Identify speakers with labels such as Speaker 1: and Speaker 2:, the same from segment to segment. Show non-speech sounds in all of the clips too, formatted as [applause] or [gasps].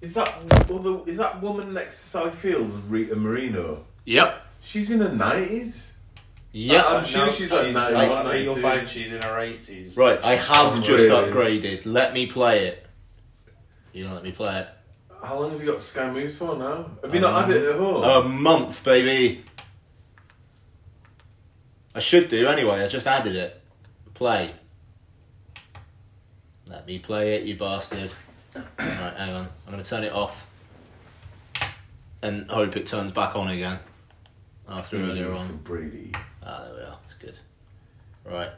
Speaker 1: Is that other? Is that woman next to Sally Fields, Rita Marino?
Speaker 2: Yep.
Speaker 1: She's in her nineties.
Speaker 2: Yep.
Speaker 1: Uh, I'm sure
Speaker 3: No,
Speaker 1: she's like
Speaker 3: she's-
Speaker 1: 91,
Speaker 3: I think you'll
Speaker 1: 92.
Speaker 3: find she's in her 80s.
Speaker 2: Right, I have just
Speaker 1: Really?
Speaker 2: upgraded. Let me play it. You don't let me play it.
Speaker 1: How long have you got Sky Moves for now? Have you
Speaker 2: Um,
Speaker 1: not had it at home?
Speaker 2: A month, baby. I should do anyway. I just added it. Play. Let me play it, you bastard. Alright, hang on. I'm going to turn it off and hope it turns back on again after earlier on.
Speaker 1: Brady.
Speaker 2: Ah, there we are. It's good. Right.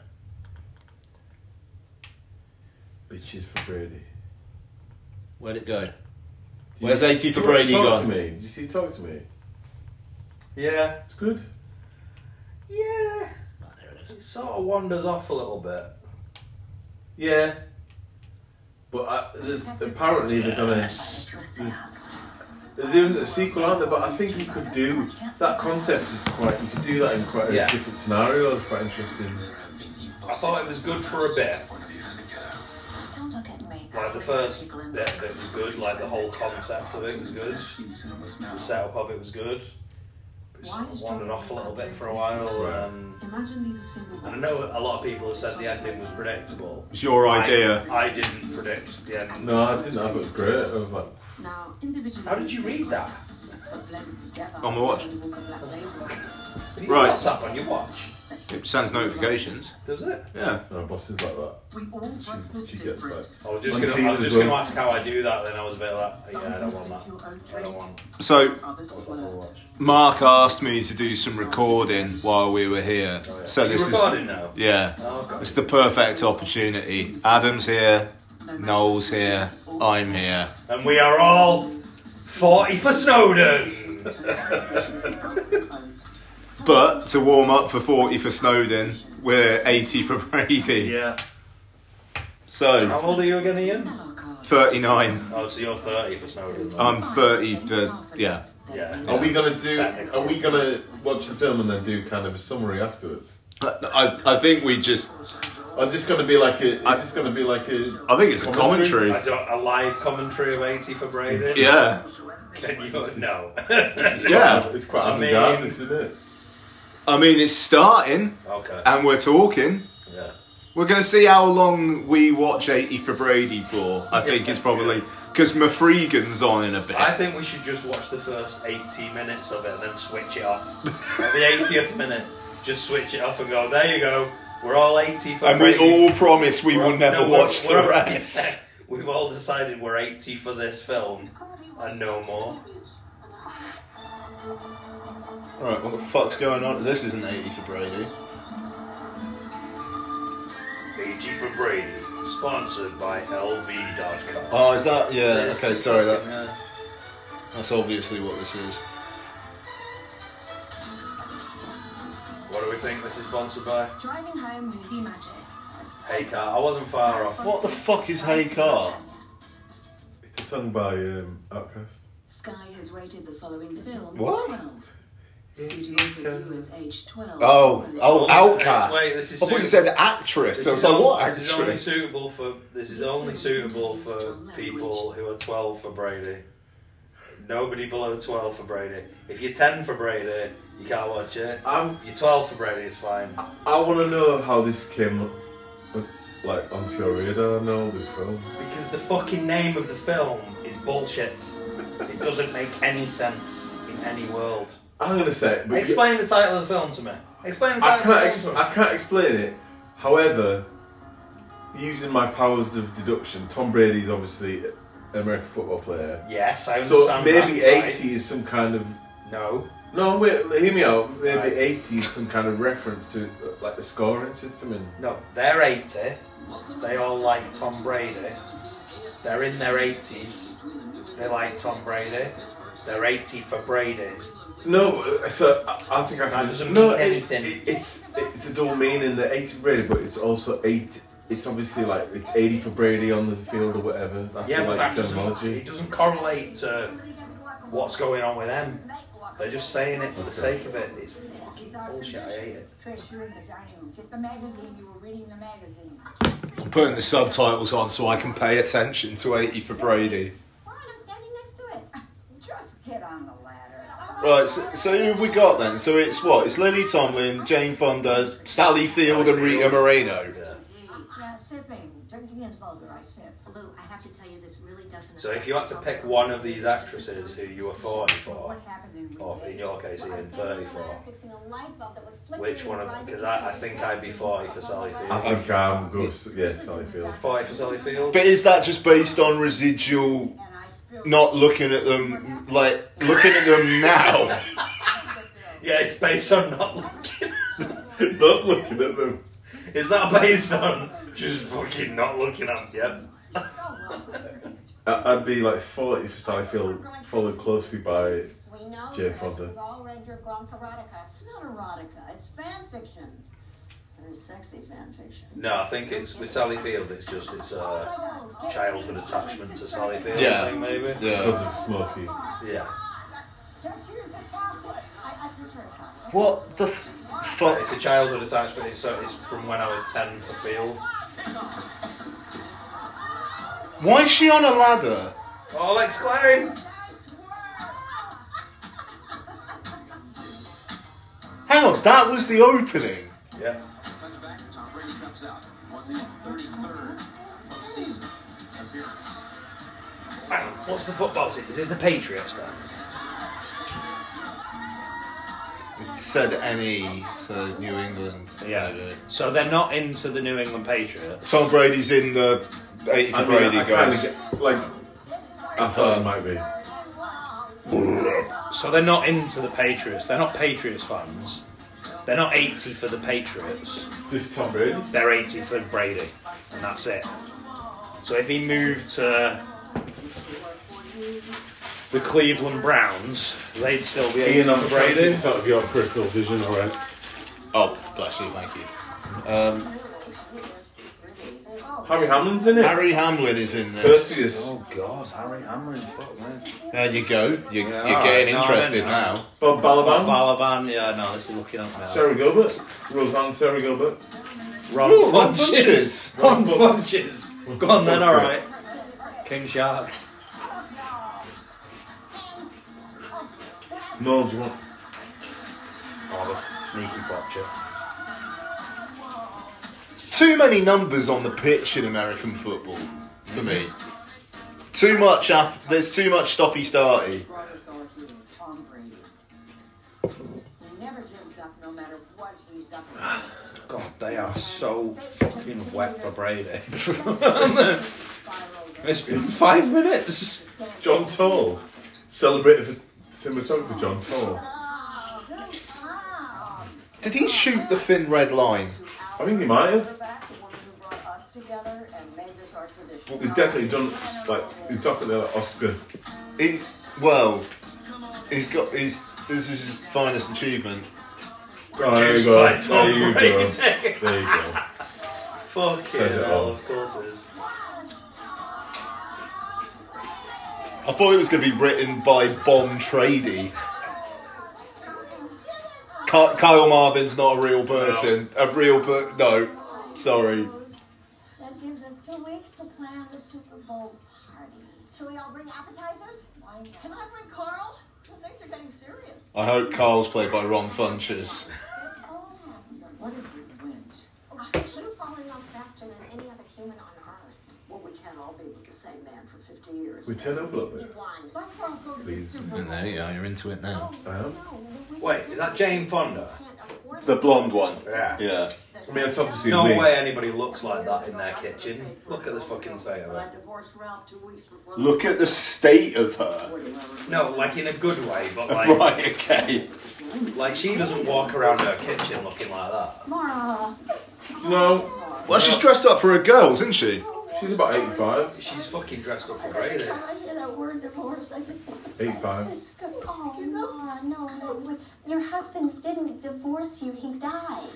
Speaker 1: Bitches for Brady.
Speaker 2: Where'd it go?
Speaker 1: Did
Speaker 2: Where's
Speaker 1: you-
Speaker 2: 80 for
Speaker 1: did you watch
Speaker 2: Brady
Speaker 1: talk
Speaker 2: gone?
Speaker 1: To me? Did you see Talk to Me?
Speaker 3: Yeah.
Speaker 1: It's good.
Speaker 3: Yeah.
Speaker 2: Ah, there it is.
Speaker 3: It sort of wanders off a little bit.
Speaker 1: Yeah. But uh, there's, apparently they're gonna
Speaker 2: Yes.
Speaker 1: there's, they're doing a sequel, aren't they? But I think you could do that concept is quite you could do that in quite a
Speaker 3: Yeah.
Speaker 1: different scenario. It's quite interesting.
Speaker 3: I thought it was good for a bit.
Speaker 4: Don't look at me.
Speaker 3: Like the first bit of it was good, like the whole concept of it was good. The setup of it was good. But It's sort of wandered off a little bit for a while.
Speaker 1: Right.
Speaker 3: Um,
Speaker 4: Imagine these are single
Speaker 3: and I know a lot of people have said the ending was predictable.
Speaker 2: It's your idea.
Speaker 3: I, I didn't predict the end.
Speaker 1: No, I didn't. I thought it was great. I was like,
Speaker 4: Now, individually.
Speaker 3: How did you read that?
Speaker 4: but blended together,
Speaker 2: On my watch.
Speaker 4: you walk a black label.
Speaker 3: Did
Speaker 2: Right.
Speaker 3: What's up on your watch?
Speaker 2: It sends notifications.
Speaker 3: Does it?
Speaker 2: Yeah.
Speaker 1: no, bosses like that.
Speaker 4: We all
Speaker 1: She-
Speaker 4: work with
Speaker 1: she gets
Speaker 4: different.
Speaker 3: I was just
Speaker 1: On
Speaker 3: gonna, I
Speaker 1: Teams
Speaker 3: was
Speaker 1: as
Speaker 3: just gonna
Speaker 1: well.
Speaker 3: ask how I do that. Then I was a bit like, yeah, I don't
Speaker 4: Some
Speaker 3: want
Speaker 4: people sip your own
Speaker 3: that. I don't
Speaker 4: drink,
Speaker 3: want.
Speaker 2: So
Speaker 4: Others flirt.
Speaker 2: Mark asked me to do some recording while we were here.
Speaker 1: Oh,
Speaker 2: So
Speaker 3: You
Speaker 2: this
Speaker 3: recording
Speaker 2: is
Speaker 3: now?
Speaker 2: yeah,
Speaker 3: Oh, God.
Speaker 2: it's the perfect opportunity. Adam's here, Noel's here, I'm here.
Speaker 3: And we are all 40 for Snowden!
Speaker 2: But to warm up for 40 for Snowden, we're 80 for Brady.
Speaker 3: yeah. How
Speaker 2: So
Speaker 3: old are you again, Ian?
Speaker 2: 39.
Speaker 3: Oh, so you're 30 for Snowden.
Speaker 2: Um, 30, uh, yeah.
Speaker 3: Yeah.
Speaker 1: Are we gonna do?
Speaker 3: Technically.
Speaker 1: Are we gonna watch the film and then do kind of a summary afterwards?
Speaker 2: I, Uh, I think we just
Speaker 1: Or is this gonna be like a? Is this gonna be like a?
Speaker 2: I think it's a [laughs]
Speaker 1: Commentary?
Speaker 2: commentary.
Speaker 3: I don't, a live commentary of 80 for Brady?
Speaker 2: Yeah.
Speaker 3: Can you? No.
Speaker 2: Yeah.
Speaker 3: [laughs]
Speaker 1: It's quite
Speaker 3: I
Speaker 1: avant-garde,
Speaker 3: mean-
Speaker 1: isn't it?
Speaker 2: I mean it's starting
Speaker 3: okay.
Speaker 2: and we're talking.
Speaker 3: Yeah.
Speaker 2: We're going to see how long we watch 80 for Brady for. I think it's probably because Mafregan's on in a bit.
Speaker 3: I think we should just watch the first 80 minutes of it and then switch it off. At the 80th minute, just switch it off and go, there you go, we're all 80 for
Speaker 2: and we
Speaker 3: Brady."
Speaker 2: all promise we
Speaker 3: We're-
Speaker 2: will never
Speaker 3: no, we're-
Speaker 2: watch the
Speaker 3: [laughs] we're-
Speaker 2: [laughs] rest.
Speaker 3: We've all decided we're 80 for this film and no more.
Speaker 2: Alright, what the fuck's going on? This isn't 80 for Brady.
Speaker 3: 80 for Brady, sponsored by LV.com.
Speaker 2: Oh, is that? Yeah, okay, sorry. That,
Speaker 3: Yeah.
Speaker 2: that's obviously what this is.
Speaker 3: What do we think this is sponsored by?
Speaker 4: Driving home
Speaker 3: [laughs]
Speaker 4: movie magic.
Speaker 3: Hey car, I wasn't far off.
Speaker 2: What the fuck is Hey Car?
Speaker 1: It's a song by um, Outkast.
Speaker 4: Sky has rated the following film
Speaker 2: What?
Speaker 4: 12. Suitable for viewers aged 12.
Speaker 2: Oh, oh,
Speaker 3: this-
Speaker 2: Outcast.
Speaker 3: wait, this is
Speaker 2: I thought you
Speaker 3: suit-
Speaker 2: said actress.
Speaker 3: This
Speaker 2: so I was
Speaker 3: is
Speaker 2: like,
Speaker 3: on-
Speaker 2: what
Speaker 3: This is only
Speaker 2: actress?
Speaker 3: suitable for this is only suitable for people who are 12 for Brady. Nobody below 12 for Brady. If you're 10 for Brady, you can't watch it.
Speaker 1: I'm
Speaker 3: If you're 12 for Brady, it's fine.
Speaker 1: I want to know how this came uh, like onto your radar and all this film.
Speaker 3: Because the fucking name of the film is bullshit. It doesn't make any sense in any world.
Speaker 1: I'm gonna say, it, but
Speaker 3: Explain the title of the film to me. Explain the
Speaker 1: I
Speaker 3: title
Speaker 1: can't,
Speaker 3: of the
Speaker 1: ex-
Speaker 3: film.
Speaker 1: I can't explain it. However, using my powers of deduction, Tom Brady's obviously an American football player.
Speaker 3: Yes, I
Speaker 1: So
Speaker 3: understand.
Speaker 1: maybe
Speaker 3: that, right?
Speaker 1: 80 is some kind of
Speaker 3: No.
Speaker 1: no. Wait, hear me out. Maybe
Speaker 3: Right.
Speaker 1: 80 is some kind of reference to uh, like the scoring system and
Speaker 3: No, they're 80. They all like Tom Brady. They're in their 80s. They like Tom Brady. They're 80 for Brady.
Speaker 1: No, uh, so I, I think I can.
Speaker 3: doesn't
Speaker 1: no,
Speaker 3: mean
Speaker 1: it-
Speaker 3: anything.
Speaker 1: It, it's it's a dual meaning. The eighty for Brady, but it's also eight. It's obviously like it's eighty for Brady on the field or whatever. That's
Speaker 3: Yeah,
Speaker 1: like
Speaker 3: but that doesn't,
Speaker 1: terminology.
Speaker 3: it doesn't correlate to what's going on with them. They're just saying it for the sake of it. It's fucking bullshit. I hate it.
Speaker 5: Trish, you're in the dining room. Get the magazine. You were reading the magazine.
Speaker 2: I'm putting the subtitles on so I can pay attention to 80 for Brady.
Speaker 5: Fine, I'm standing Get on the ladder.
Speaker 2: Right, so, so who have we got then? So it's what? It's Lily Tomlin, Jane Fonda, Sally Field, and Rita Moreno.
Speaker 6: Yeah.
Speaker 5: Yeah, sipping. Drinking is vulgar, I sip.
Speaker 7: Lou, I have to tell you, this really doesn't.
Speaker 6: So if you had to pick one of these actresses who you were 40 for,
Speaker 5: What happened in
Speaker 6: or Oh, in your case
Speaker 8: Well, I
Speaker 6: even
Speaker 8: was standing on the
Speaker 6: 34,
Speaker 8: ladder fixing a light bulb that was flickering.
Speaker 6: which one
Speaker 8: and
Speaker 6: of
Speaker 8: driving
Speaker 6: Because
Speaker 8: me
Speaker 6: I, I
Speaker 8: crazy.
Speaker 6: think I'd be 40 for Sally
Speaker 1: I
Speaker 6: Field.
Speaker 1: think I'm going to, yeah, Sally Field.
Speaker 6: 40 for Sally Field?
Speaker 2: But is that just based on residual?
Speaker 5: And I spilled
Speaker 2: Not looking at them like looking at them
Speaker 1: [laughs]
Speaker 2: now.
Speaker 6: Yeah, it's based on not
Speaker 1: [laughs]
Speaker 6: looking.
Speaker 1: Not looking at them.
Speaker 6: Is that based on just fucking not looking at them?
Speaker 5: so well.
Speaker 1: I- I'd be like 40 for Sally Field, followed closely by.
Speaker 8: We know
Speaker 1: Jane
Speaker 8: this.
Speaker 1: Fonda.
Speaker 8: We've all read your Grom Erotica. It's not erotica. It's fan fiction. Very sexy fan fiction.
Speaker 6: No, I think it's with Sally Field. It's just it's a
Speaker 5: Oh, get-
Speaker 6: childhood attachment to Sally Field.
Speaker 2: Yeah.
Speaker 6: I think, maybe.
Speaker 1: Because
Speaker 2: Yeah.
Speaker 1: of Smokey.
Speaker 6: Yeah.
Speaker 5: Just use the faucet.
Speaker 8: I, I picture it. Tom.
Speaker 2: What the f-
Speaker 6: But it's
Speaker 2: fuck?
Speaker 6: a childhood attachment. It's, so it's from when I was ten for Field.
Speaker 2: Why is she on a ladder?
Speaker 6: All exclaim!
Speaker 2: Hang on, that was the opening.
Speaker 6: Yeah.
Speaker 3: Touchback, Tom Brady comes out. Once again, 33rd postseason appearance.
Speaker 6: Hang on, what's the football team? Is this the Patriots then?
Speaker 2: It said any, so New England.
Speaker 6: Yeah. So they're not into the New England Patriots.
Speaker 2: Tom Brady's in the 80 for
Speaker 1: I mean,
Speaker 2: Brady
Speaker 1: I
Speaker 2: guys.
Speaker 1: kinda get- like, I thought it might be.
Speaker 6: So they're not into the Patriots. They're not Patriots fans. They're not 80 for the Patriots.
Speaker 1: Just Tom Brady.
Speaker 6: They're 80 for Brady. And that's it. So if he moved to the Cleveland Browns, they'd still be 80
Speaker 1: Ian, I'm
Speaker 6: for
Speaker 1: afraid
Speaker 6: Brady.
Speaker 1: it's out of your peripheral vision, alright?
Speaker 2: Oh, bless you, thank you. Um,
Speaker 1: Harry Hamlin's in it.
Speaker 2: Harry Hamlin is in this.
Speaker 1: Perseus.
Speaker 6: Oh, God, Harry Hamlin, fuck man.
Speaker 2: There you go. You,
Speaker 6: Yeah,
Speaker 2: you're
Speaker 6: all
Speaker 2: getting
Speaker 6: right. No, I
Speaker 2: interested
Speaker 6: don't know.
Speaker 2: now.
Speaker 1: Bob Balaban.
Speaker 6: Balaban, yeah, no, this is looking up now.
Speaker 1: Sarah Gilbert. Roseanne Sarah Gilbert.
Speaker 6: Ron
Speaker 2: Ooh, Ron
Speaker 6: Funches.
Speaker 2: Funches.
Speaker 6: Ron
Speaker 1: Ron
Speaker 6: Funches. Go on then,
Speaker 1: Funches.
Speaker 6: alright. King Shark.
Speaker 1: No, do you want?
Speaker 6: Oh, the sneaky botcher.
Speaker 2: It's too many numbers on the pitch in American football for me. Too much up. There's too much stoppy starty.
Speaker 8: Brought us all here, Tom Brady. He never gives up, no matter what he's up against.
Speaker 6: God, they are so fucking wet for Brady. [laughs] it's been five minutes.
Speaker 1: John Tall. Celebrated for cinematographer John Tall.
Speaker 8: Oh,
Speaker 2: Did he shoot the thin red line?
Speaker 1: I think he might have.
Speaker 8: Back the woman who brought us together and made this our tradition.
Speaker 1: He's definitely done like he's definitely like Oscar.
Speaker 2: He, well, he's got. He's this is his finest achievement.
Speaker 1: Oh, there you
Speaker 6: Produced
Speaker 1: go.
Speaker 6: by Tom
Speaker 1: There you go.
Speaker 6: Brady.
Speaker 1: There you go.
Speaker 6: Fucking
Speaker 1: Says it
Speaker 6: hell,
Speaker 1: all.
Speaker 6: of course it is.
Speaker 2: I thought it was going to be written by Bon Trady. Ky- Kyle Marvin's not a real person. A real per- no. Sorry.
Speaker 8: That gives us two weeks to plan the Super Bowl party. Should we all bring appetizers? Why not? Can I bring Carl? Well, things are getting serious.
Speaker 2: I hope Kyle's played by Ron Funches.
Speaker 8: Oh, what if we went? You've fallen off faster than any other human on earth. Well, we can't all be with the same man for 50 years.
Speaker 1: We turn over a little bit.
Speaker 8: Fifty-one. Let's all go to
Speaker 1: Please.
Speaker 8: the Super Bowl.
Speaker 2: you are. You're into it
Speaker 8: Oh,
Speaker 1: I am.
Speaker 8: no, we
Speaker 6: Wait,
Speaker 8: can't
Speaker 6: is
Speaker 8: do
Speaker 6: that Jane Fonda?
Speaker 8: We can't afford it.
Speaker 2: The blonde one.
Speaker 6: Yeah.
Speaker 2: Yeah.
Speaker 1: I mean, it's obviously
Speaker 6: No
Speaker 1: Lee.
Speaker 6: way anybody looks like that in their kitchen. Look at the fucking state of
Speaker 9: But
Speaker 6: it.
Speaker 9: I divorced Ralph two weeks before.
Speaker 2: Look at the state of her.
Speaker 6: No, like in a good way,
Speaker 1: [laughs]
Speaker 6: but like,
Speaker 2: Right. Okay.
Speaker 6: like she doesn't walk around her kitchen looking like that.
Speaker 8: Mara.
Speaker 1: No,
Speaker 2: Well, she's dressed up for a girl, isn't she?
Speaker 1: she's about 85.
Speaker 6: She's fucking dressed up for Brady.
Speaker 8: I hear that word divorce. I just think of
Speaker 1: 85.
Speaker 8: Francisco. Oh, Mara, no, no. wait. Your husband didn't divorce you. He died.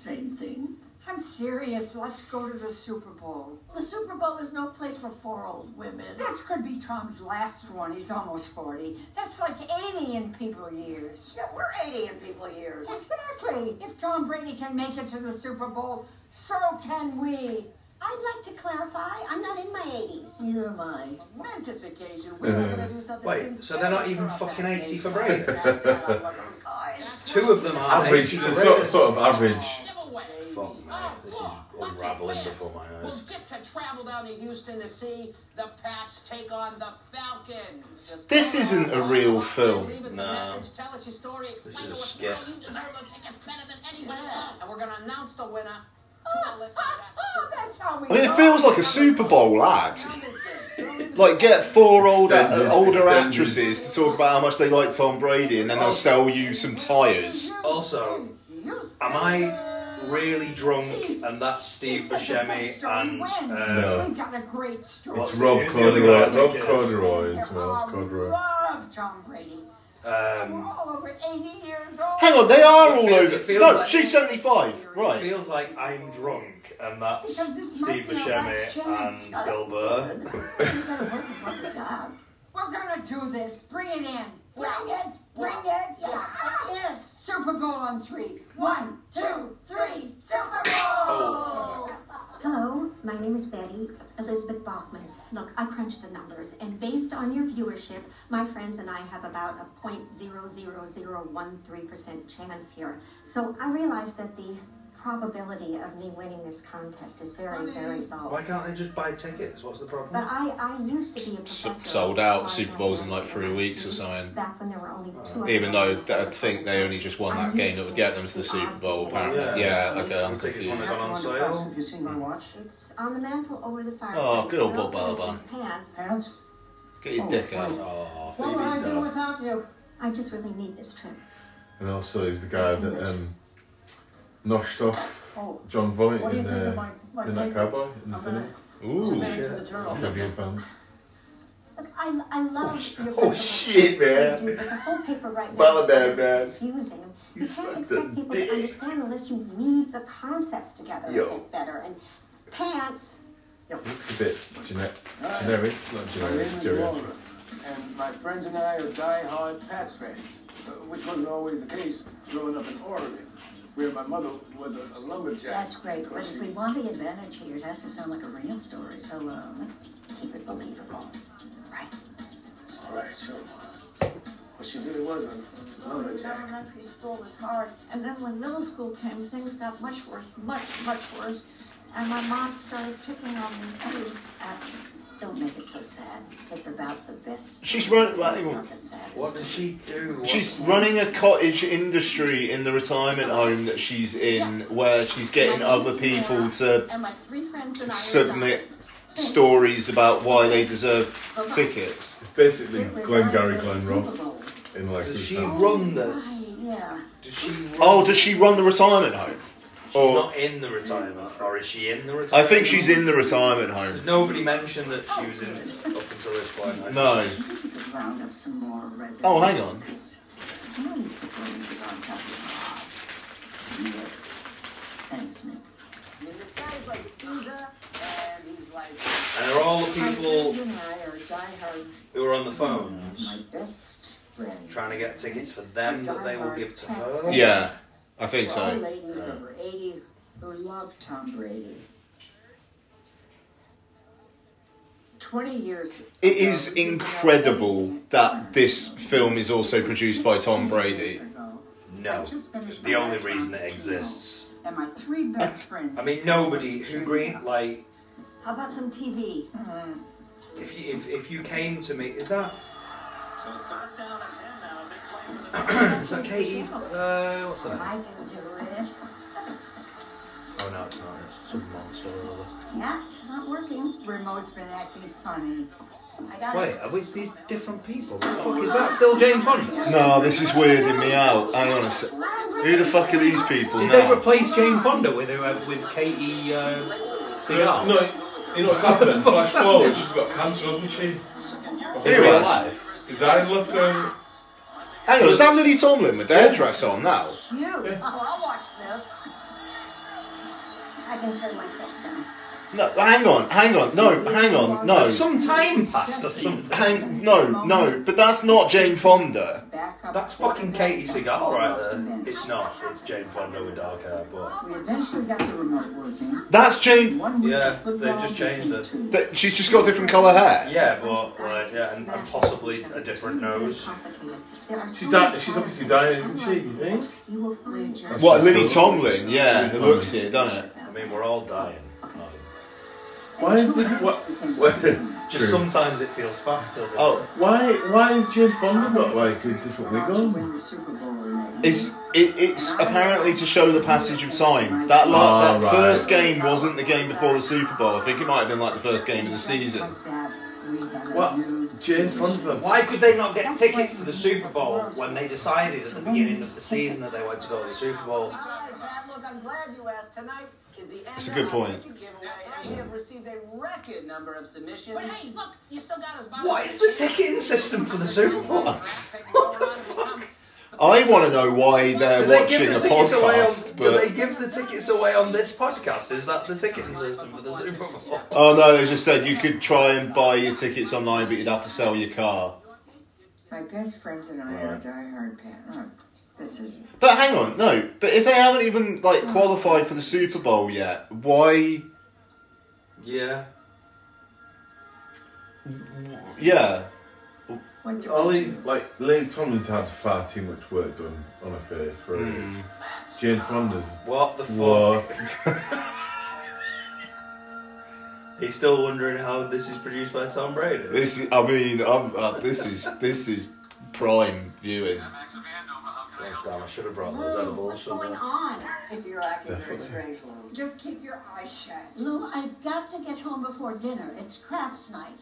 Speaker 9: Same thing.
Speaker 8: I'm serious. Let's go to the Super Bowl.
Speaker 9: The Super Bowl is no place for four old women.
Speaker 8: This could be Tom's last one. He's almost 40.
Speaker 5: That's like 80 in people years.
Speaker 9: Yeah, we're 80 in people years.
Speaker 5: Exactly. If Tom Brady can make it to the Super Bowl, so can we.
Speaker 7: I'd like to clarify, I'm not in my 80s.
Speaker 10: Neither am I. Momentous occasion.
Speaker 1: we were gonna
Speaker 10: do something.
Speaker 6: Uh, Wait, so they're not even fucking 80 for Brady?
Speaker 10: Two
Speaker 6: [laughs] Two of them are
Speaker 1: Average,
Speaker 6: 80
Speaker 1: it's
Speaker 6: for
Speaker 1: sort,
Speaker 6: Brady.
Speaker 1: sort of average.
Speaker 6: Fuck me, this is unraveling before my eyes.
Speaker 10: We'll get to travel down to Houston to see the Pats take on the Falcons. Just
Speaker 2: This
Speaker 10: go
Speaker 2: isn't a
Speaker 10: online,
Speaker 2: real
Speaker 10: online,
Speaker 2: film.
Speaker 10: Leave us a
Speaker 6: No.
Speaker 10: message, tell us your story, explain
Speaker 6: is a
Speaker 10: to us
Speaker 6: skit.
Speaker 10: why you deserve those tickets better than anyone else. And we're going to announce the winner to our listeners
Speaker 5: Oh, that's how we
Speaker 2: I mean, it
Speaker 5: roll.
Speaker 2: feels like a Super Bowl ad. Like, get four older
Speaker 1: Extended,
Speaker 2: older
Speaker 1: extended.
Speaker 2: actresses to talk about how much they like Tom Brady, and then they'll sell you some tyres.
Speaker 6: Also, am I really drunk and that's Steve Buscemi and. Uh,
Speaker 5: We've got a great story.
Speaker 6: What's
Speaker 1: It's
Speaker 6: the-
Speaker 1: Rob
Speaker 6: who's the other guy I
Speaker 1: Corduroy. Rob
Speaker 6: think it is?
Speaker 1: Corduroy as well. It's Corduroy.
Speaker 5: love John Brady. We're
Speaker 6: um,
Speaker 5: all over 80 years old.
Speaker 2: Hang on, they are all
Speaker 6: It
Speaker 2: over.
Speaker 6: feels
Speaker 2: No,
Speaker 6: like-
Speaker 2: she's 75.
Speaker 6: it
Speaker 2: Right.
Speaker 6: feels like I'm drunk and that's
Speaker 5: Because this
Speaker 6: Steve
Speaker 5: might be our last
Speaker 6: Buscemi
Speaker 5: chance.
Speaker 6: and Bill Burr.
Speaker 5: We're gonna do this. Bring it in. Bring it. Bring it. Yeah. Yes. Super Bowl on three. One, two, three. Super Bowl.
Speaker 6: Oh.
Speaker 8: Hello, my name is Betty Elizabeth Bachman. Look, I crunched the numbers, and based on your viewership, my friends and I have about a 0.00013% chance here. So I realize that the probability of me winning this contest is very, very low.
Speaker 6: Why can't they just buy tickets? What's the problem?
Speaker 8: But I, I used to be a professor.
Speaker 2: S- sold out
Speaker 8: of
Speaker 2: Super
Speaker 8: applied
Speaker 2: Bowls in like
Speaker 8: mathematics
Speaker 2: three
Speaker 8: at
Speaker 2: weeks or
Speaker 8: MIT,
Speaker 2: something.
Speaker 8: Back when there were only two.
Speaker 2: Even
Speaker 8: other
Speaker 2: though I think they only just won that game that would get them to the Super Bowl, apparently. Yeah, okay, I'm
Speaker 6: Tickets when
Speaker 2: confused.
Speaker 6: it's on, on sale.
Speaker 4: Oh, Have you seen my watch?
Speaker 8: It's on the mantle over the fireplace.
Speaker 2: Oh, good old
Speaker 8: They're also
Speaker 2: Bob
Speaker 8: making
Speaker 2: Balaban.
Speaker 8: Pants.
Speaker 4: Hands?
Speaker 2: Get your dick out.
Speaker 6: Oh,
Speaker 4: What would I
Speaker 6: Phoebe's
Speaker 4: do
Speaker 6: dad.
Speaker 4: without you?
Speaker 8: I just really need this trip.
Speaker 1: And also he's the guy that um, noshed off
Speaker 4: Oh,
Speaker 1: John Voight
Speaker 4: what do you
Speaker 1: in,
Speaker 4: think of my,
Speaker 1: uh,
Speaker 4: my
Speaker 1: in that
Speaker 4: paper?
Speaker 1: cowboy in the
Speaker 4: I'm
Speaker 1: cinema.
Speaker 4: gonna
Speaker 2: Ooh.
Speaker 4: submit it to the journal.
Speaker 1: Trivia fans.
Speaker 8: Look, I, I love your
Speaker 1: oh,
Speaker 8: paper
Speaker 1: shit,
Speaker 8: references,
Speaker 1: man.
Speaker 8: I do, But the whole paper right now
Speaker 1: Ballad
Speaker 8: is
Speaker 1: man, man.
Speaker 8: confusing. You
Speaker 1: He's
Speaker 8: can't
Speaker 1: such a
Speaker 8: expect people
Speaker 1: dick.
Speaker 8: to understand unless you weave the concepts together a
Speaker 1: Yo.
Speaker 8: bit better. And pants,
Speaker 1: It's a bit generic. Generic, not
Speaker 4: My name
Speaker 1: generic,
Speaker 4: is
Speaker 1: generic.
Speaker 4: Walter, and my friends and I are die-hard Pats fans, uh, which wasn't always the case growing up in Oregon, where my mother was a, a lumberjack.
Speaker 5: That's great, but
Speaker 4: Because
Speaker 5: if
Speaker 4: she-
Speaker 5: we want the advantage here, it has to sound like a real story. So uh, let's keep it believable.
Speaker 4: All right, sure. But she really was a lumberjack.
Speaker 7: Elementary school was hard, and then when middle school came, things got much worse, much, much worse. And my mom started picking on me. every-
Speaker 5: Uh, don't make it so sad. It's about the best.
Speaker 4: [laughs]
Speaker 2: She's run-
Speaker 5: story. It's
Speaker 2: well,
Speaker 5: not the saddest
Speaker 6: What did she do? What-
Speaker 2: She's running a cottage industry in the retirement home that she's in, where she's getting other people to
Speaker 7: And my three friends and I were
Speaker 2: submit
Speaker 7: dying.
Speaker 2: stories about why they deserve tickets.
Speaker 1: It's basically
Speaker 5: We're
Speaker 1: Glenn
Speaker 5: going
Speaker 1: Gary,
Speaker 5: to
Speaker 1: Glenn
Speaker 5: the
Speaker 1: Ross
Speaker 5: Super Bowl.
Speaker 1: in like
Speaker 6: Does
Speaker 1: his
Speaker 6: she
Speaker 1: time.
Speaker 6: run the?
Speaker 7: Right.
Speaker 5: Yeah.
Speaker 6: Does she? Run,
Speaker 2: Oh, does she run the retirement home?
Speaker 6: She's
Speaker 2: Or
Speaker 6: not in the retirement, or is she in the
Speaker 2: I
Speaker 6: retirement?
Speaker 2: think she's in the retirement
Speaker 6: Because
Speaker 2: home.
Speaker 6: nobody mentioned that she was in up until this point. I
Speaker 2: No.
Speaker 5: I think we could round up some more residents.
Speaker 2: Oh, hang on.
Speaker 5: Because some of these performances aren't that good. Yeah. Thanks, Nick.
Speaker 10: I mean, this guy's like Caesar, and he's like.
Speaker 6: just- And are all the
Speaker 7: My
Speaker 6: people
Speaker 7: friends and I are diehard
Speaker 6: who are on the phones
Speaker 5: My best friends.
Speaker 6: trying to get tickets for them that they will give to her?
Speaker 2: Yeah, I think
Speaker 5: For all
Speaker 2: so.
Speaker 5: ladies
Speaker 6: Yeah.
Speaker 5: over 80 who love Tom Brady. 20 years
Speaker 2: It is incredible that this film is also produced by Tom Brady.
Speaker 6: No. It's the only reason it exists.
Speaker 5: And my three
Speaker 6: [laughs]
Speaker 5: best friends.
Speaker 6: I mean, nobody who green like
Speaker 8: how about some TV?
Speaker 5: Mm.
Speaker 6: Uh, if you if, if you came to me is that
Speaker 11: So third down and ten now, big play for the
Speaker 6: is that Katie? Uh, what's that?
Speaker 5: I can do it.
Speaker 6: Oh no, it's not. It's some monster or other.
Speaker 5: Yeah, it's not working. Remote's been acting funny. I got
Speaker 6: Wait,
Speaker 5: it.
Speaker 6: are we these different people? What the fuck is that? Still Jane Fonda?
Speaker 2: No, this is weirding me out. Hang on a sec. Who the fuck are these people
Speaker 6: Did they
Speaker 2: now?
Speaker 6: replace Jane Fonda with uh, with Katie uh, CR?
Speaker 1: No, you know
Speaker 6: [laughs]
Speaker 1: what's happening? Flash forward, she's got cancer, hasn't she?
Speaker 2: Who
Speaker 1: Anyway,
Speaker 2: has?
Speaker 1: She died, look, um,
Speaker 2: Hang on, is that Lily Tomlin with the headdress on now?
Speaker 7: You? Oh, I'll watch this.
Speaker 5: I can turn myself down.
Speaker 2: No, hang on, hang on, no, hang on, no.
Speaker 6: There's some time passed or something.
Speaker 2: Hang, no, no, but that's not Jane Fonda.
Speaker 6: That's fucking Katie Seagal right there. It's not. It's Jane Fonda with dark hair, but
Speaker 3: We eventually got the remote working.
Speaker 2: That's Jane.
Speaker 3: One week
Speaker 6: Yeah,
Speaker 3: of football
Speaker 6: they've just changed
Speaker 3: became
Speaker 6: it.
Speaker 3: two.
Speaker 2: That, she's just got different colour hair.
Speaker 6: yeah, but like yeah, and, and possibly a different nose.
Speaker 1: She's, di- she's obviously dying, isn't she? Do you think?
Speaker 8: You will find just
Speaker 2: What, Lily Tomlin? Yeah, it
Speaker 1: Lily
Speaker 2: looks
Speaker 1: Tomlin.
Speaker 2: it, doesn't it?
Speaker 6: I mean, we're all dying. aren't we?
Speaker 1: Why is the, what, [laughs] what,
Speaker 6: Just
Speaker 1: True.
Speaker 6: sometimes it feels faster. Than
Speaker 2: Oh,
Speaker 1: why why is Jane Fonda got like a different wig on?
Speaker 3: Win the Super Bowl in
Speaker 2: it's it, it's apparently to show the passage of time. That la-
Speaker 1: Ah,
Speaker 2: that
Speaker 1: right.
Speaker 2: first game wasn't the game before the Super Bowl. I think it might have been like the first game of the season.
Speaker 1: What? Jane Fonda's on.
Speaker 6: Why could they not get tickets to the Super Bowl when they decided at the beginning of the season that they wanted to go to the Super Bowl?
Speaker 7: Alright, Pat, look, I'm glad you asked. Tonight is the
Speaker 2: That's a
Speaker 7: annual
Speaker 2: good point.
Speaker 7: ticket giveaway, and we have received a record number of submissions.
Speaker 3: But hey, look, you still got us. by
Speaker 6: What is the ticketing system for the Super Bowl?
Speaker 2: What I want to know why they're
Speaker 6: Do they
Speaker 2: uh, watching
Speaker 6: give
Speaker 2: a
Speaker 6: the tickets away on?
Speaker 2: podcast,
Speaker 6: Do they
Speaker 2: but
Speaker 6: give the tickets away on this podcast? Is that the ticketing system for the Super Bowl?
Speaker 2: oh no, they just said you could try and buy your tickets online, but you'd have to sell your car.
Speaker 7: My best friends and I are diehard
Speaker 5: Oh,
Speaker 7: Pat. This is
Speaker 2: But hang on, no. But if they haven't even like qualified for the Super Bowl yet, why?
Speaker 6: Yeah.
Speaker 2: Yeah,
Speaker 1: All these like Lily Tomlin's had far too much work done on her face for her
Speaker 2: Hmm.
Speaker 1: age. Jane Fonda's
Speaker 6: What the fuck?
Speaker 1: what?
Speaker 2: [laughs]
Speaker 6: He's still wondering how this is produced by Tom Brady.
Speaker 2: this. I mean, I'm, uh, this is this is prime viewing.
Speaker 4: Max of Andover, how can I
Speaker 6: Oh,
Speaker 4: help
Speaker 6: damn, I should have brought those
Speaker 8: Lou,
Speaker 6: edibles
Speaker 8: what's
Speaker 6: from
Speaker 8: going
Speaker 6: there.
Speaker 8: on?
Speaker 7: if you're acting very
Speaker 1: Definitely.
Speaker 7: strange, Lou.
Speaker 5: Just keep your eyes shut.
Speaker 12: Lou, I've got to get home before dinner. It's craps night.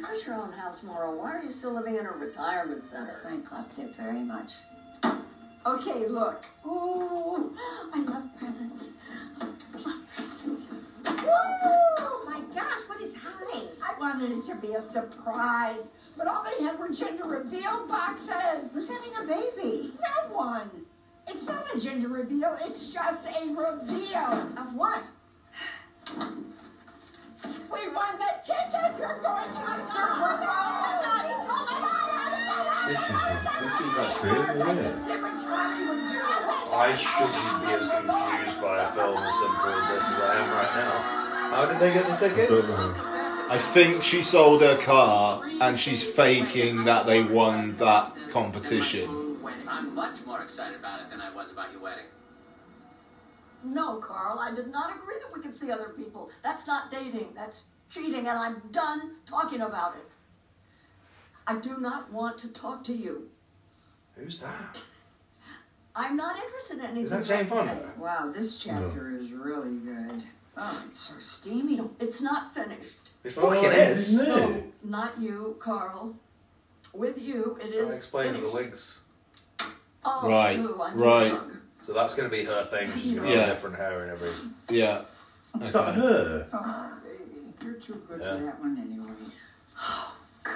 Speaker 7: How's your own house, Moro? Why are you still living in a retirement center?
Speaker 3: Frank loved it very much.
Speaker 5: Okay, [gasps] look.
Speaker 12: Ooh, I love presents. I love presents.
Speaker 5: Woo!
Speaker 8: Oh my gosh, what is happening?
Speaker 5: I wanted it to be a surprise, but all they had were gender reveal boxes.
Speaker 7: Who's having a baby?
Speaker 5: No one. It's not a gender reveal, it's just a reveal.
Speaker 7: Of what?
Speaker 5: We won the tickets, we're going to a Super Bowl. Oh my God, it's- oh my God, oh my God, oh my
Speaker 1: This is this is like
Speaker 5: God.
Speaker 1: crazy, isn't it?
Speaker 5: Let's see what Tommy would do.
Speaker 6: I shouldn't be as confused by a film as simple as this as I am right now. How did they get the
Speaker 1: I
Speaker 6: tickets?
Speaker 1: don't know.
Speaker 2: I think she sold her car and she's faking that they won that competition.
Speaker 7: I'm much more excited about it than I was about your wedding. No, Carl, I did not agree that we could see other people. That's not dating, that's cheating, and I'm done talking about it. I do not want to talk to you.
Speaker 6: Who's that?
Speaker 7: I'm not interested in anything.
Speaker 6: Is that Jane
Speaker 7: you have to
Speaker 6: Fonda?
Speaker 7: Wow, this chapter is really good. Oh, it's so steamy. It's not finished.
Speaker 6: It
Speaker 1: Oh,
Speaker 6: fucking
Speaker 1: it
Speaker 6: is.
Speaker 1: isn't it?
Speaker 3: Oh,
Speaker 7: No, not you, Carl. With you, it
Speaker 6: That
Speaker 7: is
Speaker 6: explains the
Speaker 7: finished.
Speaker 6: wigs.
Speaker 7: Oh,
Speaker 2: Right,
Speaker 7: Lou, I'm
Speaker 2: right.
Speaker 7: wrong.
Speaker 6: So that's going to be her thing. She's going to
Speaker 2: Yeah.
Speaker 6: have different hair and everything.
Speaker 2: Yeah.
Speaker 1: Is that
Speaker 2: Okay.
Speaker 1: her?
Speaker 7: Oh,
Speaker 3: You're too good
Speaker 6: Yeah.
Speaker 3: for that one anyway.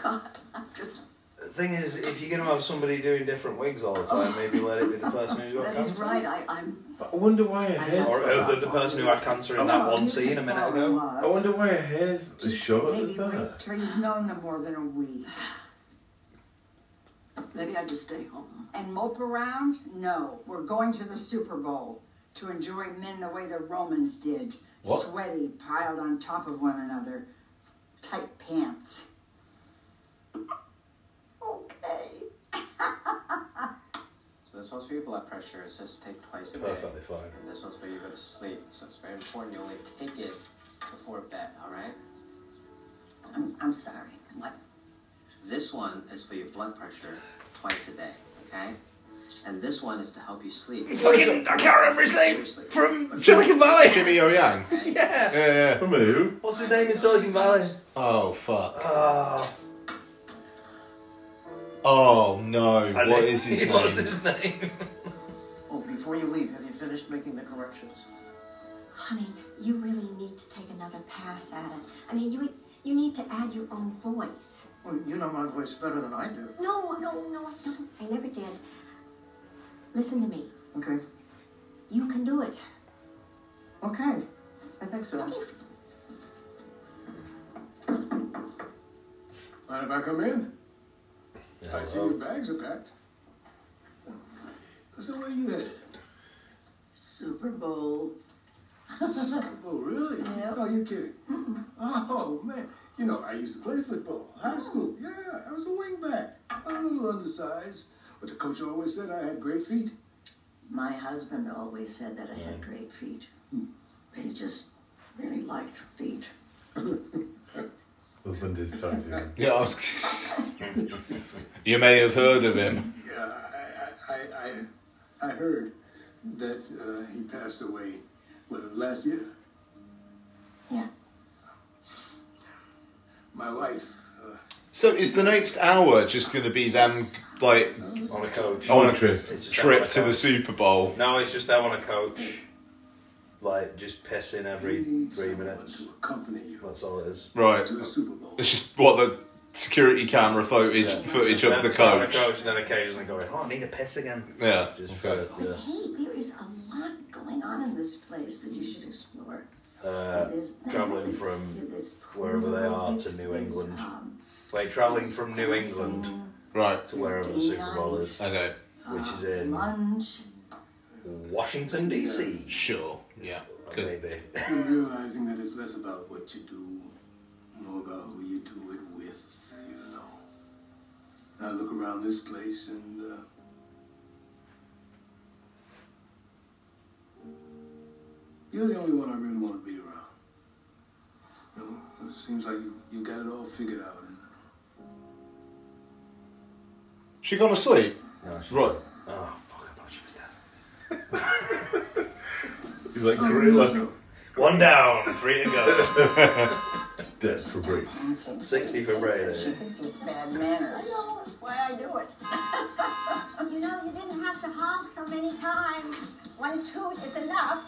Speaker 7: God, [laughs] I'm just.
Speaker 6: The thing is, if you're going to have somebody doing different wigs all the time, maybe let it be the person who's got
Speaker 7: That is
Speaker 6: cancer.
Speaker 7: right. I, I'm.
Speaker 1: But I wonder why her hair's.
Speaker 6: Or uh, the, the person who had cancer in
Speaker 13: Oh.
Speaker 6: that one scene a minute ago.
Speaker 1: I wonder why her hair's as short as
Speaker 3: Maybe
Speaker 1: that.
Speaker 3: wait till you've known them more than a week.
Speaker 7: Maybe I just stay home.
Speaker 3: And mope around? No. We're going to the Super Bowl to enjoy men the way the Romans did.
Speaker 2: What?
Speaker 3: Sweaty, piled on top of one another. Tight pants.
Speaker 5: Okay.
Speaker 4: So this one's for your blood pressure. It says take twice a day.
Speaker 6: Perfectly fine.
Speaker 4: And this one's for you to go to sleep. So it's very important you only take it before bed, alright?
Speaker 3: I'm, I'm sorry. What?
Speaker 4: This one is for your blood pressure twice a day, okay? And this one is to help you sleep.
Speaker 6: Fucking, I can't remember his name!
Speaker 4: Seriously.
Speaker 6: From Silicon Valley!
Speaker 2: Jimmy O Yang.
Speaker 6: [laughs]
Speaker 4: Okay?
Speaker 6: Yeah!
Speaker 2: Yeah, yeah.
Speaker 1: From who?
Speaker 6: What's his name in Silicon Valley?
Speaker 2: Oh fuck.
Speaker 6: Ah.
Speaker 2: Oh no.
Speaker 6: I
Speaker 2: What
Speaker 6: know-
Speaker 2: is
Speaker 6: [laughs]
Speaker 2: his
Speaker 6: What's
Speaker 2: name?
Speaker 6: his name?
Speaker 7: Oh, before you leave, have you finished making the corrections?
Speaker 8: Honey, you really need to take another pass at it. I mean, you you need to add your own voice.
Speaker 7: Well, you know my voice better than I do.
Speaker 8: No, no, no, I don't. I never did. Listen to me.
Speaker 7: Okay.
Speaker 8: You can do it.
Speaker 7: Okay. I think so.
Speaker 8: Look, if
Speaker 13: Mind if I come in? I see your bags are packed. So where are you headed?
Speaker 7: Super Bowl.
Speaker 13: [laughs] Oh, really?
Speaker 7: Yep.
Speaker 13: Oh, you kidding? Oh, man. You know, I used to play football. High school. Yeah, I was a wingback. A little undersized, but the coach always said I had great feet.
Speaker 7: My husband always said that I had great feet.
Speaker 13: Hmm.
Speaker 7: He just really liked feet.
Speaker 1: Husband is Chinese.
Speaker 2: [laughs] Yeah, I was. you may have heard of him.
Speaker 13: Yeah, I, I, I, I I heard that uh, he passed away, what, last year?
Speaker 7: Yeah.
Speaker 13: My wife. Uh,
Speaker 2: So is the next hour just going to be them like
Speaker 6: On a coach.
Speaker 2: on a
Speaker 1: trip.
Speaker 6: It's just them on
Speaker 2: trip
Speaker 6: a
Speaker 2: to the
Speaker 6: coach.
Speaker 2: Super Bowl?
Speaker 6: No, it's just them on a coach. Like, just pissing every
Speaker 13: you need
Speaker 6: three
Speaker 13: someone
Speaker 6: minutes.
Speaker 13: To accompany you
Speaker 6: That's all it is.
Speaker 2: Right.
Speaker 13: to the Super Bowl.
Speaker 2: It's just what the security camera footage footage of
Speaker 6: Them
Speaker 2: the
Speaker 6: sat on a
Speaker 2: coach.
Speaker 6: coach, and then occasionally going, oh, I need a piss again.
Speaker 2: Yeah.
Speaker 6: Just
Speaker 2: okay.
Speaker 6: for the,
Speaker 7: Hey, there is a lot going on in this place that you should explore.
Speaker 6: uh,
Speaker 7: There's-
Speaker 6: travelling from
Speaker 7: there's
Speaker 6: wherever they are to
Speaker 7: pools,
Speaker 6: New
Speaker 7: there's,
Speaker 6: England.
Speaker 7: um,
Speaker 6: Wait, travelling from New
Speaker 7: dancing,
Speaker 6: England
Speaker 2: Right.
Speaker 6: to wherever the Super Bowl is,
Speaker 2: Okay.
Speaker 6: which
Speaker 7: uh,
Speaker 6: is in
Speaker 7: lunch.
Speaker 6: Washington DC.
Speaker 2: Sure. Yeah. Good.
Speaker 6: Maybe.
Speaker 13: [laughs] I'm realizing that it's less about what you do, more about who you do it with, you know. I look around this place and, uh, You're the only one I really want to be around. You know, it seems like you, you got it all figured out.
Speaker 2: She gone to sleep.
Speaker 6: No, she-
Speaker 2: Right.
Speaker 6: Oh fuck! I thought she was dead.
Speaker 2: [laughs]
Speaker 1: He's like gorilla.
Speaker 13: So,
Speaker 6: One down, three to go.
Speaker 1: [laughs] Dead for break.
Speaker 6: Sixty for
Speaker 7: She
Speaker 6: Brady.
Speaker 7: thinks it's bad manners.
Speaker 5: That's why I do it.
Speaker 14: You know, you didn't have to honk so many times. One toot is enough.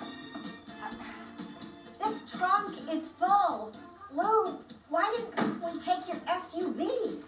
Speaker 14: Uh, This trunk is full. Lou, why didn't we take your SUV?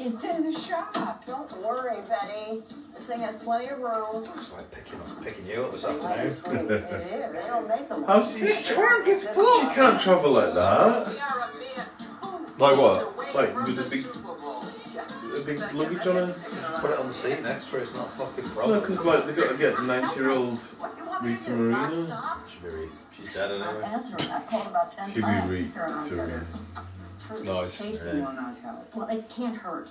Speaker 5: It's in the shop. Don't worry, Betty. This thing has plenty of room.
Speaker 6: Looks like picking picking you up this
Speaker 5: It
Speaker 6: afternoon.
Speaker 5: is. They don't make them.
Speaker 1: How's his trunk is full? You can't travel like that.
Speaker 15: We are a mere two
Speaker 2: Like what?
Speaker 15: days away
Speaker 1: Like,
Speaker 15: from
Speaker 1: with a big-
Speaker 15: Super Bowl.
Speaker 1: A big luggage on her.
Speaker 6: Put it on the seat next to her. It's not a fucking
Speaker 1: No,
Speaker 6: problem.
Speaker 1: because like they got to get ninety-year-old
Speaker 5: What do you want me to
Speaker 1: Rita
Speaker 5: do? Not
Speaker 1: Marina.
Speaker 5: stop?
Speaker 6: She'd be re- She's dead
Speaker 7: Not
Speaker 6: anyway.
Speaker 7: answering. I called about ten
Speaker 1: She be
Speaker 7: times.
Speaker 1: re-
Speaker 7: They're not
Speaker 1: to
Speaker 7: better.
Speaker 1: him.
Speaker 7: Truth,
Speaker 2: Nice.
Speaker 7: Chasing will not help.
Speaker 8: Well, it can't hurt.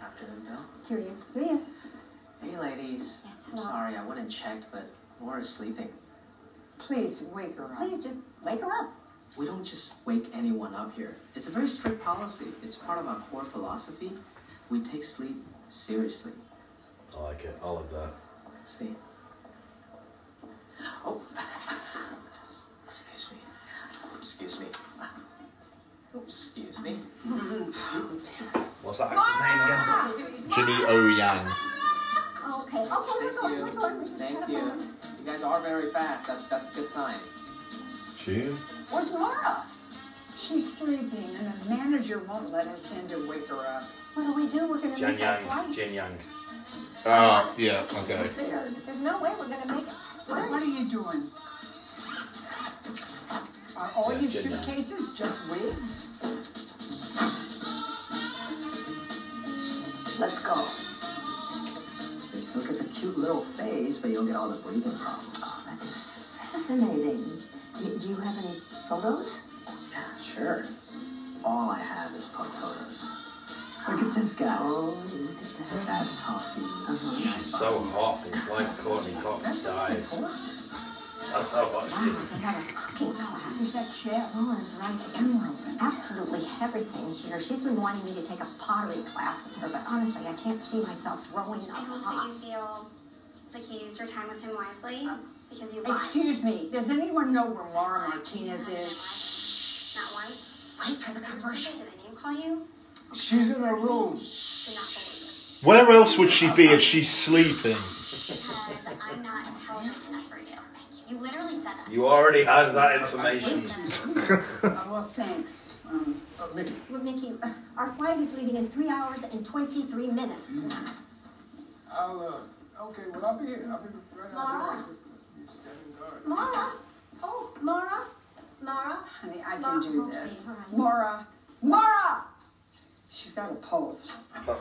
Speaker 7: After them, though.
Speaker 8: Here he is. Here he is.
Speaker 4: Hey, ladies.
Speaker 8: Yes,
Speaker 4: I'm
Speaker 8: hello.
Speaker 4: sorry, I went and checked, but Laura's sleeping.
Speaker 7: Please wake her up.
Speaker 8: Please just wake her up.
Speaker 4: We don't just wake anyone up here. It's a very strict policy. It's part of our core philosophy. We take sleep seriously.
Speaker 6: I like it. I love that.
Speaker 4: See? Oh, excuse me. Excuse me. Excuse me.
Speaker 6: What's that actor's name again?
Speaker 2: Jimmy O Yang.
Speaker 14: Okay, okay, we're
Speaker 4: Thank
Speaker 14: going, we're going. We
Speaker 4: you.
Speaker 14: just
Speaker 4: Thank
Speaker 14: gotta
Speaker 4: you.
Speaker 14: go.
Speaker 4: You guys are very fast. That's that's a good sign.
Speaker 1: Cheers.
Speaker 5: Where's Laura? She's sleeping, and the manager won't let us in to wake her up.
Speaker 8: What do we do? We're gonna
Speaker 6: Jen
Speaker 8: miss our
Speaker 6: Yang.
Speaker 8: flight.
Speaker 6: Jin Yang.
Speaker 2: Ah. yeah. Okay.
Speaker 5: There.
Speaker 8: There's no way we're gonna make it.
Speaker 5: What, what are you doing? Are all
Speaker 6: Yeah,
Speaker 5: your
Speaker 6: good night.
Speaker 5: suitcases just wigs? Let's go.
Speaker 4: Just look at the cute little face, but you'll get all the breathing problems.
Speaker 7: Oh, that is fascinating. Y- Do you have any photos?
Speaker 4: Yeah, sure. All I have is punk photos. Look at this guy.
Speaker 7: Oh, look at that.
Speaker 4: That's toffee.
Speaker 6: She's so hot. It's like Courtney Cox died. That's how hot
Speaker 8: We have a cooking
Speaker 5: This is
Speaker 8: class.
Speaker 5: that chair.
Speaker 8: Lauren's right. Emerald. Absolutely everything here. She's been wanting me to take a pottery class with her, but honestly, I can't see myself growing a
Speaker 16: I hope that
Speaker 8: pot.
Speaker 16: you feel like you used your time with him wisely because you lied.
Speaker 5: Excuse me, does anyone know where Laura Martinez is?
Speaker 16: Not once.
Speaker 8: Wait for the commercial.
Speaker 16: Did I name call you?
Speaker 13: she's in her room.
Speaker 16: Do
Speaker 4: [laughs]
Speaker 16: not believe
Speaker 2: Where else would she be if she's sleeping?
Speaker 16: it because I'm not intelligent enough for you. You literally said that.
Speaker 6: she is. You already had that
Speaker 3: [laughs]
Speaker 6: information.
Speaker 5: Oh, well, thanks. Um,
Speaker 13: Uh, Mickey,
Speaker 8: Well, Mickey, uh, our flight is leaving in three hours and 23 minutes.
Speaker 13: I'll, uh, okay, well, I'll be here. I'll be right out
Speaker 8: Laura?
Speaker 13: here. You're standing guard.
Speaker 8: Mara? Oh, Mara? Mara?
Speaker 5: honey, I can do
Speaker 8: Okay,
Speaker 5: this.
Speaker 8: all right.
Speaker 5: Laura, Laura! She's got a pulse.
Speaker 6: Uh,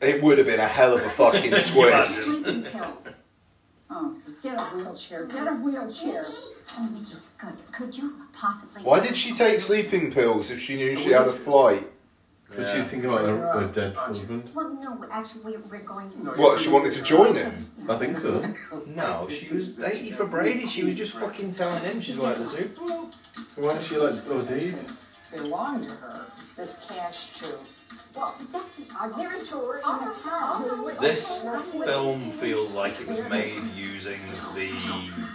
Speaker 2: It would have been a hell of a
Speaker 3: [laughs]
Speaker 2: fucking twist.
Speaker 5: Sleeping pills. Oh, get a wheelchair. Get a wheelchair.
Speaker 8: Oh, Mickey, good. Could you possibly?
Speaker 2: Why did she take sleeping pills if she knew she had a flight?
Speaker 1: Because she was thinking about her, her dead husband.
Speaker 8: Well, no, actually, we're going.
Speaker 2: What, she wanted to join him?
Speaker 1: I think so.
Speaker 3: No, she was 80 for Brady. She was just fucking telling him she's like the Super Bowl.
Speaker 1: Why is she like, oh,
Speaker 3: [laughs]
Speaker 1: dude?
Speaker 5: Belong to her. This cash too.
Speaker 8: Well,
Speaker 5: I give it to her in the account.
Speaker 3: This film feels like it was made using the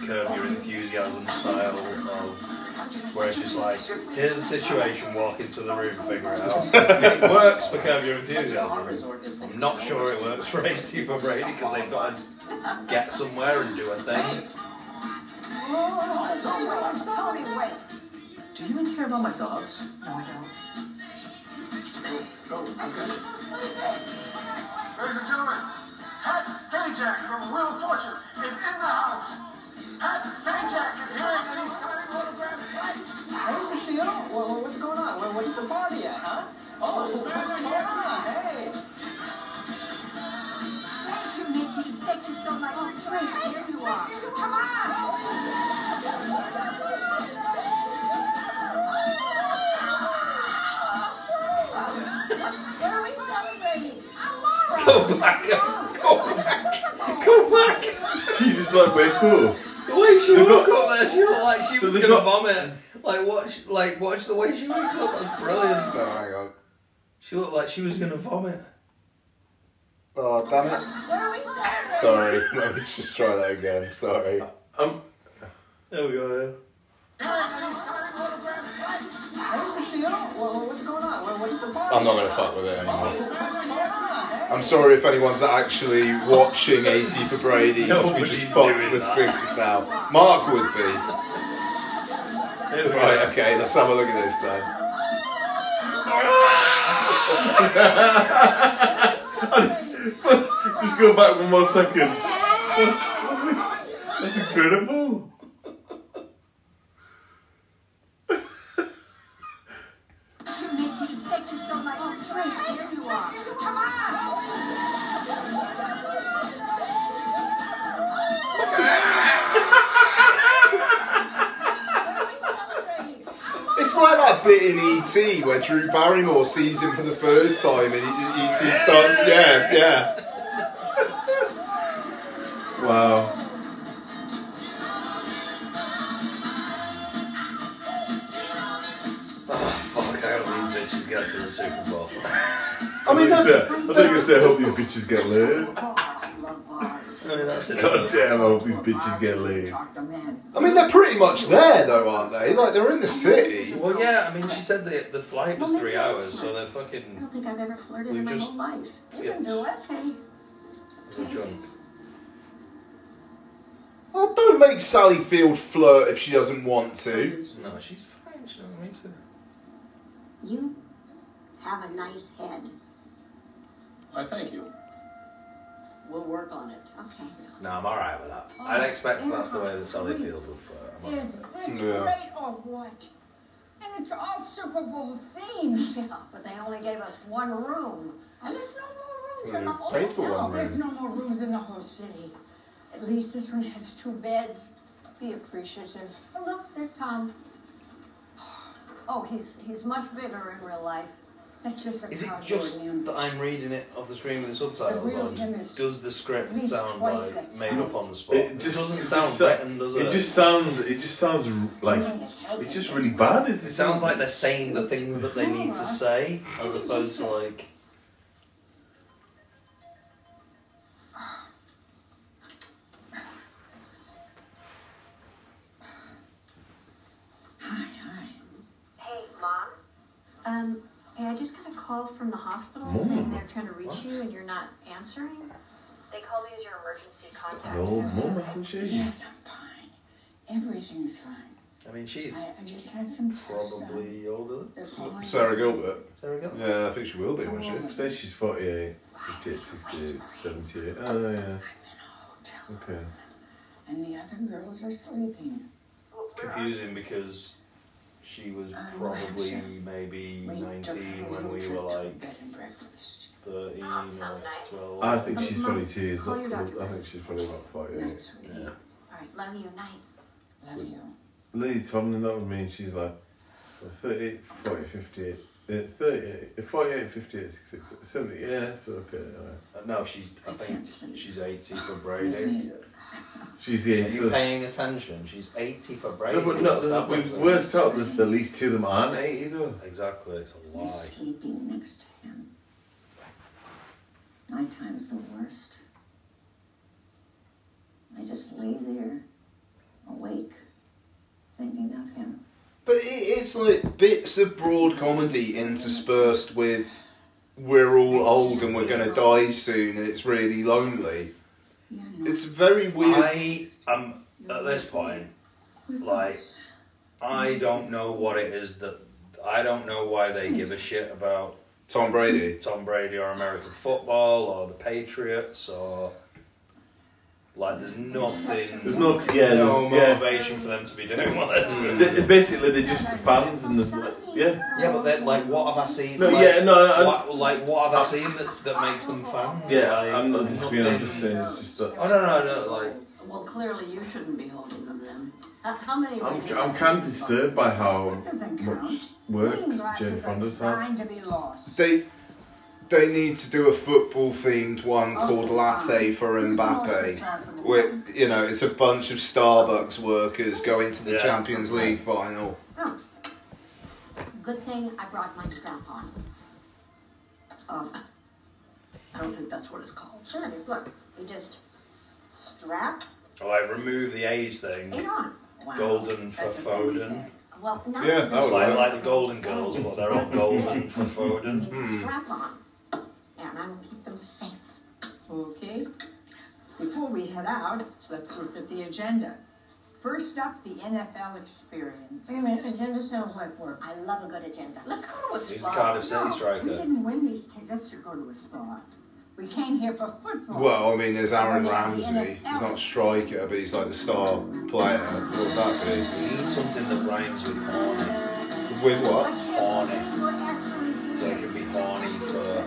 Speaker 3: Curb Your Enthusiasm style of where it's just like, here's the situation, walk into the room, figure it out. it works for Curb Your Enthusiasm. I'm not sure it works for 80 for Brady because they've got
Speaker 4: Oh,
Speaker 3: to get somewhere and do a thing.
Speaker 5: Oh, no, wait, I'm telling you, wait.
Speaker 17: Do you even care about my dogs?
Speaker 5: No, I don't.
Speaker 4: Go, I got it. Ladies and gentlemen, Pat Sajak from Wheel of Fortune is in the house. Pat Sajak is here and he's signing autographs right
Speaker 13: Hey, Cecile, wha- wha- what's going on? Wha- What's the party at, huh? Oh, what's going on? Hey.
Speaker 5: Thank you, Mickey. Thank you so much. Oh, please, here you are. Come on.
Speaker 18: What are we celebrating?
Speaker 3: Oh
Speaker 1: Go back up. Go back. Go back. She just like wake up. The way
Speaker 3: She woke up there, she looked like she was going to vomit. Like, watch, like, watch the way she wakes up. That's brilliant.
Speaker 2: No, hang on.
Speaker 3: She looked like she was going to vomit.
Speaker 2: Oh, damn it.
Speaker 18: What are we celebrating?
Speaker 2: Sorry. [laughs] Let's just try that again. Sorry.
Speaker 1: Um,
Speaker 3: There we go.
Speaker 13: Hey, Cecile, wha- wha- what's going on? Wha- What's the party
Speaker 2: I'm not going
Speaker 13: at,
Speaker 2: to
Speaker 13: huh?
Speaker 2: fuck with it anymore.
Speaker 13: Oh, what's going on? Hey.
Speaker 2: I'm sorry if anyone's actually watching 80 for Brady. 'cause we
Speaker 3: Nobody's
Speaker 2: just fucked
Speaker 3: doing
Speaker 2: the
Speaker 3: that.
Speaker 2: sync now. Mark would be.
Speaker 3: There we go.
Speaker 2: Right, okay, let's have a look at this then.
Speaker 1: Just go back one more second. That's, that's, that's incredible.
Speaker 5: Thank you, Mickey. Thank you so much. Oh, please, here you are. Come
Speaker 2: It's like that bit in E.T. where Drew Barrymore sees him for the first time and E.T. starts, yeah, yeah.
Speaker 1: Wow.
Speaker 3: Oh, fuck, I hope these bitches get to the Super Bowl.
Speaker 1: I mean, that's, I think it's I hope these bitches get laid.
Speaker 3: I mean, that's it.
Speaker 1: God damn, I hope these bitches get laid.
Speaker 2: I mean, they're pretty much there though, aren't they? Like, they're in the city.
Speaker 3: Well, yeah, I mean, she said the, the flight was three hours, so they're fucking
Speaker 8: don't think I've ever flirted
Speaker 3: We
Speaker 8: in my
Speaker 3: just-
Speaker 8: whole life.
Speaker 3: You can do
Speaker 8: it. Okay.
Speaker 3: they're drunk.
Speaker 2: Well, Oh, don't make Sally Field flirt if she doesn't want to.
Speaker 3: No, she's fine. She doesn't need to.
Speaker 8: You have a nice head.
Speaker 4: I thank you.
Speaker 19: We'll work on it.
Speaker 8: Okay.
Speaker 3: No, I'm alright with that. I'd expect that's the way that Sally Field would flirt. I'm alright
Speaker 5: Is
Speaker 3: with that.
Speaker 5: this
Speaker 2: Yeah.
Speaker 5: great or what? And it's all Super Bowl themed.
Speaker 19: Yeah, but they only gave us one room.
Speaker 5: And there's no more rooms
Speaker 2: Well,
Speaker 5: in
Speaker 2: you
Speaker 5: the whole
Speaker 2: paid for
Speaker 5: no,
Speaker 2: one
Speaker 5: there's
Speaker 2: room.
Speaker 5: no more rooms in the whole city. At least this one has two beds. Be appreciative.
Speaker 19: Oh, look, there's Tom. Oh, he's he's much bigger in real life.
Speaker 5: That's just a
Speaker 3: Is it
Speaker 5: cardboard
Speaker 3: just
Speaker 5: man.
Speaker 3: that I'm reading it off the screen with the
Speaker 5: The
Speaker 3: subtitles
Speaker 5: real
Speaker 3: on?
Speaker 5: him is
Speaker 3: Does the script
Speaker 5: at least
Speaker 3: sound
Speaker 5: twice
Speaker 3: like
Speaker 5: that
Speaker 3: made
Speaker 5: size.
Speaker 3: up on the spot? It, doesn't sound
Speaker 1: so-
Speaker 3: written, does it?
Speaker 1: It just sounds. It just sounds r- like it's just really bad. Is
Speaker 3: It sounds like they're saying the things that they need to say, as opposed to like.
Speaker 5: Hi, hi.
Speaker 20: Hey, Mom.
Speaker 8: Um, hey, I just got a call from the hospital
Speaker 1: Mm.
Speaker 8: saying they're trying to reach
Speaker 3: What?
Speaker 8: you and you're not answering.
Speaker 20: They call me as your emergency contact.
Speaker 1: An old mum, isn't she?
Speaker 5: Yes, I'm fine. Everything's fine.
Speaker 3: I mean, she's
Speaker 5: I, I just had some tests done.
Speaker 3: probably older. than-
Speaker 5: They're calling me-
Speaker 2: Sarah Gilbert.
Speaker 3: There we go.
Speaker 2: Yeah, I think she will be, won't she?
Speaker 1: Say she's 48, 58, 68, 78. Oh yeah.
Speaker 5: I'm in a hotel,
Speaker 1: Okay.
Speaker 5: and the other girls are sleeping.
Speaker 20: Well, where are you?
Speaker 3: confusing because She was probably maybe 19 when we were like 13 or 12.
Speaker 1: I think she's 22 years old. I think she's probably about 48. Yeah.
Speaker 8: All right, love you, night.
Speaker 1: Love you. Lily Tomlin, that would mean she's like 38, 40, 58. It's 38, 48, 58, 66, 70, yeah, so okay.
Speaker 3: Uh, No, she's. I think she's 80 for Brady.
Speaker 1: [laughs] She's the
Speaker 3: Are
Speaker 1: eighth.
Speaker 3: you paying attention? She's 80 for Brady.
Speaker 1: No, but no,
Speaker 3: What's that
Speaker 1: there's- we've
Speaker 3: with?
Speaker 1: worked out that at least two of them aren't 80 though.
Speaker 3: Exactly, it's a
Speaker 6: He's
Speaker 3: lie.
Speaker 6: sleeping next to him. Nighttime's the worst. I just lay there, awake, thinking of him.
Speaker 2: But it is like bits of broad comedy interspersed with we're all old and we're going to die soon and it's really lonely. It's very weird.
Speaker 3: I am at this point, like, I don't know what it is that I don't know why they give a shit about
Speaker 2: Tom Brady,
Speaker 3: Tom Brady, or American football, or the Patriots, or like, there's nothing.
Speaker 1: There's no- yeah, there's-
Speaker 3: no
Speaker 1: yeah.
Speaker 3: motivation for them to be doing what they're doing.
Speaker 1: They- basically, they're just fans and there's like, yeah.
Speaker 3: Yeah, but then, like, what have I seen?
Speaker 1: No,
Speaker 3: like,
Speaker 1: yeah, no, I-
Speaker 3: what, like, what have I seen that's, that makes them fans?
Speaker 1: Yeah,
Speaker 3: Like,
Speaker 1: I'm not disputing, I'm just
Speaker 3: nothing-
Speaker 1: saying it's just that.
Speaker 3: Oh no, no, no, like.
Speaker 5: Well, clearly you shouldn't be holding them then. How, how many?
Speaker 1: I'm,
Speaker 5: ratings-
Speaker 1: I'm kind of disturbed by how
Speaker 5: Doesn't
Speaker 1: much work Jane Fonda's had.
Speaker 5: to be lost.
Speaker 2: They they need to do a football themed one
Speaker 13: Oh,
Speaker 2: called Latte for Mbappe. Where, you know, it's a bunch of Starbucks workers going to the
Speaker 3: Yeah.
Speaker 2: Champions League final.
Speaker 8: Oh. Good thing I brought my strap on.
Speaker 5: Um, I don't think that's what it's called.
Speaker 8: Sure it is. Look, we just strap
Speaker 3: Like, remove the age thing.
Speaker 8: it on.
Speaker 3: Golden for Foden.
Speaker 8: Well, not
Speaker 3: it's like, like the Golden Girls, but they're all golden for Foden.
Speaker 2: Hmm.
Speaker 8: strap on. And I will keep them safe.
Speaker 5: Okay. Before we head out, let's look at the agenda. First up, the NFL experience.
Speaker 7: Wait a minute, agenda sounds like work.
Speaker 8: I love a good agenda.
Speaker 5: Let's go to a
Speaker 3: He's
Speaker 5: spa.
Speaker 3: the Cardiff City
Speaker 5: No,
Speaker 3: striker.
Speaker 5: We didn't win these tickets to go to a spa. We came here for football.
Speaker 2: Well, I mean, there's Aaron
Speaker 5: Yeah,
Speaker 2: Ramsey. He's not a striker, but he's like the star player. What would that be?
Speaker 3: We need something that rhymes with horny.
Speaker 2: With what?
Speaker 3: Horny.
Speaker 7: We're actually
Speaker 3: They can be horny for.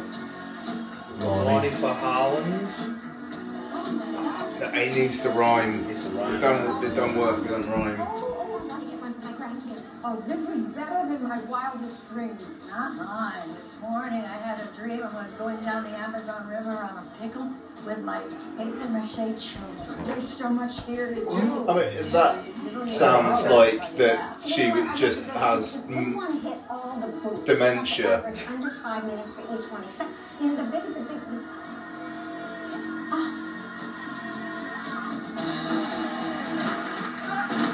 Speaker 3: Horny for Haaland.
Speaker 2: It needs to rhyme.
Speaker 3: It don't,
Speaker 2: it don't work, it don't rhyme.
Speaker 7: Oh, this is better than my wildest dreams. Not mine. Uh-huh. This morning I had a dream I was going down the Amazon River on a pickle with my paper mache children. There's so much here to do.
Speaker 2: I mean, that sounds like that she would- just has mm,
Speaker 8: One hit all the boots.
Speaker 2: dementia.
Speaker 8: Average under five minutes for each one, except, you know, the big, the big.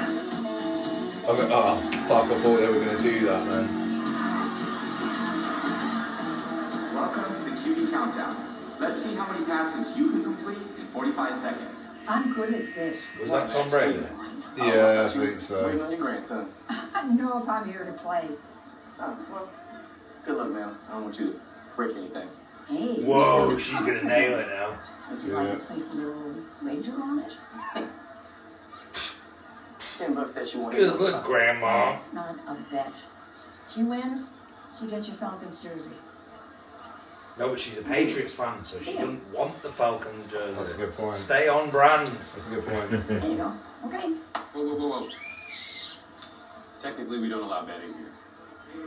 Speaker 2: I mean,
Speaker 1: "Ah,
Speaker 2: oh, fuck, I thought they were going to do that then.
Speaker 4: Welcome to the QB countdown. Let's see how many passes you can complete in 45 seconds.
Speaker 5: I'm good at this.
Speaker 3: Was that Tom Brady?
Speaker 2: Yeah, I think so.
Speaker 4: Waiting on your
Speaker 5: [laughs]
Speaker 4: grandson.
Speaker 5: I know if I'm here to play.
Speaker 4: Oh, well, good luck, man. I don't want you to break anything.
Speaker 5: Hey.
Speaker 3: Whoa, she's gonna nail it now.
Speaker 5: Would you like to place a little wager on it?
Speaker 4: Ten bucks that you want.
Speaker 3: Good look, Grandma.
Speaker 7: It's not a bet. She wins, she gets your Falcons jersey.
Speaker 3: No, but she's a Patriots fan, so she doesn't want the Falcons jersey.
Speaker 2: That's a good point.
Speaker 3: Stay on brand.
Speaker 2: That's a good
Speaker 3: [laughs]
Speaker 2: point.
Speaker 7: go. Okay.
Speaker 4: Whoa, whoa, whoa, whoa. Technically, we don't allow betting here.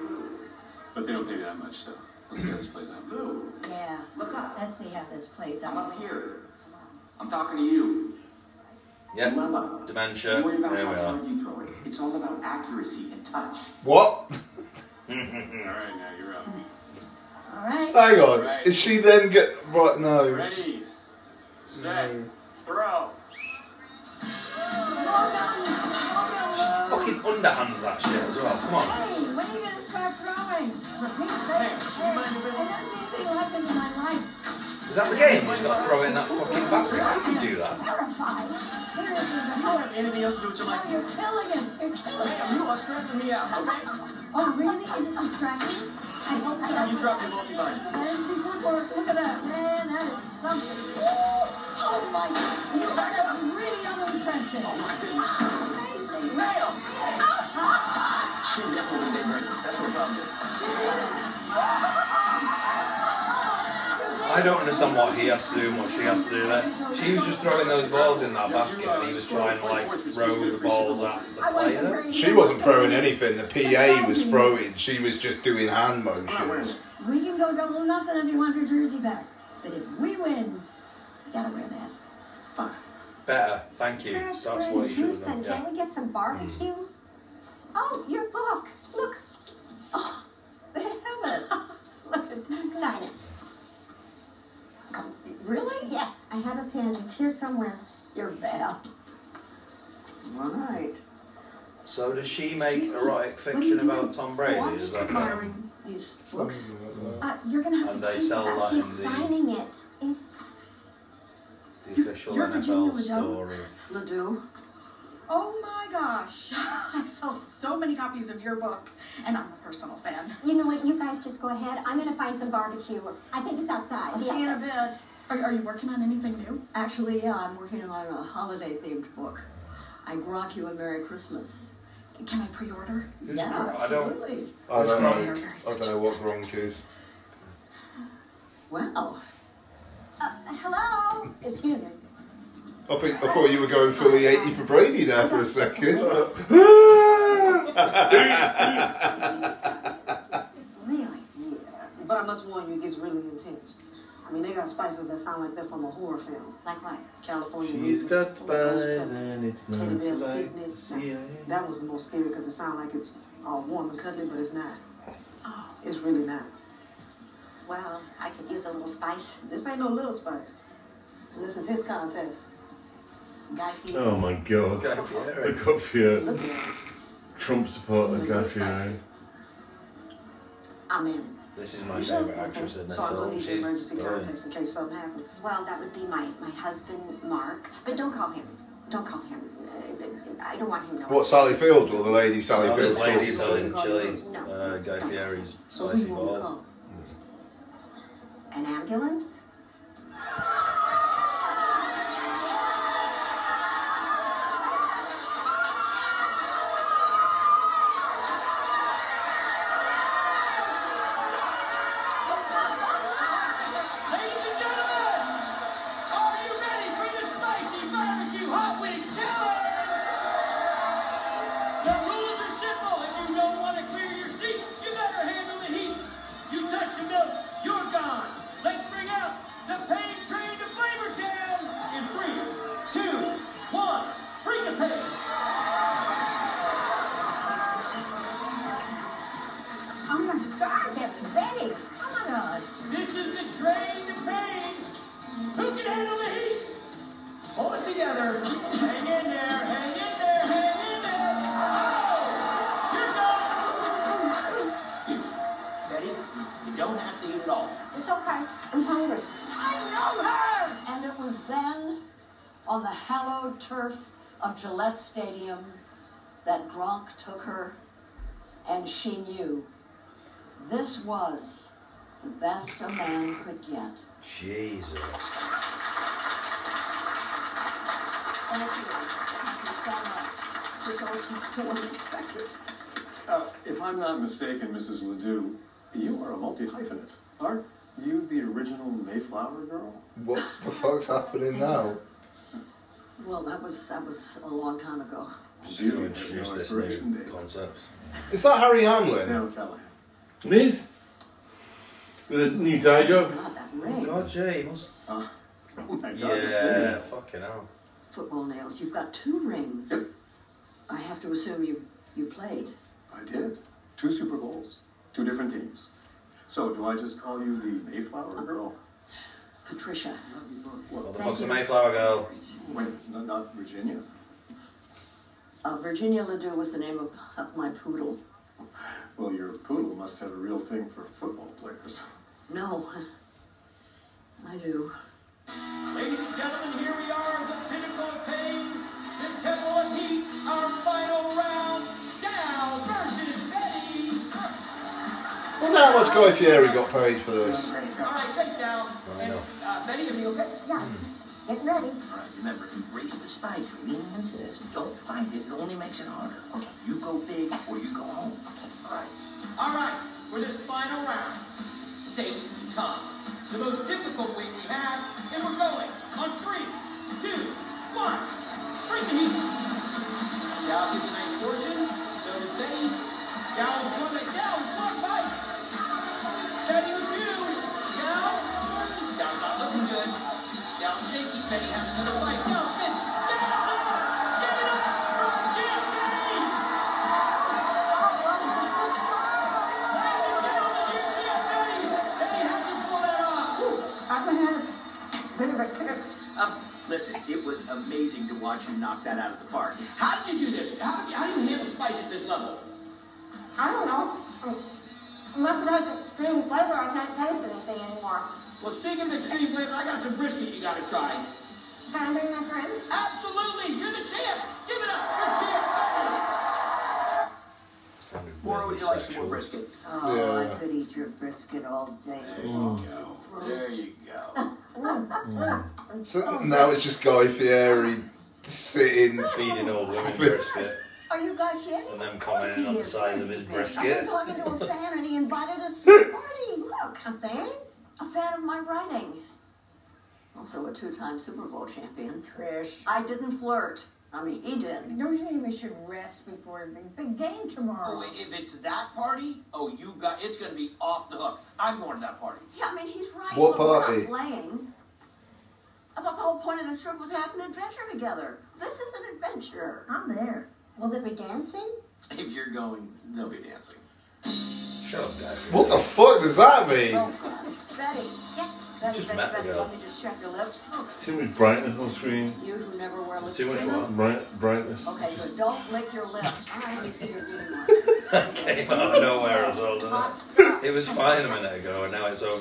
Speaker 4: But they don't pay me that much, so let's see how this plays out.
Speaker 7: Yeah. Look up. Let's see how this plays out.
Speaker 4: I'm up here. I'm talking to you.
Speaker 3: Yep.
Speaker 4: Love it.
Speaker 3: Dementia.
Speaker 4: Don't worry about
Speaker 3: There
Speaker 4: how
Speaker 3: we are.
Speaker 4: hard you throw it. It's all about accuracy and touch. [laughs]
Speaker 2: What?
Speaker 4: All right, now you're up.
Speaker 7: All right.
Speaker 2: Hang on. Is she then get. Right, no.
Speaker 4: Ready, set, throw.
Speaker 3: Fucking underhands that shit as well. Come on.
Speaker 7: Hey, when are you gonna start throwing? Repeat that. And that's the thing like this in my life.
Speaker 3: Is that the game? He's got to throw in that fucking basket. I can do that.
Speaker 7: Terrified. Seriously, the hell are you?
Speaker 4: Anything else to do with your life?
Speaker 7: You're killing him. You're killing
Speaker 4: Man, you
Speaker 7: him.
Speaker 4: are stressing me out, okay?
Speaker 7: Oh, really? Is it distracting? I hope
Speaker 4: Now you drop your multi-line.
Speaker 7: Fancy footwork. Look at that. Man, that is something. Ooh, Oh, my. You are that's [laughs] really unimpressive. Amazing. Nail.
Speaker 13: Jim definitely did drink. That's what Bob did.
Speaker 3: I don't understand what he has to do and what she has to do there. She was just throwing those balls in that basket and he was trying to like throw the balls at the player.
Speaker 2: She wasn't throwing anything. The PA was throwing. She was just doing hand motions.
Speaker 5: We can go double nothing if you want your jersey back. But if we win, you gotta wear that.
Speaker 3: Better, thank you.
Speaker 8: Trash,
Speaker 3: That's
Speaker 8: we're
Speaker 3: what
Speaker 8: in
Speaker 3: you should have
Speaker 8: Houston.
Speaker 3: done. Yeah. Mm.
Speaker 8: Can we get some barbecue? Oh, your book. Look. Oh, they have it. [laughs] Look at- Sign it. Really? Yes. I have a pen. It's here somewhere. Your Val.
Speaker 19: Right.
Speaker 3: So does she make erotic fiction about Tom Brady? Is that right?
Speaker 19: These
Speaker 3: looks.
Speaker 8: Uh, you're gonna have
Speaker 3: And
Speaker 8: to
Speaker 3: they
Speaker 8: pay for
Speaker 3: sell
Speaker 8: that.
Speaker 3: like
Speaker 8: She's
Speaker 3: the-
Speaker 8: signing it. It-
Speaker 3: The official
Speaker 8: You're Virginia
Speaker 3: NFL
Speaker 8: Liddell?
Speaker 3: store. of-
Speaker 19: Ledoux.
Speaker 21: Oh my gosh. [laughs] I sell so many copies of your book, and I'm a personal fan.
Speaker 8: You know what? You guys just go ahead. I'm gonna find some barbecue. I think it's outside.
Speaker 19: I'll
Speaker 8: Yeah.
Speaker 19: see you in a bit. Are, are you working on anything new? Actually, yeah, I'm working on a holiday themed book. I grok you a Merry Christmas. Can I pre order?
Speaker 2: Who's
Speaker 19: yeah,
Speaker 2: Grok? I don't-
Speaker 19: absolutely.
Speaker 2: I don't know. I don't know what Gronk is.
Speaker 19: Wow.
Speaker 8: Uh, hello. Excuse me.
Speaker 2: I think I thought you were going fully eighty for Brady
Speaker 19: [laughs]
Speaker 2: there for a second.
Speaker 22: Really? Yeah. But I must warn you, it gets really intense. I mean, they got spices that sound like they're from a horror film. Like what? California.
Speaker 1: She's
Speaker 22: Movie,
Speaker 1: got
Speaker 22: or Ghost
Speaker 1: spies
Speaker 22: Pepper,
Speaker 1: and it's
Speaker 22: Teddy
Speaker 1: not
Speaker 22: Bear's
Speaker 1: like
Speaker 22: Picnic.
Speaker 1: the CIA.
Speaker 22: That was the most scary because it sounded like it's all warm and cuddly, but it's not. It's really not.
Speaker 8: Well, I could use a little spice.
Speaker 22: This ain't no little spice. And This is his contest. Guy Fieri.
Speaker 1: Oh my god.
Speaker 22: Guy Fieri.
Speaker 1: Look up for your
Speaker 22: Look at him.
Speaker 1: Trump supporter, Guy Fieri.
Speaker 22: I'm in.
Speaker 3: This is my favourite actress in the
Speaker 22: So I'm gonna
Speaker 3: film.
Speaker 22: need
Speaker 3: She's
Speaker 22: emergency
Speaker 3: brilliant.
Speaker 22: contacts in case something happens.
Speaker 8: Well, that would be my, my husband, Mark. But don't call him. Don't call him. Uh, I don't want him
Speaker 2: [laughs]
Speaker 8: knowing.
Speaker 2: What Sally Field or the lady Sally
Speaker 3: Oh,
Speaker 2: Field?
Speaker 3: this lady
Speaker 2: talks
Speaker 3: selling
Speaker 2: to?
Speaker 3: chili, uh, Guy Fieri's
Speaker 8: So
Speaker 3: spicy
Speaker 8: who won't
Speaker 3: balls.
Speaker 8: An ambulance?
Speaker 4: Ladies and gentlemen, are you ready for the spicy barbecue hot wing challenge? The rules are simple. If you don't want to clear your seat, you better handle the heat. You touch the milk, you're gone. Let's bring out the pain train to Flavor Town in three, two, one. Bring the pain.
Speaker 5: Oh my God, that's Betty. Come on, us.
Speaker 4: This is the train to pain. Who can handle the heat? Hold it together. Hang in there. Hang in there. Hang in there. Oh, you're gone.
Speaker 22: Betty, you don't have to eat it all.
Speaker 8: It's okay. I'm hungry.
Speaker 7: I know her! And it was then, on the hallowed turf of Gillette Stadium, that Gronk took her, and she knew this was the best a man could get.
Speaker 3: Jesus.
Speaker 7: Thank you. Thank you so much. This is also [laughs] more than expected.
Speaker 23: Uh, if I'm not mistaken, Mrs. Ledoux, you are a multi hyphenate. Aren't you the original Mayflower girl?
Speaker 2: What the fuck's
Speaker 23: [laughs]
Speaker 2: happening now?
Speaker 7: Well, that was that was a long time ago.
Speaker 3: You introduced this new concept.
Speaker 2: Is that Harry Hamlin?
Speaker 23: No, Callahan.
Speaker 1: It is. With a new tie job.
Speaker 7: Ring.
Speaker 3: God, yeah, he must.
Speaker 23: Oh
Speaker 7: Yeah.
Speaker 3: Yeah, fucking hell.
Speaker 7: Football nails. You've got two rings. I have to assume you you played.
Speaker 23: I did. Two Super Bowls, two different teams. So do I just call you the Mayflower girl?
Speaker 7: Patricia.
Speaker 23: Well,
Speaker 3: the fuck's a Mayflower girl?
Speaker 23: Wait, no, not Virginia.
Speaker 7: Uh, Virginia Ledoux was the name of, of my poodle.
Speaker 23: Well, your poodle must have a real thing for football players.
Speaker 7: No, I do.
Speaker 4: Ladies and gentlemen, here we are, the pinnacle of pain, the temple of heat, our final round. Dow versus Betty.
Speaker 2: Wonder how much Guy Fieri got paid for this.
Speaker 4: All right, Betty down.
Speaker 2: enough.
Speaker 4: Uh, Betty, are you okay? Yeah.
Speaker 24: Get ready.
Speaker 13: All right, remember, embrace the spice. Lean into this. Don't fight it. It only makes it harder. Okay, you go big or you go home. Okay, all right.
Speaker 4: All right, for this final round, Satan's Tongue. The most difficult weight we have, and we're going on three, two, one. Bring the heat. Gal gets a nice portion, so does Betty. Gal is one that Gal is one bite. Betty with two. Gal. Gal's not looking good. Gal's shaky. Betty has another bite. Gal's finished. Gal's over. Give it up for Jim Betty.
Speaker 21: I've had a bit of a kick.
Speaker 13: Um, listen, it was amazing to watch you knock that out of the park.
Speaker 4: How did you do this? How, did, how do you handle spice at this level?
Speaker 5: I don't know. Unless it has extreme flavor, I can't taste anything anymore.
Speaker 4: Well, speaking of extreme flavor, I got some brisket you gotta try.
Speaker 5: Can I bring my friend?
Speaker 4: Absolutely! You're the champ! Give it up for Champ Betty!
Speaker 13: Or would you like some more brisket?
Speaker 4: Uh,
Speaker 24: Oh,
Speaker 13: Yeah.
Speaker 24: I could eat your brisket all day.
Speaker 13: There you go. There you
Speaker 7: [laughs]
Speaker 13: go.
Speaker 23: [laughs]
Speaker 2: So now it's just Guy Fieri sitting
Speaker 3: feeding old
Speaker 2: [laughs]
Speaker 3: women brisket
Speaker 19: Are you guys kidding?
Speaker 3: and then commenting on the size of his
Speaker 19: I
Speaker 3: brisket.
Speaker 19: was talking to a fan and he invited us to a party. Look, a fan? A fan of my writing. Also a two-time Super Bowl champion.
Speaker 5: Trish.
Speaker 19: I didn't flirt. I mean, he did.
Speaker 5: Don't you think we should rest before the big game tomorrow?
Speaker 4: Oh, if it's that party, oh, you got it's gonna be off the hook. I'm going to that party.
Speaker 19: Yeah, I mean, he's right. Look,
Speaker 4: What
Speaker 19: we're not
Speaker 4: party?
Speaker 19: Playing. I thought the whole point of this trip was to have an adventure together. This is an adventure.
Speaker 5: I'm there. Will there be dancing?
Speaker 23: [laughs]
Speaker 13: If you're going, they'll be dancing. Shut up, guys.
Speaker 2: What the fuck does that mean?
Speaker 19: Oh, God. Betty. Yes. Betty,
Speaker 1: Just
Speaker 19: Betty,
Speaker 1: met the
Speaker 19: Betty,
Speaker 1: girl.
Speaker 19: let me just check your lips.
Speaker 1: Too much brightness on screen.
Speaker 19: You who never wear lipstick.
Speaker 1: Bright, brightness.
Speaker 19: Okay, good. Don't lick your lips. Let me see your beauty mark.
Speaker 3: [laughs] Came out of nowhere as well, didn't it? It was fine a minute ago, and now it's
Speaker 19: Are we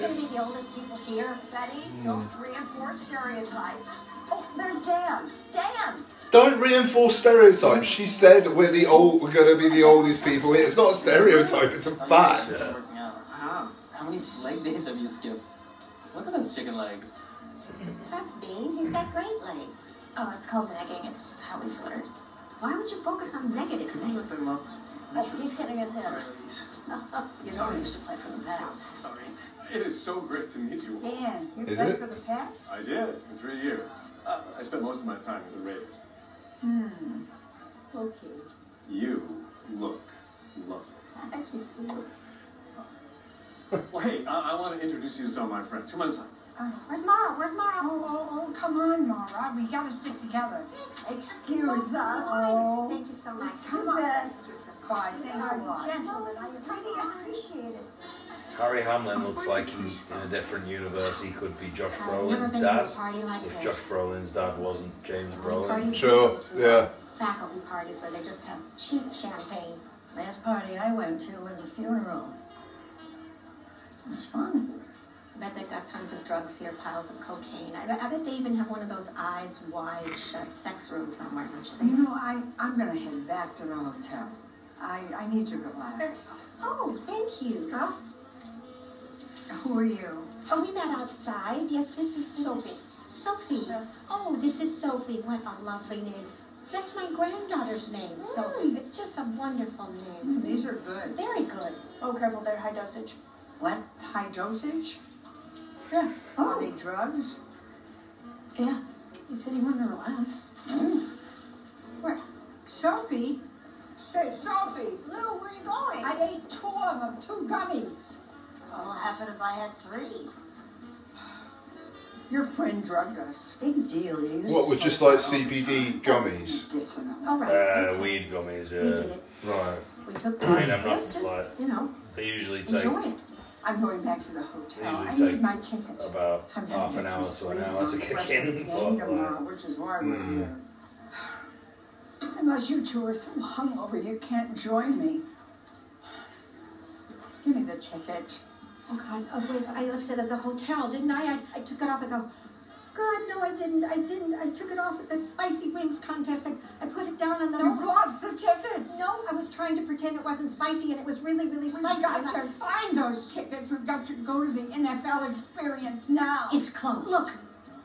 Speaker 19: going to be the oldest people here? Betty, don't reinforce stereotypes. Oh, there's Dan. Dan!
Speaker 2: Don't reinforce stereotypes. She said we're the old, we're gonna be the oldest people here. It's not a stereotype. It's a
Speaker 3: Ah,
Speaker 2: fact.
Speaker 17: How? How many leg days have you skipped? Look at those chicken legs.
Speaker 8: That's Bean. He's got great legs. Oh, it's called negging. It's how we flirt. Why would you focus on negative things?
Speaker 19: Oh, he's getting us [laughs] in. You know, he used to play for the Pats.
Speaker 23: Sorry. It is so great to meet you all.
Speaker 19: Dan,
Speaker 23: you Is played it? for
Speaker 19: the Pats?
Speaker 23: I did for three years. Uh, I spent most of my time with the Raiders.
Speaker 19: Hmm. Okay.
Speaker 23: You look lovely.
Speaker 19: I can feel it.
Speaker 23: Well, hey, I, I want to introduce you to some of my friends. Come on inside.
Speaker 5: Uh, where's Mara? Where's Mara? Oh, oh, oh, come on, Mara. We gotta stick together.
Speaker 19: Excuse us.
Speaker 5: Oh.
Speaker 8: Thank you so much.
Speaker 5: Come on. Bye.
Speaker 19: Thank you.
Speaker 5: Gentle.
Speaker 18: This is kind of appreciated.
Speaker 3: Harry Hamlin looks like he's in a different universe. He could be Josh
Speaker 8: I've never
Speaker 3: Brolin's
Speaker 8: been to a
Speaker 3: dad.
Speaker 8: party like
Speaker 3: If
Speaker 8: this.
Speaker 3: Josh Brolin's dad wasn't James Brolin.
Speaker 8: Parties people go to
Speaker 2: Yeah.
Speaker 8: Faculty parties where they just have cheap champagne.
Speaker 19: Last party I went to was a funeral. It was fun.
Speaker 8: I bet they've got tons of drugs here, piles of cocaine. I, bet- I bet they even have one of those eyes wide shut sex rooms somewhere, don't you
Speaker 5: You
Speaker 8: think?
Speaker 5: know, I, I'm gonna head back to the hotel. I, I need to relax.
Speaker 8: Oh, thank you. Who are you? Oh, we met outside. Yes, this is Sophie. Sophie. Oh, this is Sophie. What a lovely name. That's my granddaughter's name, Sophie. It's Just a wonderful
Speaker 5: Hmm,
Speaker 8: name.
Speaker 5: These are good.
Speaker 8: Very good.
Speaker 5: Oh, careful, they're high dosage. What? High dosage? Yeah. Are they drugs? Yeah. He said he wanted to relax. Where? Hmm. Sophie? Say, Sophie!
Speaker 19: Lou, where are you going?
Speaker 5: I ate two of them, two gummies.
Speaker 19: What'll happen if I had three?
Speaker 5: Your friend drugged us.
Speaker 19: Big deal, you.
Speaker 2: What with just like CBD gummies?
Speaker 8: All right.
Speaker 3: Uh, weed gummies, yeah.
Speaker 2: Right.
Speaker 5: We took
Speaker 3: I mean, I'm not
Speaker 5: Let's just,
Speaker 3: like.
Speaker 5: you know,
Speaker 3: I usually take
Speaker 5: enjoy it. I'm going back to the hotel. I
Speaker 3: Usually
Speaker 5: need my ticket.
Speaker 3: about
Speaker 5: I'm gonna
Speaker 3: half an
Speaker 5: get
Speaker 3: hour to an
Speaker 5: some sleep
Speaker 3: hour to
Speaker 5: on
Speaker 3: kick
Speaker 5: fresh
Speaker 3: in.
Speaker 5: game
Speaker 13: [laughs]
Speaker 3: But, like,
Speaker 5: tomorrow, which is why we're
Speaker 4: Mm.
Speaker 5: here. Unless you two are so hungover, you can't join me. Give me the ticket.
Speaker 8: Oh God! Oh wait, I left it at the hotel, didn't I? I, I took it off at the. God, no, I didn't. I didn't. I took it off at the spicy wings contest. I, I put it down on the.
Speaker 5: You've lost the tickets.
Speaker 8: No, I was trying to pretend it wasn't spicy, and it was really, really
Speaker 5: We've
Speaker 8: spicy. and
Speaker 5: got
Speaker 8: I-
Speaker 5: to find those tickets. We've got to go to the NFL experience now.
Speaker 8: It's closed. Look,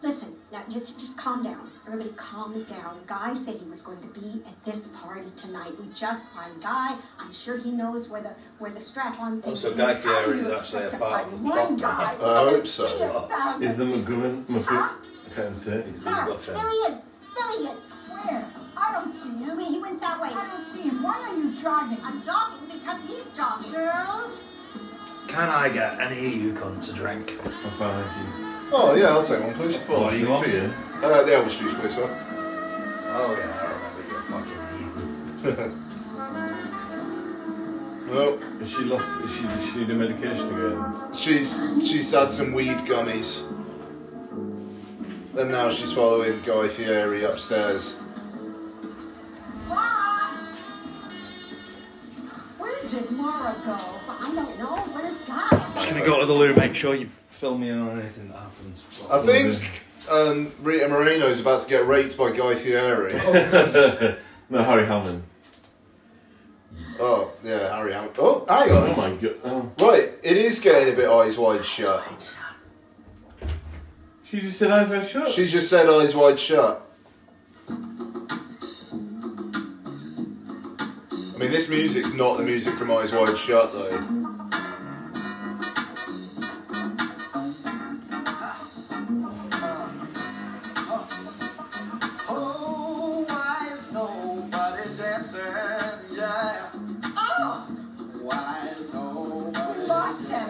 Speaker 8: Listen, now just, just calm down. Everybody calm down. Guy said he was going to be at this party tonight. We just find Guy. I'm sure he knows where the where the strap on thing
Speaker 3: Oh, so
Speaker 8: is.
Speaker 3: Guy
Speaker 8: How do
Speaker 3: Fieri
Speaker 8: you
Speaker 3: is actually a
Speaker 8: expect to
Speaker 3: part
Speaker 8: find
Speaker 3: of the
Speaker 8: one guy?
Speaker 3: Bronco.
Speaker 1: I hope
Speaker 8: See a
Speaker 1: so.
Speaker 8: thousand
Speaker 1: Is the McGovern. McGovern. I can't say it. He's
Speaker 8: There, there he is. There he is.
Speaker 5: Where? I don't see him.
Speaker 8: Wait, he went that way.
Speaker 5: I don't see him. Why are you jogging?
Speaker 8: I'm jogging because he's jogging.
Speaker 5: Girls?
Speaker 3: Can I get an EU come to drink?
Speaker 2: Oh, yeah, I'll take one, please.
Speaker 3: What do you want?
Speaker 2: Uh, the Elvis juice, please, man.
Speaker 3: Oh yeah, I remember you're fucking
Speaker 2: [laughs]
Speaker 1: Well, has she lost. Is she, does she need a medication again?
Speaker 2: she's she's had some weed gummies. And now she's following Guy Fieri upstairs.
Speaker 5: Where did Mara go?
Speaker 8: Well, I don't know. Where's Guy?
Speaker 3: Just gonna go to the loo. Make sure you fill me in on anything that happens.
Speaker 2: I think um, Rita Moreno's about to get raped by Guy Fieri.
Speaker 1: [laughs] no, Harry Hammond.
Speaker 2: Oh, yeah, Harry Hammond. Oh, hang on.
Speaker 1: Oh my god. Oh.
Speaker 2: Right, it is getting a bit eyes wide shut.
Speaker 1: She just said eyes wide shut.
Speaker 2: She just said eyes wide shut. I mean, this music's not the music from Eyes Wide Shut, though.
Speaker 4: Oh, why is nobody dancing? Yeah. Oh, why is nobody
Speaker 5: We lost him.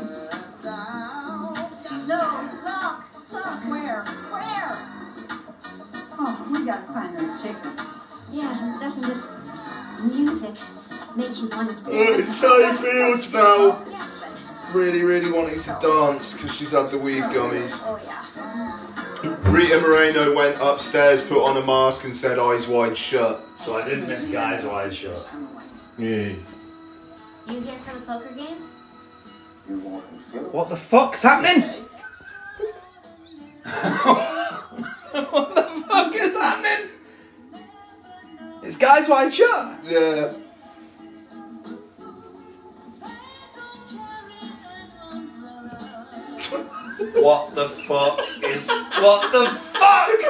Speaker 4: No.
Speaker 5: Look, look. Where? Where? Oh, we gotta find those tickets.
Speaker 8: Yes, doesn't this music make you want to
Speaker 2: Oh, It's Sally Fields now. Really, really wanting to dance because she's had the weed gummies.
Speaker 8: Oh,
Speaker 13: uh,
Speaker 8: yeah.
Speaker 2: Rita Moreno went upstairs, put on a mask, and said eyes wide shut.
Speaker 3: So I did miss Guy's eyes shut.
Speaker 2: Yeah.
Speaker 20: You here for the poker game?
Speaker 3: What the fuck's happening? [laughs] what the fuck is happening? It's Guy's wide shut.
Speaker 2: Yeah.
Speaker 3: What the fuck is what the fuck?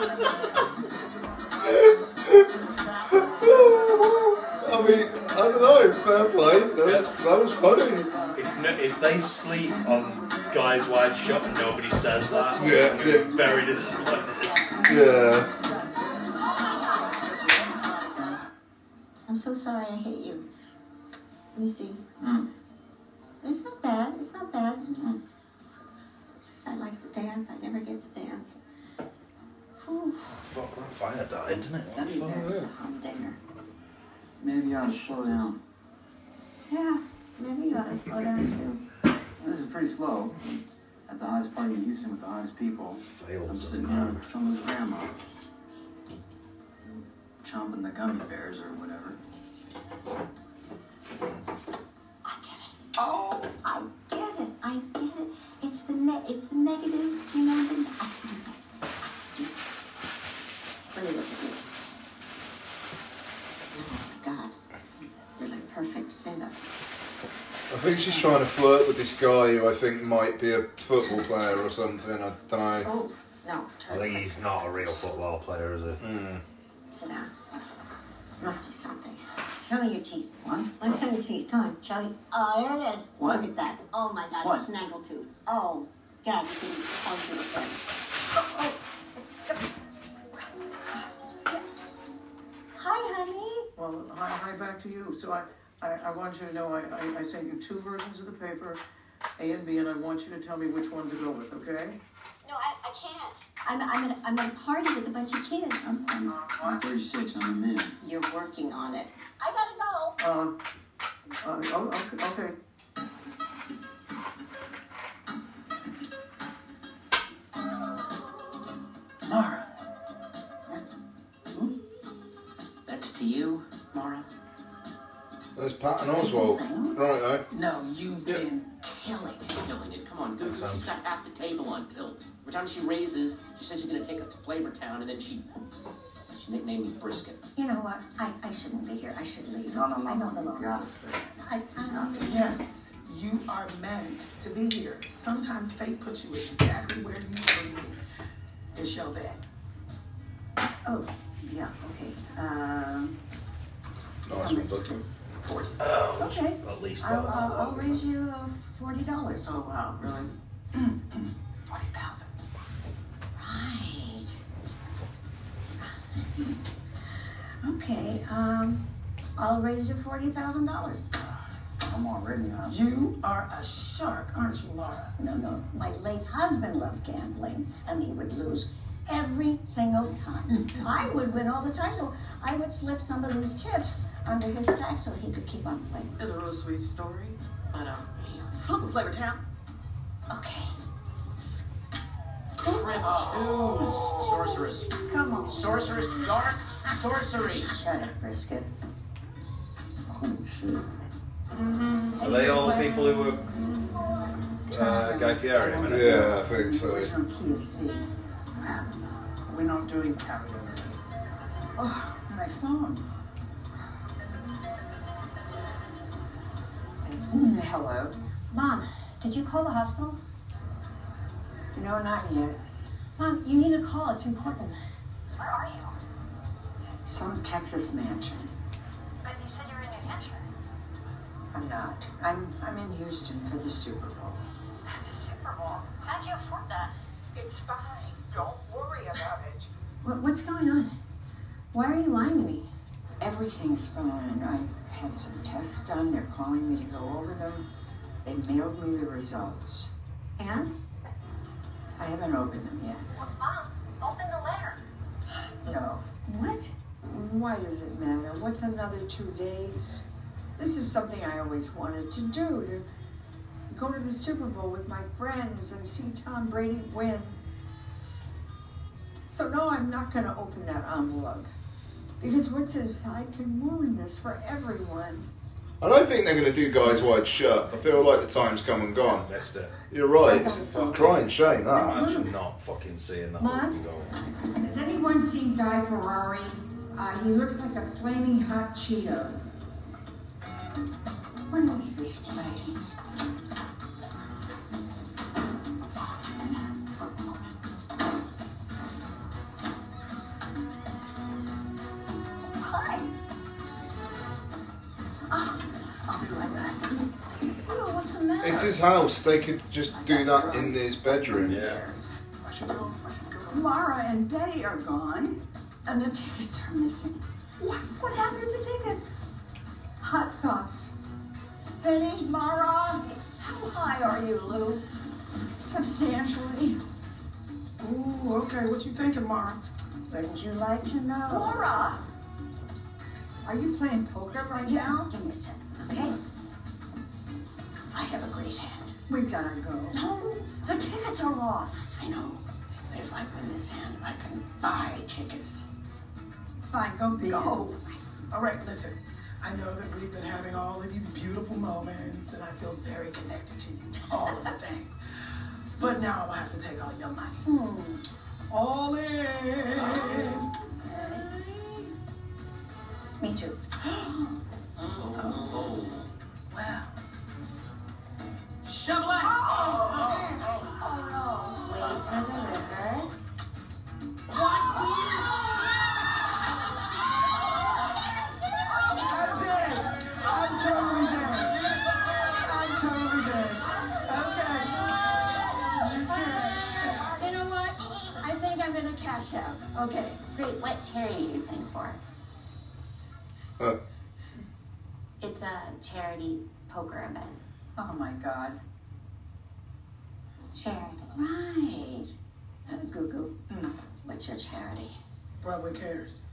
Speaker 3: [laughs]
Speaker 2: I mean, I don't know, fair play. That was, that was funny.
Speaker 3: If, no, if they sleep on Guy's wide shut and nobody says that,
Speaker 2: Yeah,
Speaker 3: we're
Speaker 2: yeah.
Speaker 3: very disappointed.
Speaker 2: Yeah.
Speaker 8: I'm so sorry I hate you. Let me see. Mm. It's not bad. It's not bad. It's just, it's just I like to dance. I never get to dance. Whew.
Speaker 3: Fuck, that fire died, didn't it?
Speaker 8: That'd be better than a home dinner.
Speaker 13: Maybe you ought to slow down.
Speaker 8: Yeah, maybe you ought to slow down
Speaker 13: This is pretty slow. At the hottest party in Houston with the hottest people, I'm sitting down with someone's grandma, chomping the gummy bears or whatever.
Speaker 8: Oh, I get it. I get it. It's the ne- it's the negative. You know, the I can do this. I can do this. Really look at you. Oh my God, you're like perfect stand-up.
Speaker 2: I think she's trying to flirt with this guy who I think might be a football player or something. I don't know.
Speaker 8: Oh no,
Speaker 3: I think he's not a real football player, is he?
Speaker 2: Hmm.
Speaker 8: sit down. Must be something. Show me your teeth. What? show your teeth. Come on, show you. Oh, there it is.
Speaker 13: What?
Speaker 8: Look at that. Oh my God,
Speaker 13: What?
Speaker 8: snaggletooth. Oh God, you can tell through the fence.
Speaker 22: Hi, honey.
Speaker 13: Well, hi, hi back to you. So I, I, I want you to know I, I, I sent you two versions of the paper, A and B, and I want you to tell me which one to go with, okay?
Speaker 8: No, I, I can't. I'm I'm at, I'm at a party with a bunch of kids.
Speaker 13: I'm, I'm, I'm 36, I'm a man.
Speaker 8: You're working on it.
Speaker 18: I gotta go.
Speaker 13: Uh, uh, oh, okay, okay. Mara. [laughs] That's to you, Mara?
Speaker 2: There's Patton Oswald. Right,
Speaker 13: No, you've been killing it.
Speaker 25: Killing it. Come on, Google. She's got half the table on tilt. Every time she raises, she says she's gonna take us to Flavortown, and then she she nicknamed me Brisket.
Speaker 8: You know what? I, I shouldn't be here. I should leave.
Speaker 13: No, no, no,
Speaker 8: I know
Speaker 13: no,
Speaker 8: the
Speaker 13: you
Speaker 8: law.
Speaker 13: gotta stay.
Speaker 8: I, I
Speaker 13: Yes. You are meant to be here. Sometimes fate puts you exactly where you need to be. It's your back.
Speaker 7: Oh, yeah, okay.
Speaker 26: Oh,
Speaker 7: Um,
Speaker 2: Nice ones, I think.
Speaker 7: okay.
Speaker 26: At least
Speaker 7: I'll, I'll, I'll raise you uh, forty dollars.
Speaker 13: Oh wow, really?
Speaker 7: Forty thousand. Right. Mm-hmm. Okay. Um, I'll raise you forty thousand dollars.
Speaker 13: I'm already on. You are a shark, aren't you, Laura?
Speaker 7: No, no. My late husband loved gambling, and he would lose every single time. I would win all the time, so I would slip some of these chips under his stack so he could keep on playing.
Speaker 13: It's a real sweet story, but um, flip a flavor town.
Speaker 7: Okay.
Speaker 4: Trip twos. Sorceress.
Speaker 7: Come on.
Speaker 4: Sorceress Dark Sorcery.
Speaker 7: Shut up, Brisket.
Speaker 5: Oh, shit.
Speaker 6: Are they all
Speaker 7: Mm-hmm.
Speaker 6: the people who were uh, Guy Fieri? I mean,
Speaker 2: Yeah, I think so.
Speaker 13: We're not doing karaoke. Oh, my phone.
Speaker 7: Mm, hello. Mom, did you call the hospital?
Speaker 5: No, not yet.
Speaker 7: Mom, you need to call. It's important.
Speaker 8: Where are you?
Speaker 5: Some Texas mansion.
Speaker 8: But you said you were in New Hampshire.
Speaker 5: I'm not. I'm I'm in Houston for the Super Bowl.
Speaker 8: The Super Bowl. How'd you afford that? It's fine. Don't worry about it.
Speaker 7: What, what's going on? Why are you lying to me?
Speaker 5: Everything's fine. I had some tests done. They're calling me to go over them. They mailed me the results.
Speaker 7: And?
Speaker 5: I haven't opened them yet.
Speaker 8: Well, Mom, open the letter.
Speaker 5: No.
Speaker 7: What?
Speaker 5: Why does it matter? What's another two days? This is something I always wanted to do to go to the Super Bowl with my friends and see Tom Brady win. So, no, I'm not going to open that envelope. Because what's inside can ruin this for everyone.
Speaker 2: I don't think they're going to do Guys Wide Shut. I feel like the time's come and gone.
Speaker 6: Missed it.
Speaker 2: You're right.
Speaker 6: It's a fucking-
Speaker 2: Crying shame, that.
Speaker 6: Imagine not fucking seeing that.
Speaker 27: Mom?
Speaker 6: movie going.
Speaker 27: Has anyone seen Guy Ferrari? Uh, he looks like a flaming hot Cheeto.
Speaker 5: What is this place?
Speaker 7: Hi. Oh, I'll be right back. Oh, what's the matter?
Speaker 2: It's his house. They could just do that in his bedroom. Yeah.
Speaker 27: Mara and Betty are gone, and the tickets are missing.
Speaker 7: What, what happened to the tickets?
Speaker 27: Hot sauce.
Speaker 7: Benny, Mara, how high are you, Lou? Substantially.
Speaker 13: Ooh, okay. What you thinking, Mara?
Speaker 5: Wouldn't you like to know?
Speaker 7: Laura,
Speaker 27: Are you playing poker right now?
Speaker 7: now, give me a second, okay? I have a great hand.
Speaker 27: We gotta go.
Speaker 7: No, the tickets are lost.
Speaker 5: I know. But if I win this hand, I can buy tickets.
Speaker 27: Fine, go be.
Speaker 13: Go. All right, listen. I know that we've been having all of these beautiful moments, and I feel very connected to you. All of the things. But now I have to take all your money. Hmm. All in.
Speaker 7: Me too.
Speaker 13: Wow. Shovel Oh, it. Oh, That's it. I'm totally dead. I'm totally dead. Okay. You can.
Speaker 7: You know what? I think I'm gonna cash out. Okay,
Speaker 8: Great. What charity are you playing for?
Speaker 2: Uh,
Speaker 8: It's a charity poker event.
Speaker 27: Oh my God.
Speaker 8: Charity.
Speaker 7: right. Uh, Gugu,
Speaker 27: Mm.
Speaker 7: what's your charity?
Speaker 13: Broadway cares.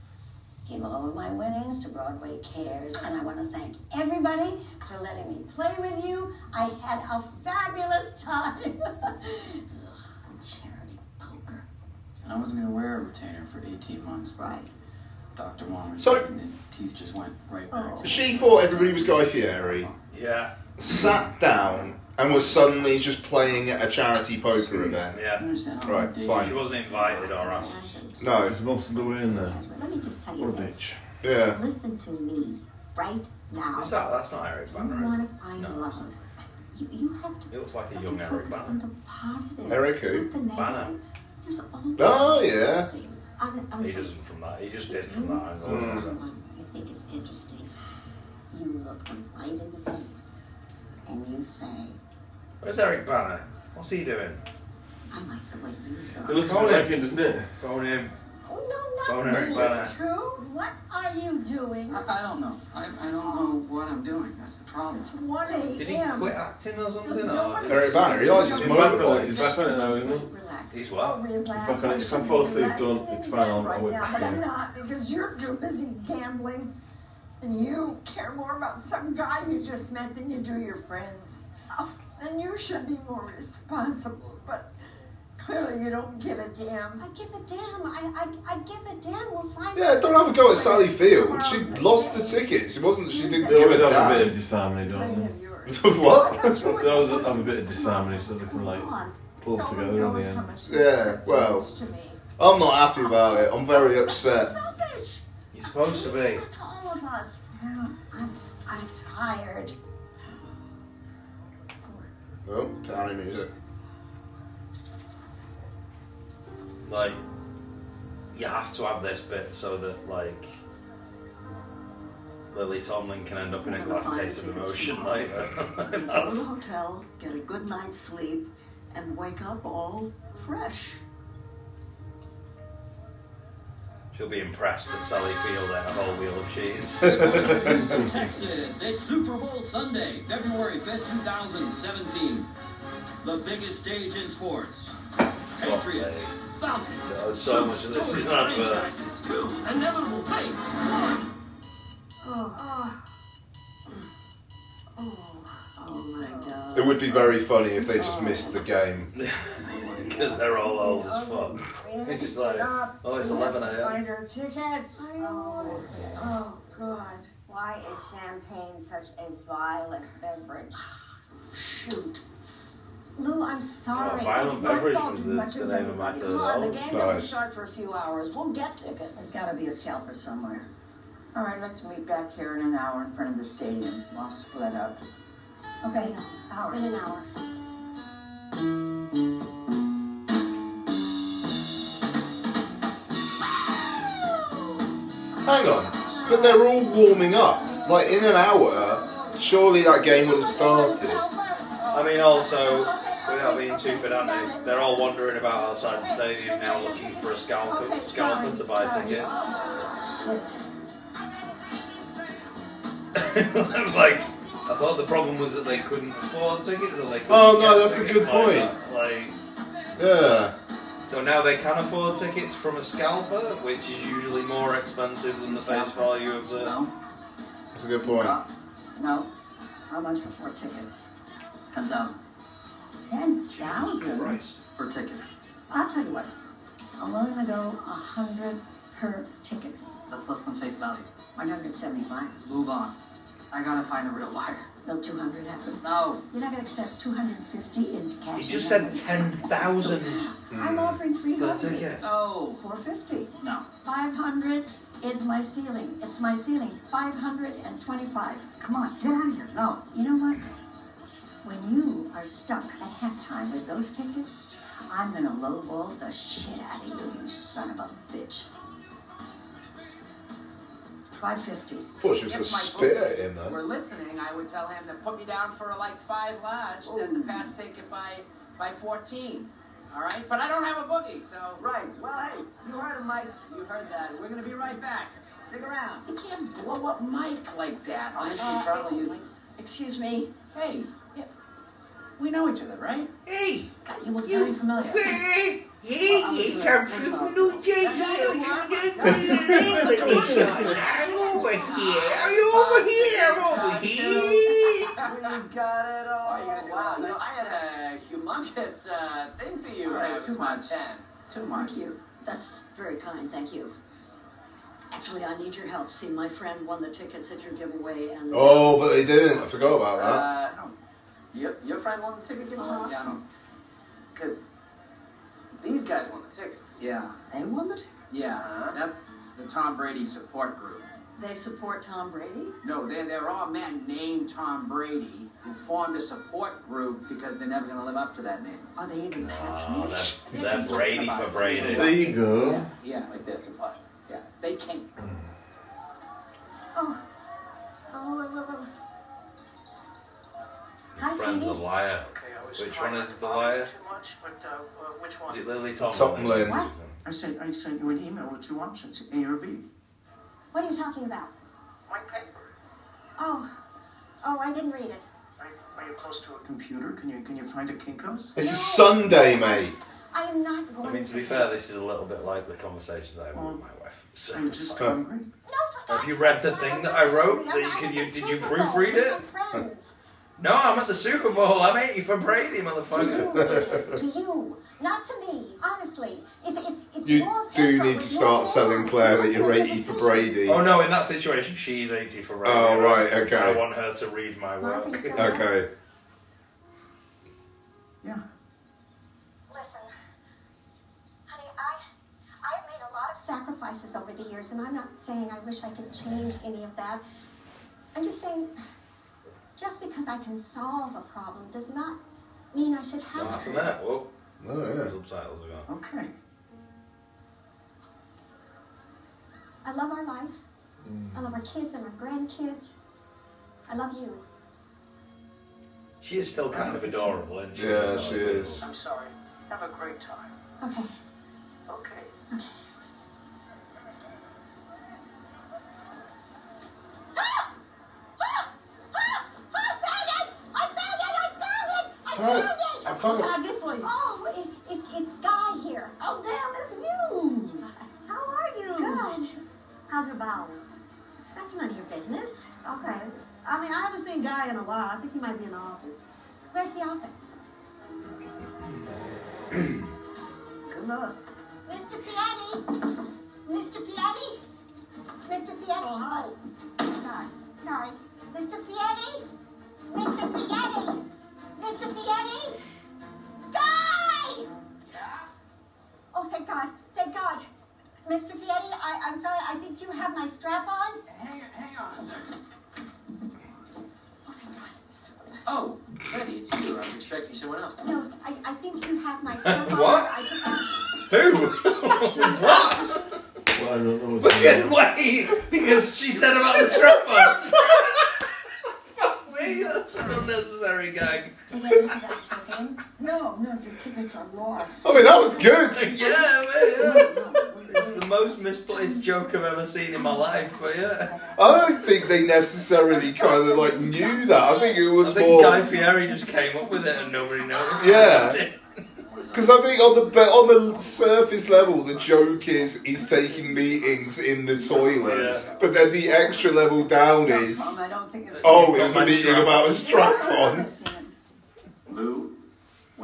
Speaker 7: Give all of my winnings to Broadway Cares, and I want to thank everybody for letting me play with you. I had a fabulous time. Charity poker.
Speaker 3: And I wasn't gonna wear a retainer for 18 months, but Dr. Warren was
Speaker 2: So-
Speaker 3: saying that teeth just went right back to
Speaker 2: she thought everybody was Guy Fieri,
Speaker 6: Yeah.
Speaker 2: sat down, and was suddenly just playing at a charity poker event.
Speaker 3: I
Speaker 6: Yeah.
Speaker 3: understand how
Speaker 2: Right,
Speaker 3: big-
Speaker 6: She
Speaker 2: fine.
Speaker 6: wasn't invited or asked.
Speaker 2: No,
Speaker 28: There's most of the way in there.
Speaker 1: Let me just tell
Speaker 28: What
Speaker 1: you
Speaker 28: a
Speaker 1: this.
Speaker 28: bitch.
Speaker 2: yeah.
Speaker 8: [laughs]
Speaker 1: Listen to me right now.
Speaker 6: What's that? That's not Eric
Speaker 1: You
Speaker 6: Van Ryn.
Speaker 1: want to find
Speaker 6: No.
Speaker 1: love.
Speaker 8: You, you have to
Speaker 6: It looks like a young Eric
Speaker 8: focus
Speaker 6: Bana.
Speaker 8: on the positive.
Speaker 6: Eric who?
Speaker 8: not the negative.
Speaker 6: Bana.
Speaker 8: There's always
Speaker 6: Oh, yeah.
Speaker 8: things. I, was- I was
Speaker 6: He
Speaker 8: like,
Speaker 6: doesn't from that. He just did from that. I don't know.
Speaker 8: you think is interesting. You look them right in the face and you say,
Speaker 6: Where's Eric Banner? What's he doing?
Speaker 8: I like the way you look.
Speaker 1: It looks
Speaker 6: Phone him.
Speaker 1: American, doesn't it?
Speaker 6: Phone him.
Speaker 5: Not
Speaker 6: Phone Eric
Speaker 5: me,
Speaker 6: Banner.
Speaker 5: True? What are you doing?
Speaker 29: I, I don't know. I, I don't know what I'm doing. That's the problem.
Speaker 5: It's 1 a.m.
Speaker 29: Did he quit acting or something,
Speaker 5: Does
Speaker 29: or-
Speaker 5: nobody-
Speaker 2: Eric Banner, he likes his
Speaker 1: He's back on
Speaker 2: motorbikes.
Speaker 1: it. He's back on it now, isn't he?
Speaker 5: Relax.
Speaker 1: He's what?
Speaker 5: Oh, relax.
Speaker 1: He's back on it. If I fall asleep, done. It's fine. I'll, I'll
Speaker 5: right
Speaker 1: wait
Speaker 5: now,
Speaker 1: back
Speaker 5: but I'm
Speaker 1: in.
Speaker 5: not because you're too busy gambling, and you care more about some guy you just met than you do your friends. Oh, Then you should be more responsible, but clearly you don't give a damn. I give a damn. I I, I give a damn. We'll find.
Speaker 2: Yeah, don't have a go at Sally Field. She lost the tickets. It wasn't that she didn't give a
Speaker 1: They always have a bit of
Speaker 2: damn.
Speaker 1: disharmony, don't
Speaker 2: they? what?
Speaker 1: they? They always have a bit of disharmony so they can like pull together in the end.
Speaker 2: Yeah, well, I'm not happy about it. I'm very upset.
Speaker 6: You're supposed to be.
Speaker 5: All of us. I'm I'm tired.
Speaker 2: Oh, Downey music.
Speaker 6: Like, you have to have this bit so that, like, Lily Tomlin can end up in a glass case of emotion. Like,
Speaker 7: Go to the
Speaker 6: [laughs] that's,
Speaker 7: hotel, get a good night's sleep, and wake up all fresh.
Speaker 6: she'll be impressed that Sally Field ate a whole wheel of
Speaker 4: Houston,
Speaker 6: cheese.
Speaker 4: Texas. It's Super Bowl Sunday, February 5th, 2017. The biggest stage in sports. Patriots, Falcons,
Speaker 6: Yeah, uh, so much of this is
Speaker 4: story
Speaker 6: not, uh,
Speaker 4: franchises, two inevitable fates, one.
Speaker 7: Oh. Oh. Oh my god.
Speaker 2: It would be very funny if they just missed the game.
Speaker 6: Because they're all old as
Speaker 30: Oh,
Speaker 6: fuck. [laughs] It's like, oh, it's 11 a.m.
Speaker 5: Find our tickets.
Speaker 30: Oh, oh, God. Why is champagne such a violent beverage?
Speaker 7: Shoot. Lou, I'm sorry.
Speaker 6: Oh, Violent
Speaker 7: It's my
Speaker 6: Beverage
Speaker 7: fault
Speaker 6: was
Speaker 7: as
Speaker 6: the-
Speaker 7: much
Speaker 6: the
Speaker 7: as
Speaker 6: name of my
Speaker 7: everybody.
Speaker 6: first
Speaker 7: Come on, the
Speaker 6: album.
Speaker 7: game doesn't
Speaker 6: Nice.
Speaker 7: start for a few hours. We'll get tickets. There's
Speaker 5: gotta be a scalper somewhere.
Speaker 30: All right, let's meet back here in an hour in front of the stadium. I'll split up.
Speaker 5: Okay, hour.
Speaker 7: In an hour.
Speaker 2: Hang on, but they're all warming up. Like in an hour, surely that game would have started.
Speaker 6: I mean, also, without being too pedantic, they're all wandering about outside the stadium now looking for a scalper, scalper to buy
Speaker 5: Shit.
Speaker 6: tickets. [laughs] like, I thought the problem was that they couldn't afford tickets or they couldn't
Speaker 2: Oh, no,
Speaker 6: get
Speaker 2: that's a
Speaker 6: tickets
Speaker 2: good
Speaker 6: like
Speaker 2: point.
Speaker 6: that, Like,
Speaker 2: Yeah.
Speaker 6: so now they can afford tickets from a scalper, which is usually more expensive than the face value of the.
Speaker 2: That's a good point.
Speaker 5: No. How much for four tickets?
Speaker 29: Come down.
Speaker 5: Ten thousand.
Speaker 29: Christ. Per ticket.
Speaker 5: I'll tell you what. I'm willing to go a hundred per ticket.
Speaker 29: That's less than face value.
Speaker 5: One hundred seventy-five.
Speaker 29: Move on. I gotta find a real liar.
Speaker 5: Bill two hundred happen.
Speaker 29: No.
Speaker 5: You're not gonna accept two hundred and fifty in cash.
Speaker 6: He just
Speaker 5: and
Speaker 6: said 10,000.
Speaker 5: I'm offering three
Speaker 6: That's
Speaker 5: hundred.
Speaker 6: okay.
Speaker 29: No.
Speaker 5: Four fifty.
Speaker 29: No.
Speaker 5: Five hundred is my ceiling. It's my ceiling. Five hundred and twenty-five. Come on, get out of here. No. You know what? When you are stuck at halftime with those tickets, I'm gonna lowball the shit out of you, you son of a bitch. Five fifty.
Speaker 2: Thought she was gonna
Speaker 4: If my
Speaker 2: spit
Speaker 4: book
Speaker 2: at him
Speaker 4: We're
Speaker 2: though.
Speaker 4: listening. I would tell him to put me down for like five lodge. Then
Speaker 2: Oh.
Speaker 4: the Pats take it by by fourteen. All right, but I don't have a boogie, so.
Speaker 31: Right. Well, hey, you heard him, Mike. You heard that. We're gonna be right back. Stick around.
Speaker 4: You can't blow up Mike like that. Unless
Speaker 31: Uh,
Speaker 4: you probably use.
Speaker 5: Excuse me.
Speaker 4: Hey, yeah, we know each other, right?
Speaker 13: Hey!
Speaker 4: God, you look very familiar.
Speaker 13: [laughs] Hey!
Speaker 4: Well, I'm
Speaker 13: Hey!
Speaker 4: listening.
Speaker 13: Come from New Jersey! I'm over here! Are you over here? I'm over here!
Speaker 31: We got it all.
Speaker 4: Wow, you know, I had a humongous uh, thing for you
Speaker 7: All
Speaker 4: when
Speaker 7: right,
Speaker 4: I was
Speaker 7: too
Speaker 4: about
Speaker 7: much.
Speaker 4: 10. Too much.
Speaker 7: Thank you. That's very kind. Thank you. Actually, I need your help. See, my friend won the tickets at your giveaway, and uh,
Speaker 2: Oh, but they didn't. I forgot about that.
Speaker 4: Uh, no. Your, your friend won the ticket giveaway?
Speaker 7: Uh-huh.
Speaker 4: Yeah, I know. Because these guys won the tickets.
Speaker 29: Yeah.
Speaker 7: they won the tickets.
Speaker 13: Uh-huh.
Speaker 29: Yeah. That's the Tom Brady support group.
Speaker 7: They support Tom Brady?
Speaker 4: No, there, there are men named Tom Brady who formed a support group because they're never going to live up to that name.
Speaker 7: Are they even
Speaker 2: Ah,
Speaker 6: Oh, that's,
Speaker 4: This
Speaker 6: that's
Speaker 4: is what
Speaker 6: Brady
Speaker 4: I'm
Speaker 6: for
Speaker 4: about.
Speaker 6: Brady.
Speaker 4: There you
Speaker 1: go.
Speaker 4: Yeah, yeah, like this. and what- Yeah, they can't.
Speaker 8: Oh. Oh, wait, wait, wait. Hi,
Speaker 6: Friend's a
Speaker 8: sweetie.
Speaker 6: liar. Which one is the liar?
Speaker 13: But uh, uh, which one?
Speaker 6: Is it Lily Tomlin?
Speaker 2: Tomlin.
Speaker 6: What?
Speaker 13: I sent I sent you an email with two options, A or B.
Speaker 8: What are you talking about?
Speaker 13: My paper.
Speaker 8: Oh, oh, I didn't read it.
Speaker 13: Are you close to a computer? Can you can you find a Kinko's?
Speaker 2: It's a Sunday, mate.
Speaker 8: I am not going.
Speaker 6: I mean, to be fair, this is a little bit like the conversations I have with my wife. So I'm just
Speaker 2: hungry.
Speaker 6: Have you read the thing that I wrote? That you can you did you proofread it? No, I'm at the Super Bowl. I'm 80 for Brady,
Speaker 8: to
Speaker 6: motherfucker.
Speaker 8: you, not to me. Honestly, it's it's it's
Speaker 2: You
Speaker 8: your paper.
Speaker 2: do need to start telling Claire that you're 80 for Brady.
Speaker 6: Oh no, in that situation, she's 80 for Brady.
Speaker 2: Oh, right, okay.
Speaker 6: I want her to read my work. [laughs]
Speaker 2: Okay.
Speaker 8: Listen, honey, I I have made a lot of sacrifices over the years, and I'm not saying I wish I could change any of that. I'm just saying, just because I can solve a problem does not mean I should
Speaker 6: What
Speaker 8: have
Speaker 6: happened
Speaker 8: to.
Speaker 6: there? Whoa.
Speaker 2: Oh, yeah.
Speaker 6: Subtitles are gone.
Speaker 13: Okay.
Speaker 8: I love our life.
Speaker 2: Mm.
Speaker 8: I love our kids and our grandkids. I love you.
Speaker 6: She is still kind of adorable, isn't she?
Speaker 2: Yeah,
Speaker 6: Some
Speaker 2: she
Speaker 6: people.
Speaker 2: is.
Speaker 13: I'm sorry. Have a great time.
Speaker 8: Okay.
Speaker 13: Okay.
Speaker 8: Ah!
Speaker 13: Oh.
Speaker 2: I found it.
Speaker 8: good for you. Oh, it's, it's, it's Guy here. Oh, damn, it's you. How are you? Good. How's your bowels? That's none of your business. Okay. I mean, I haven't seen Guy in a while. I think he might be in the office. Where's the office? [clears throat] good luck. Mr. Piatti. Mr. Piatti. Mr. Piatti. Oh, God. Sorry. Mr. Piatti. Mr. Piatti. Mr. Piatti. Guy! Oh, thank God. Thank God. Mr. Fietti, I, I'm sorry. I think you have my strap on. Hang, hang on a second.
Speaker 32: Oh, Betty, it's you. I was expecting someone else.
Speaker 8: No, I, I think you have my strap on.
Speaker 32: What?
Speaker 8: I think I-
Speaker 6: Who?
Speaker 2: [laughs]
Speaker 6: what?
Speaker 1: Well, I don't know.
Speaker 6: But then wait, because she said about the strap on. Fuck me, that's an unnecessary gag.
Speaker 5: No, no, the tickets are lost.
Speaker 6: I mean, that was
Speaker 2: good.
Speaker 5: [laughs]
Speaker 6: Yeah, man, yeah. It's the most misplaced joke I've ever seen in my life, but yeah.
Speaker 2: I don't think they necessarily kind of like knew that. I think it was
Speaker 6: I think
Speaker 2: more.
Speaker 6: Guy Fieri just came up with it and nobody
Speaker 2: [laughs]
Speaker 6: noticed.
Speaker 2: Yeah. Because I think on the be- on the surface level, the joke is he's taking meetings in the toilet, but then the extra level down is
Speaker 5: Mom, I don't think it's.
Speaker 2: oh,
Speaker 5: You've
Speaker 2: it
Speaker 5: got
Speaker 2: was a
Speaker 5: my
Speaker 2: meeting
Speaker 5: strap.
Speaker 2: about a strap on.
Speaker 3: Lou,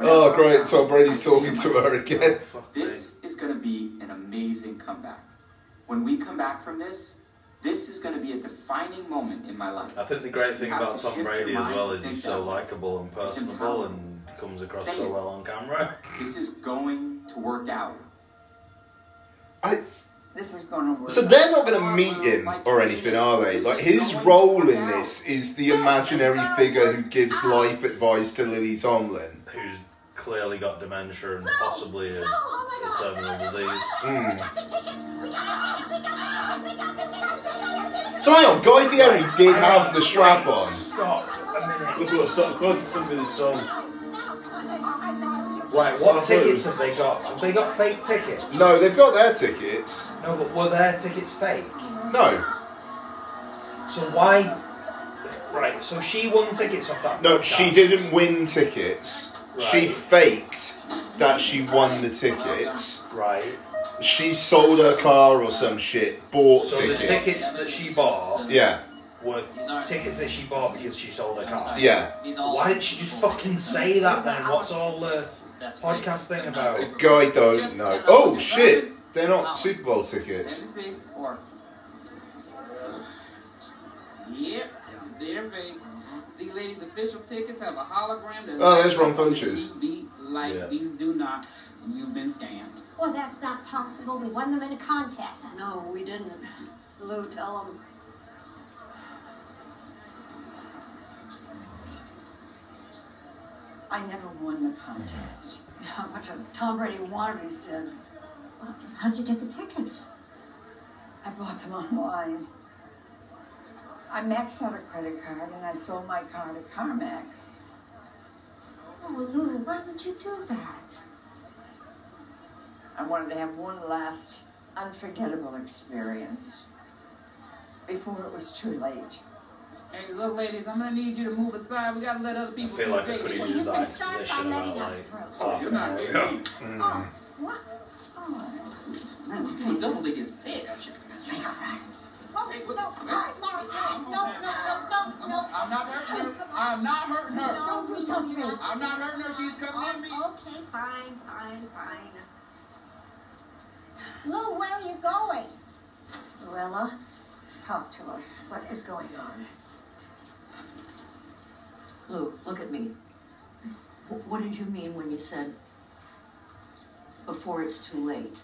Speaker 2: Oh, great! Tom Brady's talking to her again.
Speaker 3: this is going to be an amazing comeback. When we come back from this, this is going to be a defining moment in my life.
Speaker 6: I think the great thing
Speaker 3: You have
Speaker 6: about
Speaker 3: to
Speaker 6: Tom
Speaker 3: shift your
Speaker 6: Brady as
Speaker 3: mind
Speaker 6: well
Speaker 3: to
Speaker 6: is
Speaker 3: think
Speaker 6: he's so
Speaker 3: that way.
Speaker 6: likable and
Speaker 3: It's
Speaker 6: personable and comes across
Speaker 3: Say
Speaker 6: so
Speaker 3: it.
Speaker 6: well on camera. [laughs]
Speaker 3: This is going to work out.
Speaker 5: This is going to work.
Speaker 2: So they're not going to meet him or anything, are they? Like his role in this is the imaginary figure who gives life advice to Lily Tomlin.
Speaker 6: Who's clearly got dementia and possibly a, a
Speaker 3: Oh
Speaker 6: terminal disease.
Speaker 1: Hmm.
Speaker 2: Mm.
Speaker 8: We got it. We got it. We got it. We got it.
Speaker 2: So hang on, Guy Fieri did have the strap on.
Speaker 6: Stop a minute.
Speaker 1: Look what, so, of course it's going to be the song.
Speaker 6: Right, what tickets have they got? Have they got fake tickets?
Speaker 2: No, they've got their tickets.
Speaker 6: No, but were their tickets fake?
Speaker 2: No,
Speaker 6: So why? Right, so she won tickets off that.
Speaker 2: no, she didn't win tickets. She faked that she won the tickets.
Speaker 6: Right.
Speaker 2: She sold her car or some shit, bought
Speaker 6: So the
Speaker 2: tickets.
Speaker 6: tickets that she bought
Speaker 2: Yeah.
Speaker 6: were tickets that she bought because she sold her car.
Speaker 2: Yeah.
Speaker 6: Why didn't she just fucking say that then? What's all the podcast thing about?
Speaker 2: The guy don't know. Oh shit! They're not Super Bowl tickets.
Speaker 32: Anything or. Yep, they're fake. See, ladies, official tickets have a hologram. that-
Speaker 2: Oh, there's Ron Funches.
Speaker 32: Like these do not. You've been scammed.
Speaker 8: Well, that's not possible. We won them in a contest.
Speaker 7: No, we didn't. Lou, tell them.
Speaker 5: I never won the contest.
Speaker 7: A bunch of Tom Brady wannabes did. How'd you get the tickets?
Speaker 5: I bought them online. I maxed out a credit card and I sold my car to CarMax.
Speaker 8: Oh, Lou, why would you do that?
Speaker 5: I wanted to have one last unforgettable experience before it was too late.
Speaker 13: Hey, little ladies, I'm gonna need you to move aside. We gotta let other
Speaker 3: I
Speaker 13: people.
Speaker 3: feel like I
Speaker 13: date.
Speaker 3: could have used that exposition about like "Oh, half an hour ago.
Speaker 32: Mm.
Speaker 20: What?
Speaker 25: I don't think it's fair.
Speaker 20: Okay, well, no, all right, Mara, no, no, no, no, no.
Speaker 13: I'm not hurting her. I'm not hurting her.
Speaker 20: No, we don't do it.
Speaker 13: I'm not hurting her. She's coming at me.
Speaker 8: Oh,
Speaker 18: Okay, fine, fine, fine.
Speaker 7: Lou, where are you going? Luella, talk to us. What is going on?
Speaker 19: Lou, look at me. Wh- What did you mean when you said before it's too late?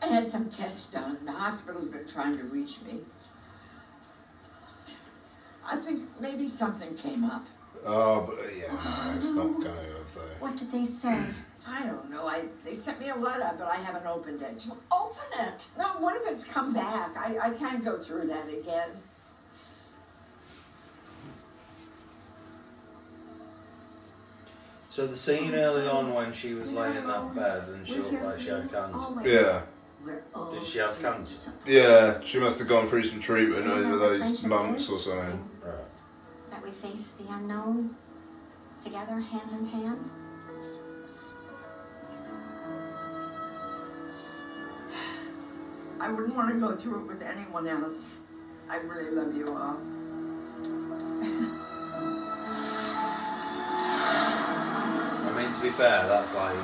Speaker 5: I had some tests done. The hospital's been trying to reach me. I think maybe something came up.
Speaker 2: Oh, but uh, yeah, no, it's not going to have though.
Speaker 5: What did they say? I don't know. I they sent me a letter, but I haven't opened it. Open it. No, what if it's come back? I, I can't go through that again.
Speaker 3: So the scene early on when she was laying in that bed and she looked like she had cancer.
Speaker 2: Yeah,
Speaker 3: Did she have cancer?
Speaker 2: yeah, she must have gone through some treatment over those months or something.
Speaker 8: That we face the unknown together, hand in hand.
Speaker 5: I wouldn't want to go through it with anyone else. I really love you all.
Speaker 3: I mean, to be fair, that's like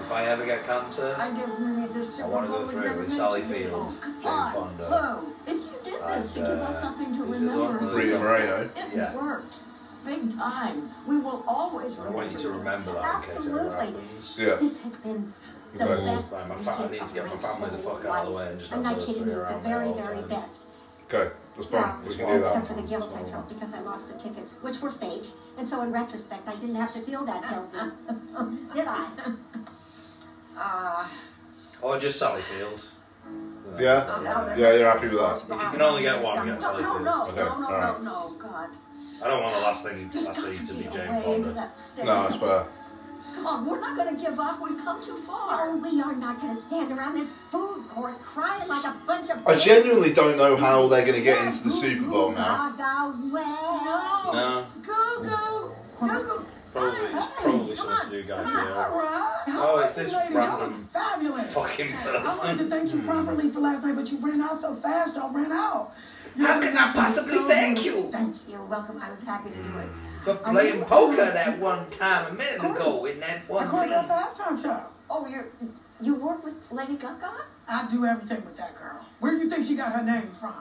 Speaker 3: if I ever get cancer,
Speaker 5: I guess many of this
Speaker 3: I
Speaker 5: Super
Speaker 3: want to
Speaker 5: Bowl
Speaker 3: go
Speaker 5: was
Speaker 3: through
Speaker 5: never
Speaker 3: with
Speaker 5: meant
Speaker 3: Sally
Speaker 5: to be.
Speaker 3: Field, Jane Fonda.
Speaker 19: Lou, if you did this to
Speaker 3: And,
Speaker 19: give us
Speaker 3: uh,
Speaker 19: something to
Speaker 3: who's the other
Speaker 19: remember,
Speaker 3: one?
Speaker 19: it-
Speaker 3: Rita
Speaker 1: eh?
Speaker 3: Moreno.
Speaker 19: it,
Speaker 3: Yeah.
Speaker 19: worked. Big time. We will always
Speaker 3: I
Speaker 19: remember.
Speaker 3: want you to remember that in case it ever
Speaker 19: Absolutely.
Speaker 3: happens.
Speaker 2: Yeah.
Speaker 8: This has been the
Speaker 3: Like,
Speaker 8: best
Speaker 3: like, my fa- I
Speaker 8: weekend
Speaker 3: need to
Speaker 8: of
Speaker 3: get my
Speaker 8: my
Speaker 3: family the
Speaker 8: whole
Speaker 3: fuck out of the way
Speaker 8: life.
Speaker 3: and just have
Speaker 8: I'm not
Speaker 3: those
Speaker 8: kidding
Speaker 3: three
Speaker 8: you, the
Speaker 3: around
Speaker 8: very,
Speaker 3: all the
Speaker 8: very
Speaker 3: time.
Speaker 8: best.
Speaker 2: Okay, that's
Speaker 8: Well,
Speaker 2: fine. We can do
Speaker 8: except for the
Speaker 2: that.
Speaker 8: guilt I felt because I lost the tickets, which were fake, and so in retrospect, I didn't have to feel that guilty, [laughs] did I? Uh,
Speaker 5: Ah,
Speaker 3: Or just Sally Field.
Speaker 7: Oh,
Speaker 2: Yeah? Yeah, you're happy with that?
Speaker 3: If you can only get one, get Sally
Speaker 5: no,
Speaker 3: Field.
Speaker 5: no,
Speaker 2: Okay,
Speaker 5: no, no, no,
Speaker 2: alright.
Speaker 5: no, God.
Speaker 3: I don't want the last thing I see to be Jane
Speaker 5: Way into
Speaker 3: Fonda.
Speaker 5: that state.
Speaker 2: No, it's fair.
Speaker 5: Come on, we're not gonna give up. We've come too far.
Speaker 8: Oh, we are not gonna stand around this food court crying like a bunch of.
Speaker 3: Oh,
Speaker 2: I genuinely don't know how they're going to get into the Super Bowl now.
Speaker 8: Gaga, well.
Speaker 3: No,
Speaker 5: Go, go, go, go.
Speaker 3: probably it's probably something to do Guy Fieri. Oh, it's this
Speaker 13: Ladies, y'all look
Speaker 3: random
Speaker 13: fabulous.
Speaker 3: fucking
Speaker 13: I wanted to
Speaker 3: person.
Speaker 13: thank you properly for last night, but you ran out so fast. I ran out.
Speaker 8: How can I
Speaker 13: possibly
Speaker 8: thank you? Thank you. You're welcome. I was happy to do it.
Speaker 13: For
Speaker 8: playing poker
Speaker 13: that
Speaker 25: one time a minute ago in that
Speaker 13: I choreographed halftime show.
Speaker 8: Oh, you you work with Lady Gaga?
Speaker 13: I do everything with that girl. Where do you think she got her name from?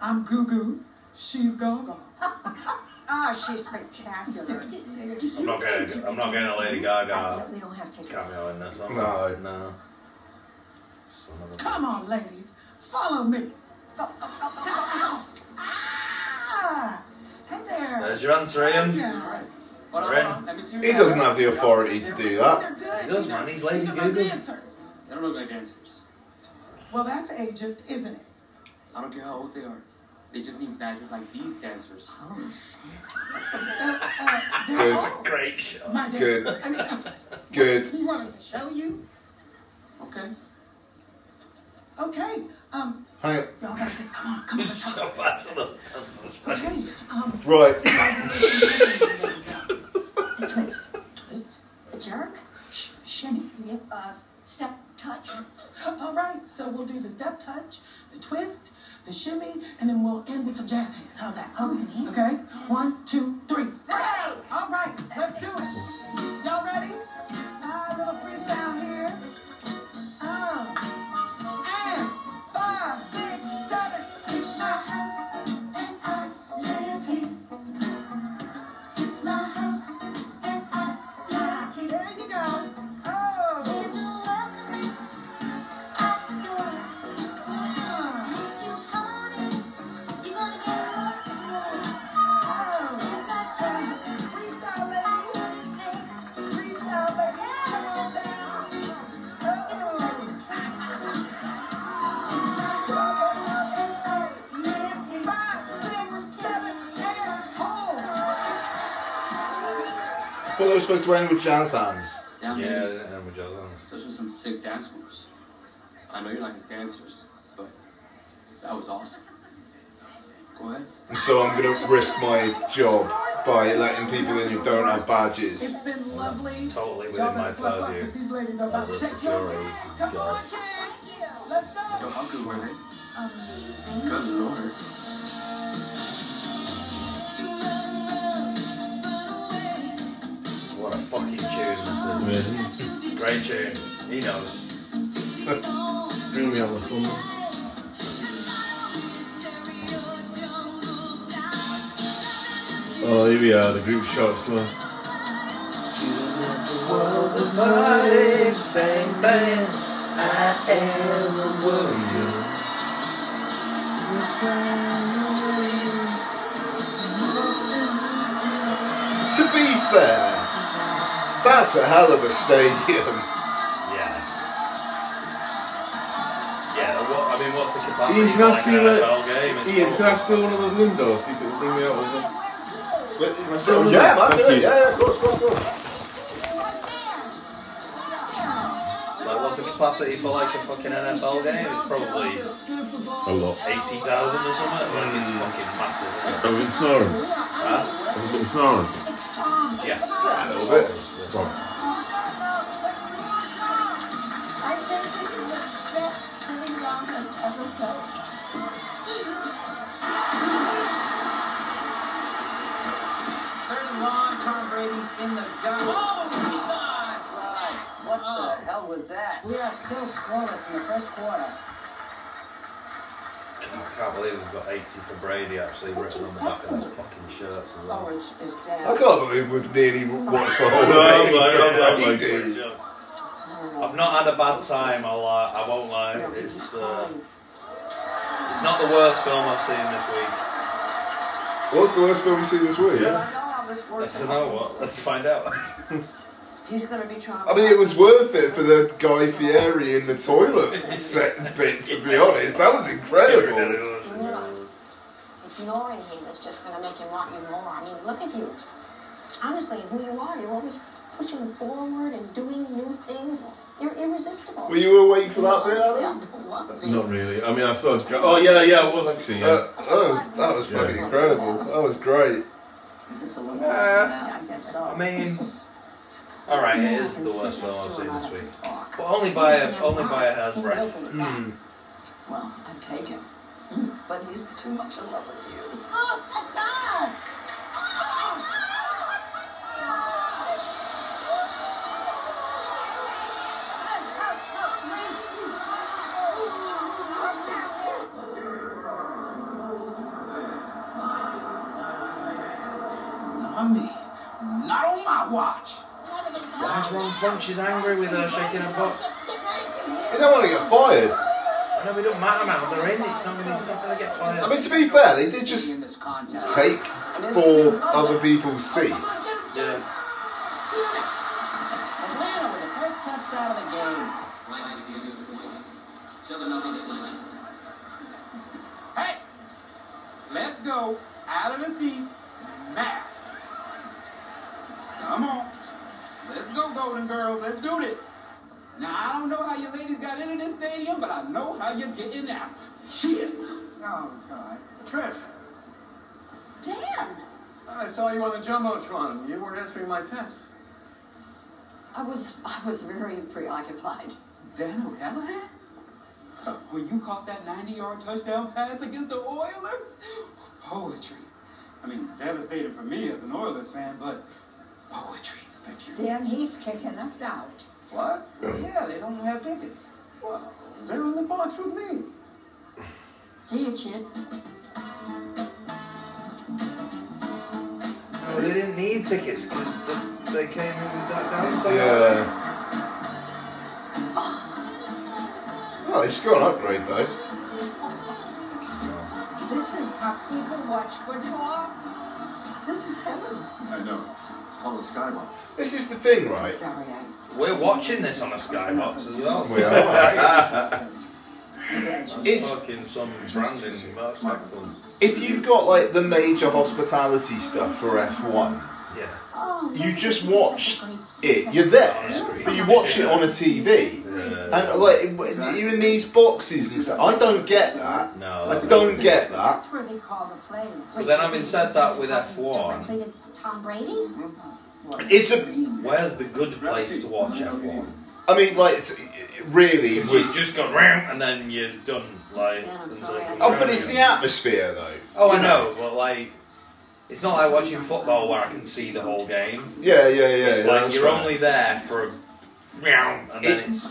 Speaker 13: I'm Goo Goo. She's
Speaker 8: [laughs]
Speaker 13: Gogo.
Speaker 5: Ah, she's
Speaker 13: [laughs]
Speaker 5: spectacular.
Speaker 3: I'm not getting I'm not getting a Lady Gaga
Speaker 5: We don't have tickets.
Speaker 3: cameo in this. am I?
Speaker 2: No.
Speaker 3: No.
Speaker 13: Come on, ladies. Follow me. Uh, Ah! Hey there.
Speaker 3: There's your answer, Ian.
Speaker 13: Yeah, all right.
Speaker 3: You're in.
Speaker 2: He doesn't have the authority to do that.
Speaker 13: Good.
Speaker 3: He does, man. He's Lady
Speaker 13: These are my
Speaker 3: Gaga.
Speaker 13: dancers.
Speaker 25: They don't look like dancers.
Speaker 13: Well, that's ageist, isn't it?
Speaker 25: I don't care how old they are. They just need badges like these dancers. Oh,
Speaker 13: Uh,
Speaker 2: Good.
Speaker 3: Great shot.
Speaker 13: My [laughs]
Speaker 2: Good.
Speaker 13: dancers. I mean,
Speaker 2: [laughs]
Speaker 13: [laughs]
Speaker 2: Good.
Speaker 13: you want us to show you?
Speaker 25: Okay.
Speaker 13: Okay. Um,
Speaker 6: [laughs]
Speaker 2: Hang
Speaker 13: y'all guys, come on, come on. Let's have
Speaker 3: Shot back to those dancers.
Speaker 13: a- okay. Um,
Speaker 2: Right.
Speaker 7: The twist. twist. The jerk. Sh- shimmy.
Speaker 13: Yeah, uh, step
Speaker 7: [laughs]
Speaker 13: touch. All right, so we'll do the step touch, the
Speaker 7: [laughs]
Speaker 13: twist, the shimmy, and then we'll end with some jazz hands. How's that?
Speaker 25: Mm-hmm.
Speaker 13: Okay. Okay. One, two, three. Hey! All right, let's do it. Y'all ready? Ah, little freestyle here. Um, and five, six, seven. It's my house and I live [laughs] here. It's my house and I live here. There you go. Oh. There's a welcome at the door. If you want it, you're gonna get what you want. Oh.
Speaker 2: thought they were supposed to end with jazz hands.
Speaker 33: Down babies.
Speaker 6: and with jazz hands.
Speaker 33: Those were some sick dance moves. I know you like his dancers, but that was awesome. Go ahead.
Speaker 2: And so I'm going to risk my job by letting people in who don't have badges.
Speaker 34: It's been lovely.
Speaker 6: Totally
Speaker 34: Y'all better flip flop because these ladies are about to take your gig. Come on, kids. Let's go.
Speaker 33: Yo, how good were they? Good lord.
Speaker 6: What a fucking tune this is. Great tune. He knows.
Speaker 1: Bring me on the phone. Oh, here we are, the group shots now.
Speaker 35: Bang, bang. I am a
Speaker 2: To be fair, that's a hell of a stadium.
Speaker 6: Yeah. Yeah, what, I mean, what's the capacity
Speaker 1: Ian,
Speaker 6: for
Speaker 1: can I
Speaker 6: like
Speaker 1: steal
Speaker 6: an NFL game?
Speaker 1: a,
Speaker 6: It's
Speaker 1: Ian, can
Speaker 6: probably-
Speaker 1: I steal one of those windows so you can bring me out of them? Can I steal
Speaker 2: So,
Speaker 1: one of
Speaker 2: yeah,
Speaker 1: those?
Speaker 2: man,
Speaker 1: Thank
Speaker 2: do it.
Speaker 1: you.
Speaker 2: Yeah, yeah, of course, of course, of course.
Speaker 6: Like, what's the capacity for like a fucking NFL game? It's probably
Speaker 1: A lot.
Speaker 6: eighty thousand or something. Like, it's fucking massive.
Speaker 1: Have you been snoring?
Speaker 6: Huh?
Speaker 1: Have you been snoring?
Speaker 6: Yeah.
Speaker 1: A little bit. Right.
Speaker 7: I think this is the best sitting down has ever felt.
Speaker 13: Third and long, Tom Brady's in the gut. Right. What the hell was that? We are still scoreless in the first quarter.
Speaker 6: I can't believe we've got eighty for Brady actually written on the back of his fucking shirts. as well.
Speaker 8: It's, it's
Speaker 2: I can't believe we've nearly watched the
Speaker 6: [laughs]
Speaker 2: whole
Speaker 6: No, I'm
Speaker 2: game.
Speaker 6: like- I'm like-
Speaker 2: You do.
Speaker 6: I've not had a bad time. I'll lie. I won't lie. It's uh, it's not the worst film I've seen this week.
Speaker 2: What's the worst film you've seen this week?
Speaker 6: Let's know what. Let's find out.
Speaker 8: He's gonna be
Speaker 2: [laughs]
Speaker 8: trying.
Speaker 2: I mean, it was worth it for the Guy Fieri in the
Speaker 6: [laughs]
Speaker 2: toilet set bit, to be honest. That was incredible.
Speaker 8: Ignoring him is just gonna make him want you more. I mean, look at you. Honestly, who you are, you're always pushing forward and doing new things. You're irresistible.
Speaker 2: Were you awake for that bit, Adam?
Speaker 1: Not really. I mean, I saw. Oh yeah, yeah, I was actually. Yeah.
Speaker 2: Uh, that was, that was fucking
Speaker 1: Yeah.
Speaker 2: incredible. That was great.
Speaker 6: I mean, all right, it is the worst film I've seen this week, but only by a, only by a hair's breadth. Hmm.
Speaker 36: Well, I take
Speaker 7: [laughs]
Speaker 36: him. But he's too much in love with you.
Speaker 7: Look, that's us!
Speaker 4: Not on me. Not on my watch.
Speaker 6: Why's wrong funk? She's angry with her shaking her butt.
Speaker 2: You don't want to get fired.
Speaker 6: I know we don't matter, man. but They're in. It's not gonna, it's not gonna get fired.
Speaker 2: I mean, to be fair, they did just take four other people's seats.
Speaker 6: Yeah.
Speaker 13: Atlanta with the first touchdown of the game.
Speaker 35: Hey, let's go out of the seats now. Come on. Let's go, Golden Girls. Let's do this.
Speaker 13: Now, I don't know how you ladies got into this stadium, but I know how you're getting out. Shit.
Speaker 34: Oh, God. Trish. Dan. I saw you on the Jumbotron. You weren't answering my text.
Speaker 36: I was I was very preoccupied.
Speaker 4: Dan O'Hallahan? Uh, When you caught that 90 yard touchdown pass against the Oilers? Poetry. I mean, devastating for me as an Oilers fan, but poetry. Thank you.
Speaker 5: Dan Heath kicking us out.
Speaker 34: What? Yeah, they don't have tickets. Well, they're in the box with me.
Speaker 36: See you, kid.
Speaker 6: No, they didn't need tickets because they came in with that dance.
Speaker 2: Yeah. Well, they just got an upgrade, though.
Speaker 5: This is how people watch football. This is heaven.
Speaker 37: I know. It's called a skybox.
Speaker 2: This is the thing, right?
Speaker 6: We're watching this on a skybox as well.
Speaker 2: We
Speaker 6: [laughs]
Speaker 2: are.
Speaker 6: That's
Speaker 2: It's-
Speaker 6: fucking some branding. That's excellent.
Speaker 2: If you've got like the major hospitality stuff for F1, You just watch it. You're there, but you watch it on a TV. And like w- you're in these boxes and stuff. I don't get that.
Speaker 3: No,
Speaker 2: I don't get that.
Speaker 5: That's where they call the plays.
Speaker 3: So then, having said that, with F1,
Speaker 5: Completed Tom Brady?
Speaker 2: It's a.
Speaker 3: Where's the good place to watch F1?
Speaker 2: I mean, like it's, really.
Speaker 3: Because you've just gone round and then you're done. Like,
Speaker 2: Oh, but it's the atmosphere though.
Speaker 3: Oh, I know, but like, it's not like watching football where I can see the whole game.
Speaker 2: Yeah, yeah, yeah.
Speaker 3: It's
Speaker 2: yeah,
Speaker 3: like
Speaker 2: that's
Speaker 3: you're
Speaker 2: right.
Speaker 3: only there for a round and then it's.
Speaker 2: Uh,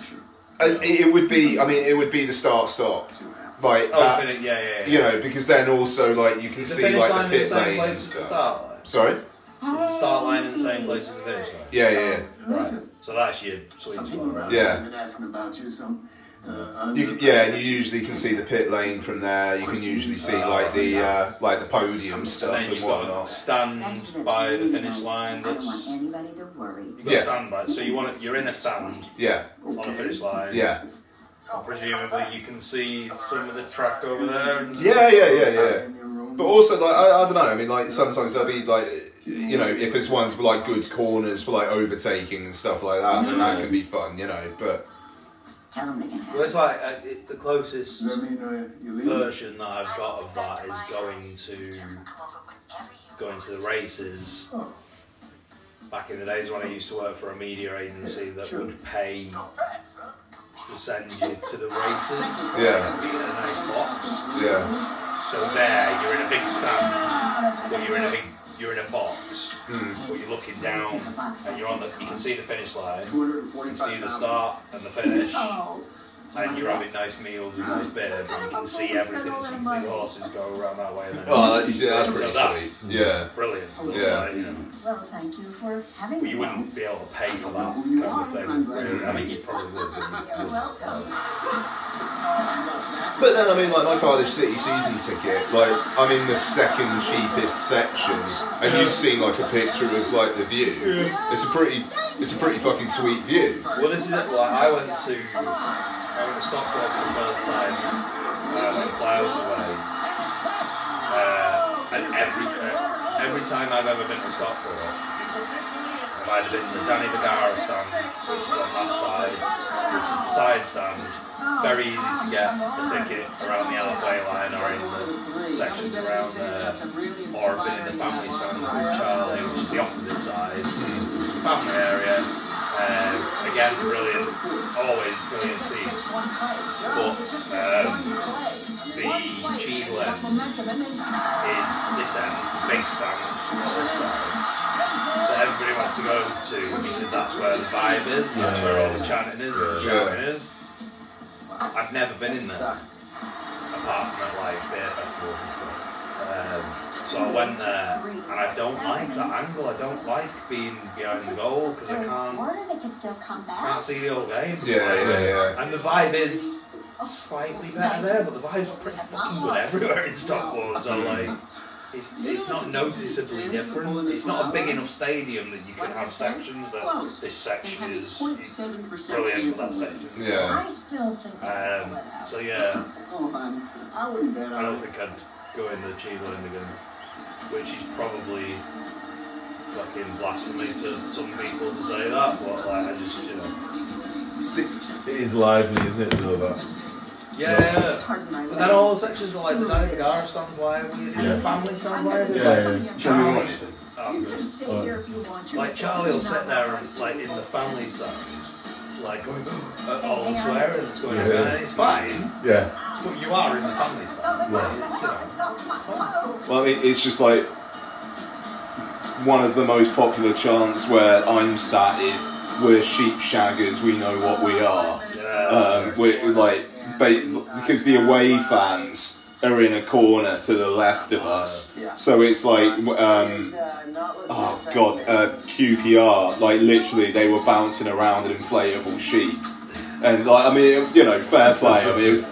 Speaker 2: It, it would be. I mean, it would be the start stop. Like
Speaker 3: Oh,
Speaker 2: that-
Speaker 3: finish- yeah, yeah, yeah.
Speaker 2: You know, because then also like you can
Speaker 3: Is the
Speaker 2: see
Speaker 3: finish
Speaker 2: like
Speaker 3: line
Speaker 2: the
Speaker 3: in the
Speaker 2: pit
Speaker 3: same
Speaker 2: lane
Speaker 3: place
Speaker 2: and
Speaker 3: as the
Speaker 2: stuff.
Speaker 3: start line?
Speaker 2: Sorry.
Speaker 3: It's the start line in the same place as the finish line.
Speaker 2: Yeah, yeah,
Speaker 3: So that's your sweet
Speaker 2: yeah.
Speaker 3: spot.
Speaker 2: yeah.
Speaker 17: been asking about you, so
Speaker 2: You can, yeah, and you usually can see the pit lane from there. You can usually see like the uh, like the podium stuff
Speaker 3: Then
Speaker 2: and
Speaker 3: you've got to
Speaker 2: whatnot.
Speaker 3: stand by the finish line. That's,
Speaker 5: Anybody to worry.
Speaker 3: you've got
Speaker 2: Yeah.
Speaker 3: to stand by. So you want to, you're in a stand
Speaker 2: Yeah,
Speaker 3: on the finish line.
Speaker 2: yeah,
Speaker 3: And presumably you can see some of the track over there. And
Speaker 2: yeah, yeah, yeah, yeah. But also, like I, I don't know. I mean, like sometimes there'll be like you know if it's ones with like good corners for like overtaking and stuff like that, then that can be fun, you know. But
Speaker 5: Tell them they can
Speaker 3: Well, it's like uh, it, the closest version that I've got of that is going to going to the races. Back in the days when I used to work for a media agency that would pay to send you to the races.
Speaker 2: Yeah.
Speaker 3: To be in a nice box.
Speaker 2: yeah,
Speaker 3: So there, you're in a big stand, but you're in a big, you're in a box,
Speaker 2: Hmm.
Speaker 3: but you're looking down, and you're on the, you can see the finish line, you can see the start and the finish,
Speaker 5: Oh.
Speaker 3: and you're having nice meals and nice beer, but you can see everything, so you can see the horses go around that way. And then
Speaker 2: Oh, that- you see, that's
Speaker 3: So
Speaker 2: pretty sweet. Yeah.
Speaker 3: brilliant.
Speaker 2: Yeah.
Speaker 3: Like, you know,
Speaker 5: Well, thank you for having
Speaker 3: well,
Speaker 5: me.
Speaker 3: you wouldn't be able to pay for that kind of thing. really. I mean, you probably would. but-
Speaker 5: You're welcome.
Speaker 2: But then, I mean, like my Cardiff City season ticket, like I'm in the second cheapest section, and you've seen like a picture of like the view.
Speaker 3: Yeah.
Speaker 2: It's a pretty, it's a pretty fucking sweet view.
Speaker 3: Well, this is it. Like, I went to I went to Stockport for the first time uh, when Clouds away, uh, and every uh, every time I've ever been to Stockport, I've either been to Danny Vergara stand, which is on that side, which is the side stand. Very easy to get a ticket around the LFA line or in the sections around there, or I've been in the family stand with Charlie, which is the opposite side, family area. Uh, again, brilliant, always brilliant seats. But uh, um, the Cheadle end is this end, it's the big stand on this side that everybody wants to go to because that's where the vibe is, and that's where all the chanting is, and the
Speaker 2: Yeah.
Speaker 3: shouting is. I've never been in there apart from at like beer festivals and stuff. Um, so I went there and I don't like that angle. I don't like being behind the goal because I can't
Speaker 22: Order they can still come back.
Speaker 3: can't see the whole game.
Speaker 2: Yeah, yeah, yeah.
Speaker 3: And the vibe is slightly better there, but the vibe's pretty
Speaker 5: Oh.
Speaker 3: fucking good Um, everywhere in Stockport. So like, it's it's not noticeably different. It's not a big enough stadium that you can have sections that this section is brilliant, that section.
Speaker 5: I still think
Speaker 3: Um, so yeah,
Speaker 5: Oh, I wouldn't bet
Speaker 3: I don't think I'd go in the Cheetah Lane again, which is probably fucking blasphemy to some people to say that, but like I just you know.
Speaker 1: It is lively, isn't it, though, that?
Speaker 3: Yeah, yeah. But then all the sections are like the Danny Vergara stands live, and the
Speaker 1: Yeah.
Speaker 3: family stands live. and
Speaker 1: Yeah,
Speaker 3: like,
Speaker 1: yeah.
Speaker 3: Charlie,
Speaker 1: You could
Speaker 3: oh,
Speaker 1: stay here
Speaker 3: God.
Speaker 1: if you want to.
Speaker 3: like Charlie will sit there and like in the family side, like
Speaker 1: Oh
Speaker 3: going uh, all
Speaker 1: Yeah.
Speaker 3: swearing and going,
Speaker 1: Yeah.
Speaker 3: yeah. it's fine,
Speaker 1: Yeah.
Speaker 3: but you are in the family side.
Speaker 2: Well, I mean, it's just like one of the most popular chants where I'm sat is "We're sheep shaggers, we know what we are." Um, we're like ba- because the away fans are in a corner to the left of us, so it's like um, oh god, uh, QPR. Like literally, they were bouncing around an inflatable sheep, and like I mean, you know, fair play. I mean, it was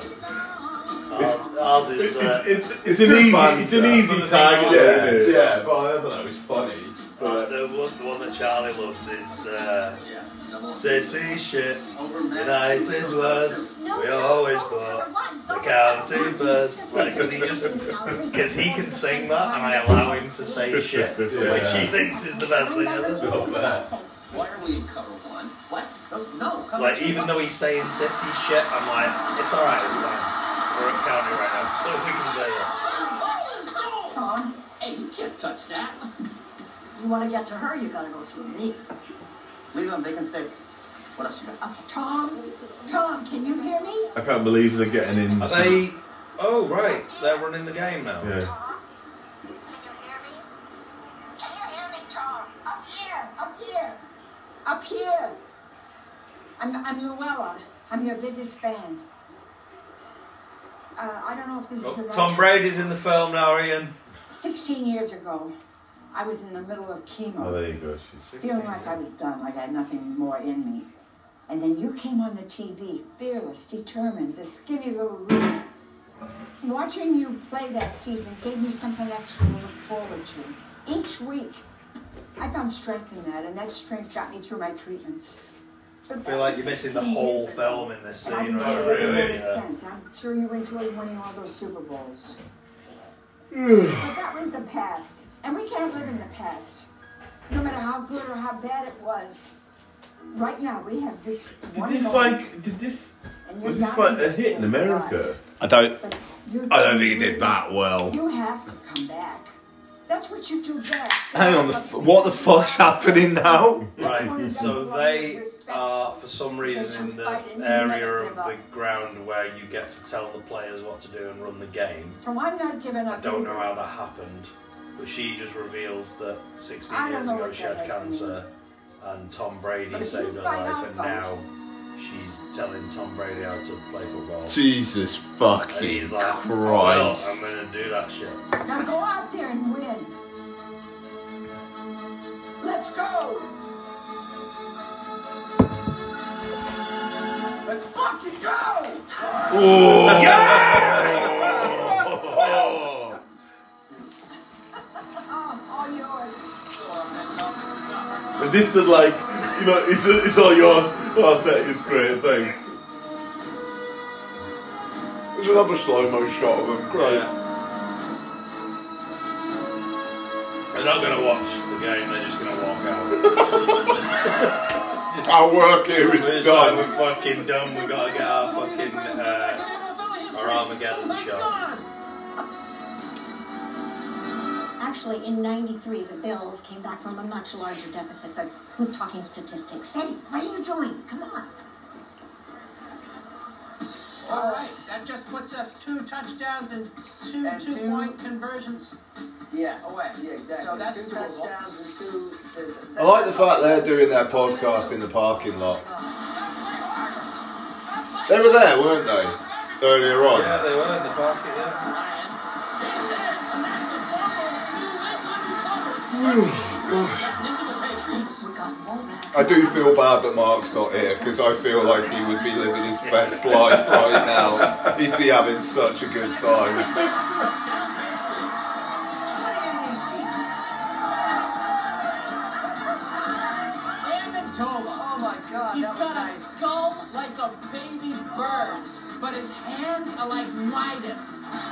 Speaker 3: Ours, ours is. Uh,
Speaker 1: It's an easy, it's an easy target.
Speaker 2: Yeah,
Speaker 1: isn't it?
Speaker 2: yeah, but I thought it was funny.
Speaker 3: the one, the one that Charlie loves is uh, City shit, United's worse. We always put the county first. Because he just, [laughs] because he can sing that, and I allow him
Speaker 1: [laughs]
Speaker 3: to say
Speaker 2: [laughs]
Speaker 3: shit, which he thinks is the best thing
Speaker 2: Oh,
Speaker 3: ever.
Speaker 13: Why are we in cover one? What? No, no cover
Speaker 3: Like
Speaker 13: two.
Speaker 3: even though he's saying city shit, I'm like, it's alright, it's fine. We're at county right now, so we can say that.
Speaker 4: Tom, hey, you can't touch that. You want to get to her, you gotta go through me.
Speaker 13: Leave them. They can stay. What else you got?
Speaker 4: Okay, Tom, Tom, can you hear me?
Speaker 1: I can't believe they're getting in.
Speaker 3: Are they? Oh right, they're running the game now.
Speaker 1: Yeah.
Speaker 38: Can you hear me, Tom? Up here, up here, up here.
Speaker 5: I'm, I'm Luella. I'm your biggest fan. Uh, I don't know if this is
Speaker 3: Oh,
Speaker 5: the right
Speaker 3: Tom Brady's in the film now, Ian.
Speaker 5: 16 years ago, I was in the middle of chemo.
Speaker 1: Oh, there you go. She's
Speaker 5: Feeling like I was done, like I had nothing more in me. And then you came on the TV, fearless, determined, the skinny little room. Watching you play that season gave me something extra to look forward to. Each week, I found strength in that, and that strength got me through my treatments. But
Speaker 3: I feel like you're missing the
Speaker 5: 16
Speaker 3: whole
Speaker 5: years
Speaker 3: film in this scene.
Speaker 5: and I've
Speaker 3: Right?
Speaker 5: enjoyed
Speaker 3: Really,
Speaker 5: it ever
Speaker 3: yeah.
Speaker 5: since. I'm sure you enjoyed winning all those
Speaker 3: [sighs]
Speaker 5: Super Bowls.
Speaker 1: but
Speaker 5: that was the past, and we can't live in the past, no matter how good or how bad it was. Right now, we have this one
Speaker 1: Did this
Speaker 5: moment,
Speaker 1: like? Did this?
Speaker 5: and you're
Speaker 1: Was this
Speaker 5: not
Speaker 1: like a
Speaker 5: this
Speaker 1: hit in
Speaker 5: game,
Speaker 1: America?
Speaker 39: I don't.
Speaker 5: You're
Speaker 39: I don't think it did that
Speaker 5: but
Speaker 39: well.
Speaker 5: You have to come back. That's what you do best.
Speaker 39: Hang on. The, f- what the fuck's happening now?
Speaker 3: Right, so they are for some reason in the area of the ground where you get to tell the players what to do and run the game.
Speaker 5: So I'm not giving
Speaker 3: I
Speaker 5: up.
Speaker 3: don't know how that happened, but she just revealed that 16
Speaker 5: I don't
Speaker 3: years
Speaker 5: know
Speaker 3: ago
Speaker 5: what
Speaker 3: she
Speaker 5: that
Speaker 3: had
Speaker 5: had to
Speaker 3: cancer and Tom Brady
Speaker 5: But if
Speaker 3: saved
Speaker 5: you
Speaker 3: her
Speaker 5: find out
Speaker 3: life, and
Speaker 5: about
Speaker 3: now she's telling Tom Brady how to play football.
Speaker 39: Jesus
Speaker 3: And he's
Speaker 39: fucking
Speaker 3: like, well, I'm
Speaker 39: Christ.
Speaker 3: gonna do that shit.
Speaker 5: Now go out there and win.
Speaker 38: Let's go. Let's fucking go.
Speaker 40: Yeah!
Speaker 5: Oh, all yours.
Speaker 1: As if they're like, you know, it's, it's all yours. Oh, that is great. Thanks.
Speaker 2: There's another slow mo shot of him. Great.
Speaker 3: They're not gonna watch the game, they're just gonna walk out.
Speaker 2: [laughs] Our work here is
Speaker 3: We're
Speaker 2: done.
Speaker 3: sorry, We're fucking done, we gotta get our fucking, uh, our Armageddon shot.
Speaker 8: Actually, in 93, the Bills came back from a much larger deficit, but who's talking statistics? Hey, what are you doing? Come on.
Speaker 13: All right, that just puts us two touchdowns and two two-point conversions.
Speaker 41: Yeah. Away. Yeah, exactly.
Speaker 13: So that's
Speaker 41: two
Speaker 13: doable.
Speaker 41: touchdowns and two.
Speaker 2: I like the fact they're doing their podcast in the parking lot. They were there, weren't they? Earlier on.
Speaker 3: Yeah, they were in the basket, yeah.
Speaker 2: I do feel bad that Mark's not here because I feel like he would be living his best life right now. He'd be having such a good time.
Speaker 4: Evan Tola.
Speaker 41: Oh my God,
Speaker 4: He's
Speaker 41: that was
Speaker 4: got a
Speaker 41: nice.
Speaker 4: skull like a baby bird's, but his hands are like Midas.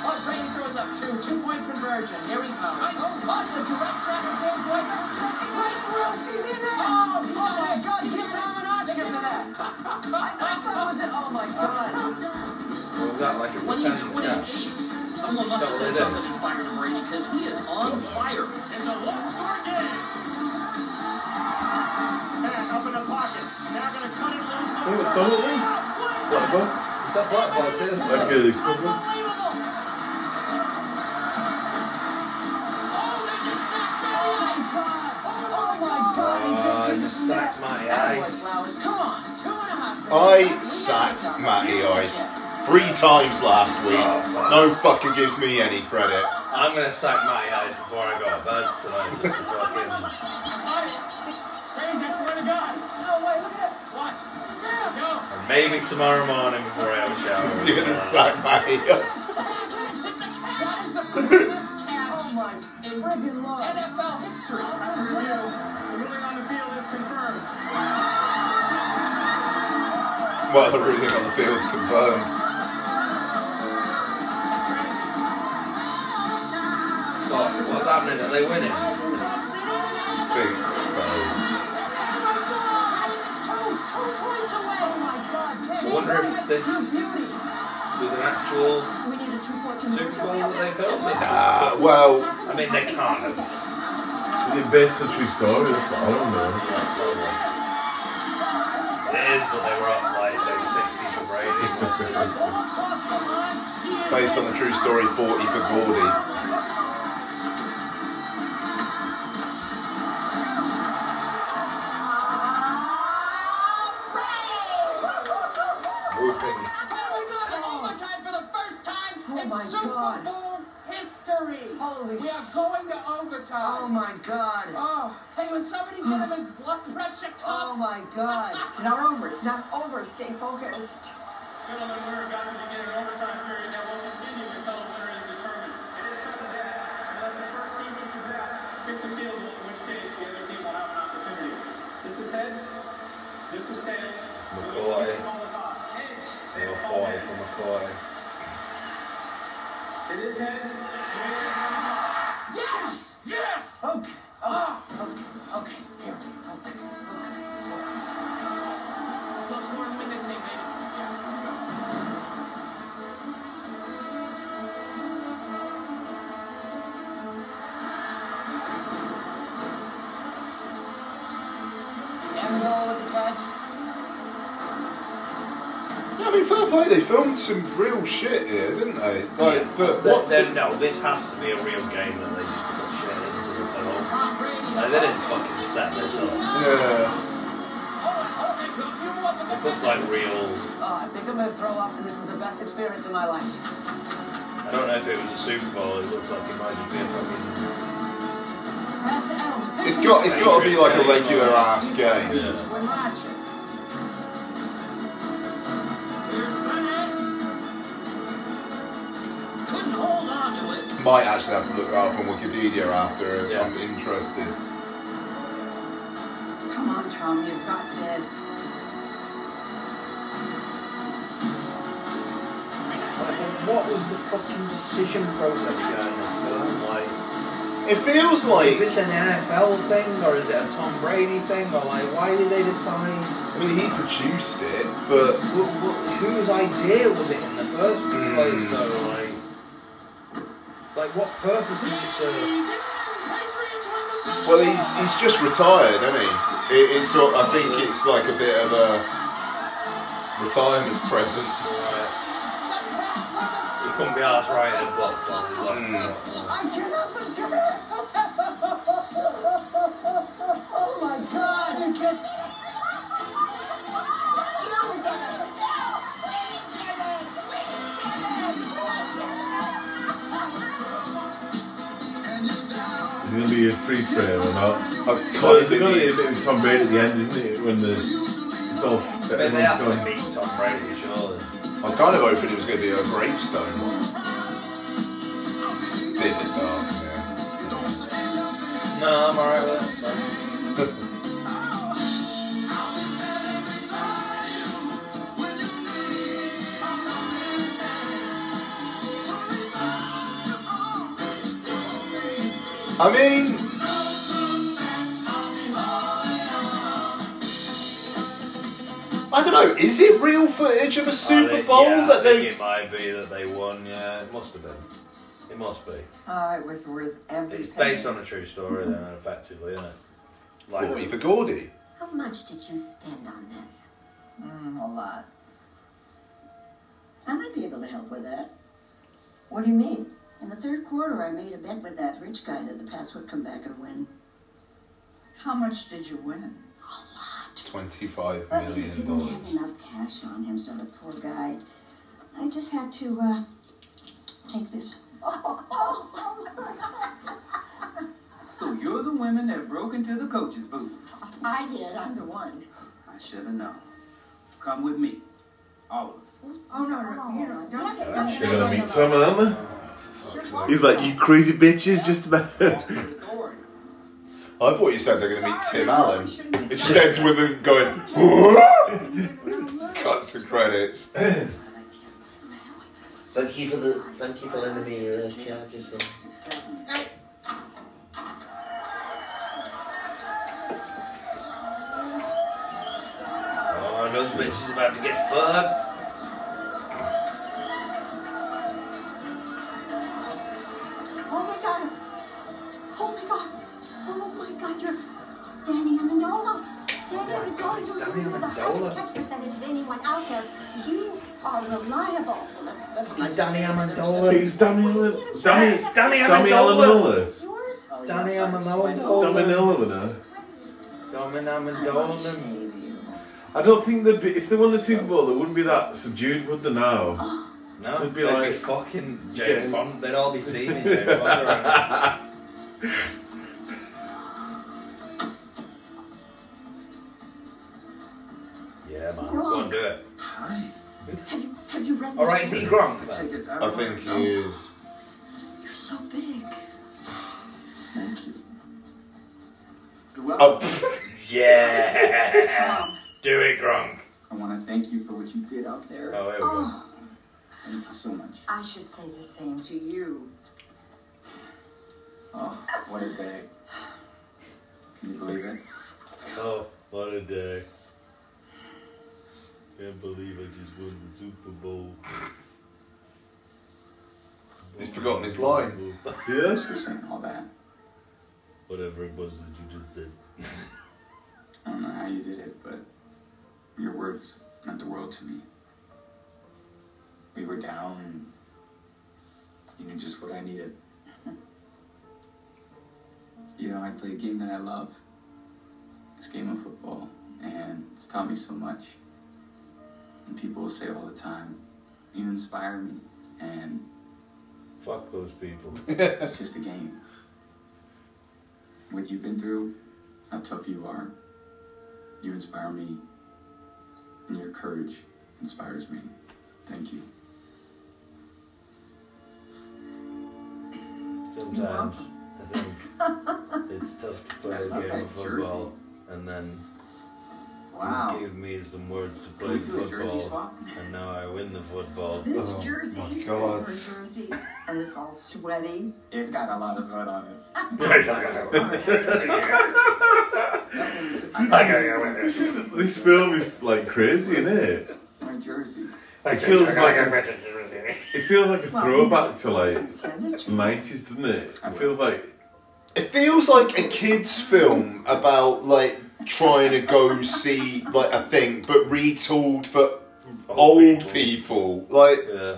Speaker 4: What Brady throws up two, two point conversion. Here we go. Watch a direct snap from James White. Right through. He's in there. Oh, oh my God, he gets on and on. He gets it out. [laughs] I thought that was it. Oh my God.
Speaker 3: What was that, like a
Speaker 13: When he's 28, someone must have said something inspired to Brady because he is on fire.
Speaker 40: It's a one-score game. Man, up in the pocket. Now gonna cut it loose.
Speaker 1: Oh, it's all these. Black box. Is that black box? It is black. Okay, the equivalent.
Speaker 4: Oh my God.
Speaker 2: I just sacked Matty Ice.
Speaker 4: Flowers, come on. Two and a half.
Speaker 2: I sacked Matty Ice three times last
Speaker 3: Oh,
Speaker 2: week. No fucker gives me any credit.
Speaker 3: I'm gonna sack my eyes before I go to bed tonight, just to fucking.
Speaker 40: James, I swear to God. No, wait, look at that. Watch. Go.
Speaker 3: and Maybe tomorrow morning before I have a
Speaker 1: [laughs]
Speaker 3: shower.
Speaker 2: You're gonna sack Matty Ice.
Speaker 4: That is the greatest catch in NFL history.
Speaker 40: Ruling on the field is confirmed.
Speaker 2: Butler running on the field to confirm.
Speaker 3: Oh, what's happening? Are they winning? I wonder if this was an actual Super Bowl that they filmed.
Speaker 2: Ah, well.
Speaker 3: I mean, they can't have.
Speaker 1: Is it based on a true story? That's what I don't know.
Speaker 3: It is, but they were up like they were 60 for Brady.
Speaker 2: Based on the true story, 40 for Gordy.
Speaker 3: Whooping.
Speaker 42: Overtime for the first time
Speaker 4: Oh
Speaker 42: in Super Bowl history. Holy we are going to overtime.
Speaker 5: Oh my God.
Speaker 42: Oh, hey, was somebody give him his blood pressure cuff?
Speaker 5: [gasps] Oh my God. It's not over. It's not over. Stay focused.
Speaker 4: Gentlemen, we're about to begin an overtime period that will continue until the winner is determined. It is such that unless the first team who possess kicks a field goal, in which case the other team will have an opportunity. This is heads. This is tails.
Speaker 3: McCoy.
Speaker 4: Heads.
Speaker 3: They were 40 for McCoy.
Speaker 4: It is heads. Yes! Yes! Okay.
Speaker 42: Ah.
Speaker 4: Okay. Okay. Here. Okay. Okay. Let's go score and win this thing, baby.
Speaker 5: And the
Speaker 7: Oh,
Speaker 5: goal with the touch.
Speaker 2: Yeah, I mean, fair play, they filmed some real shit here, didn't they? Like, but
Speaker 3: Th-
Speaker 2: what?
Speaker 3: then, no, this has to be a real game that they just put shit into the film. Like, they didn't fucking set this up.
Speaker 2: Yeah.
Speaker 3: This looks like real.
Speaker 5: Oh, I think I'm going to throw up, and this is the best experience of my life.
Speaker 3: I don't know if it was a Super Bowl. It looks like it might just be a fucking.
Speaker 5: Pass it out.
Speaker 2: It's got, it's got to be like a regular ass game.
Speaker 5: We're marching.
Speaker 43: Couldn't hold on to it.
Speaker 2: Might actually have to look that up on Wikipedia after. if I'm interested.
Speaker 5: Come on, Tom, you've got this.
Speaker 3: Like, what was the fucking decision process behind this film? Like,
Speaker 2: It feels like.
Speaker 3: is this an NFL thing or is it a Tom Brady thing or like why did they decide?
Speaker 2: I mean, he produced it, but
Speaker 3: Wh- wh- whose idea was it in the first place
Speaker 2: Hmm.
Speaker 3: though? Like, like what purpose does it serve?
Speaker 2: Well, he's he's just retired, hasn't he? It, it's sort. I think it's like a bit of a retirement present.
Speaker 3: You couldn't be asked writing a block
Speaker 18: I cannot believe
Speaker 5: [laughs]
Speaker 18: it. Oh my god, you can't.
Speaker 1: It's going to be a free frame or not? Well, it's going to be a bit of Tom Brady at the end, isn't it? When the, it's all,
Speaker 3: But they
Speaker 1: everyone's
Speaker 3: have
Speaker 1: gone.
Speaker 3: to beat Tom Brady, surely.
Speaker 2: I was kind of hoping it was going to be a gravestone. Bit of dark, yeah.
Speaker 3: No, I'm alright with it.
Speaker 2: I mean, I don't know. Is it real footage of a
Speaker 3: I
Speaker 2: Super
Speaker 3: think-
Speaker 2: Bowl
Speaker 3: yeah,
Speaker 2: that
Speaker 3: I
Speaker 2: they?
Speaker 3: think it might be that they won. Yeah, it must have been. It must be.
Speaker 5: Oh, it was worth every
Speaker 3: It's
Speaker 5: penny.
Speaker 3: based on a true story, then, effectively, isn't it? Like,
Speaker 2: Forty for Gordy.
Speaker 8: How much did you spend on this?
Speaker 5: Mm, a lot.
Speaker 8: I might be able to help with that.
Speaker 5: What do you mean?
Speaker 8: In the third quarter, I made a bet with that rich guy that the Pats would come back and win.
Speaker 5: How much did you win?
Speaker 2: Twenty-five
Speaker 8: But he
Speaker 2: million
Speaker 8: didn't
Speaker 2: dollars.
Speaker 8: have enough cash on him, so the poor guy. I just had to uh, take this.
Speaker 17: So you're the women that broke into the coach's booth.
Speaker 8: I did. I'm the one.
Speaker 17: I should have known. Come with me. All of us.
Speaker 5: Oh no, no, you know, don't say
Speaker 1: You're going to meet Tom Allen? He's like, you crazy bitches, just [laughs] about.
Speaker 2: I thought you said they're going to meet Tim Allen. It just ends with them going. "Whoa!" cuts to credits.
Speaker 6: Thank you for the thank you for lending me your uh, charges. then.
Speaker 3: Oh, those bitches about to get fucked. [laughs]
Speaker 7: Oh my god. Oh my god. Oh my god, you're Danny Amendola. Danny Amendola, you're
Speaker 3: Danny
Speaker 7: doing the
Speaker 3: Amendola?
Speaker 7: highest catch percentage of anyone out there. You are reliable. Well, that's, that's
Speaker 6: Danny Amendola. Who's
Speaker 1: Danny Amendola? Danny, Danny Amendola.
Speaker 6: Danny
Speaker 1: Amendola.
Speaker 3: Domino Amendola.
Speaker 1: I don't think they'd be, if they won the Super Bowl, they wouldn't be that subdued, would they [gasps]
Speaker 6: Oh.
Speaker 1: now?
Speaker 3: No,
Speaker 1: They'd
Speaker 3: they'd
Speaker 1: be
Speaker 3: be
Speaker 1: like-
Speaker 3: fucking
Speaker 1: Getting-
Speaker 3: Jane Fond. They'd all be teaming Jane Fonda [laughs] around. Yeah, man. Go and do it.
Speaker 7: Have you, have you read this?
Speaker 3: All right, is he Gronk? then?
Speaker 2: I think he is.
Speaker 7: You're so big. Thank you.
Speaker 2: Oh,
Speaker 3: [laughs] Yeah. do it, Gronk.
Speaker 13: I want to thank you for what you did out there.
Speaker 3: Oh, there we go.
Speaker 13: Thank you so much.
Speaker 5: I should say the same to you.
Speaker 13: Oh, what a day. Can you believe it?
Speaker 1: Oh, what a day. Can't believe I just won the Super Bowl.
Speaker 2: He's forgotten his line.
Speaker 1: Yes? [laughs]
Speaker 13: Just saying all that.
Speaker 1: Whatever it was that you just did.
Speaker 13: I don't know how uh, you did it, but your words meant the world to me. We were down, and you knew just what I needed. [laughs] you know, I play a game that I love. It's a game of football, and it's taught me so much. And people will say all the time, "You inspire me," and
Speaker 1: Fuck those
Speaker 2: [laughs]
Speaker 1: people.
Speaker 13: it's just a game. What you've been through, how tough you are, you inspire me, and your courage inspires me. Thank you.
Speaker 6: uh,
Speaker 3: Sometimes I think it's tough to play a game of
Speaker 13: Okay, Jersey.
Speaker 3: football and then you
Speaker 13: Wow.
Speaker 3: gave me some words to
Speaker 13: we
Speaker 3: play
Speaker 13: do a jersey
Speaker 3: football
Speaker 13: swap? Oh
Speaker 3: and now I win the football.
Speaker 5: This jersey
Speaker 3: uh, my
Speaker 5: is
Speaker 3: God.
Speaker 5: her jersey, and it's all sweaty.
Speaker 13: It's got a lot of sweat on it.
Speaker 1: this, is, this film is like crazy, isn't it?
Speaker 13: My jersey.
Speaker 1: It feels like a, it feels like a throwback to like
Speaker 13: Send it to
Speaker 1: nineties, doesn't it? It feels like
Speaker 2: It feels like a kids' film about like trying to go see like a thing, but retooled for old people. Like
Speaker 1: yeah,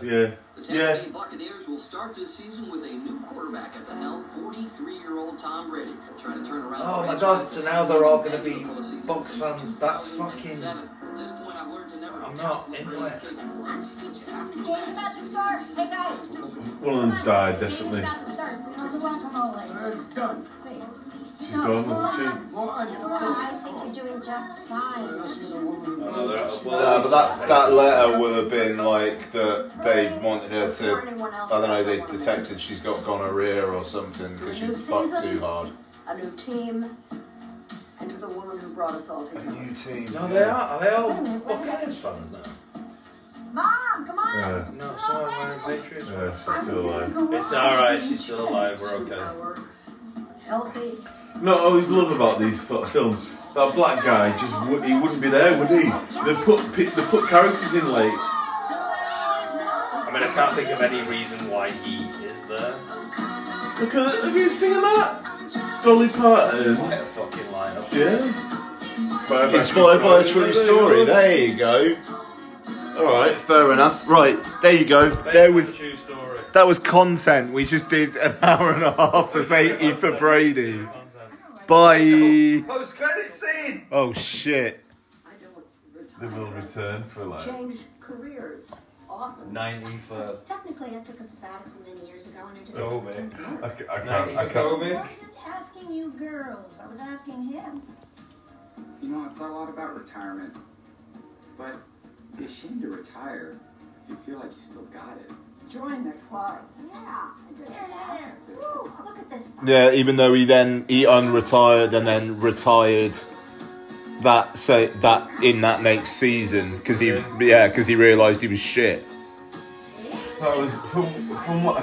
Speaker 4: The Tampa Bay Buccaneers will start this season with a new quarterback at the helm, 43-year-old Tom Brady, trying to turn around.
Speaker 3: Oh
Speaker 4: the
Speaker 3: my
Speaker 4: franchise
Speaker 3: god, so now they're all gonna be
Speaker 4: postseason
Speaker 3: Bucks
Speaker 4: since
Speaker 3: fans. That's
Speaker 4: 2007.
Speaker 3: fucking.
Speaker 4: At this point, I've learned to never
Speaker 3: I'm not
Speaker 4: doubt what
Speaker 3: in
Speaker 4: Brady's
Speaker 3: it.
Speaker 4: capable of. Stitch after
Speaker 7: Game's about to start. Hey guys.
Speaker 1: one of them's died definitely.
Speaker 7: Game's about to start. How's the guacamole? It's done.
Speaker 1: She's gone, hasn't
Speaker 7: I think you're doing just fine.
Speaker 2: No, but that, that letter will have been like that they wanted her to. I don't know. They detected she's got gonorrhea or something because she fucked too hard.
Speaker 44: a new team, and to the woman who brought us all together.
Speaker 2: New team.
Speaker 3: No, they are. Are they all Buccaneers fans now?
Speaker 7: Mom, come on.
Speaker 1: Yeah.
Speaker 3: No, some of them are Patriots.
Speaker 1: Yeah, she's still alive.
Speaker 3: It's alright, she's still alive, we're okay.
Speaker 44: Healthy.
Speaker 1: No, I always love about these sort of films. That black guy just would he wouldn't be there, would he? They put pi- they put characters in like
Speaker 3: I mean, I can't think of any reason why he is there.
Speaker 1: look at look who's singing that Dolly Parton.
Speaker 3: Quite a fucking lineup.
Speaker 1: Yeah.
Speaker 2: Inspired by a true story. There you go. All right, fair enough. Right, there you go. There was that was content. We just did an [laughs] hour and a half of eighty for Brady. Bye.
Speaker 3: Post credit scene.
Speaker 2: Oh shit.
Speaker 1: They will return for like
Speaker 8: Change careers often.
Speaker 3: Ninety E for Oh,
Speaker 8: Technically, I took a sabbatical many years ago and I just.
Speaker 3: Kobe.
Speaker 1: I, ca- I
Speaker 3: Ninety
Speaker 1: can't. I
Speaker 3: for
Speaker 1: can't.
Speaker 3: Kobe.
Speaker 45: wasn't asking you girls, I was asking him.
Speaker 13: You know, I've thought a lot about retirement, but be ashamed to retire if you feel like you still got it.
Speaker 7: Join the club.
Speaker 8: Yeah. Ooh, look at this.
Speaker 2: Yeah, even though he then he unretired and then retired that say that in that next season because he yeah because he realised he was shit.
Speaker 1: That was from, from what I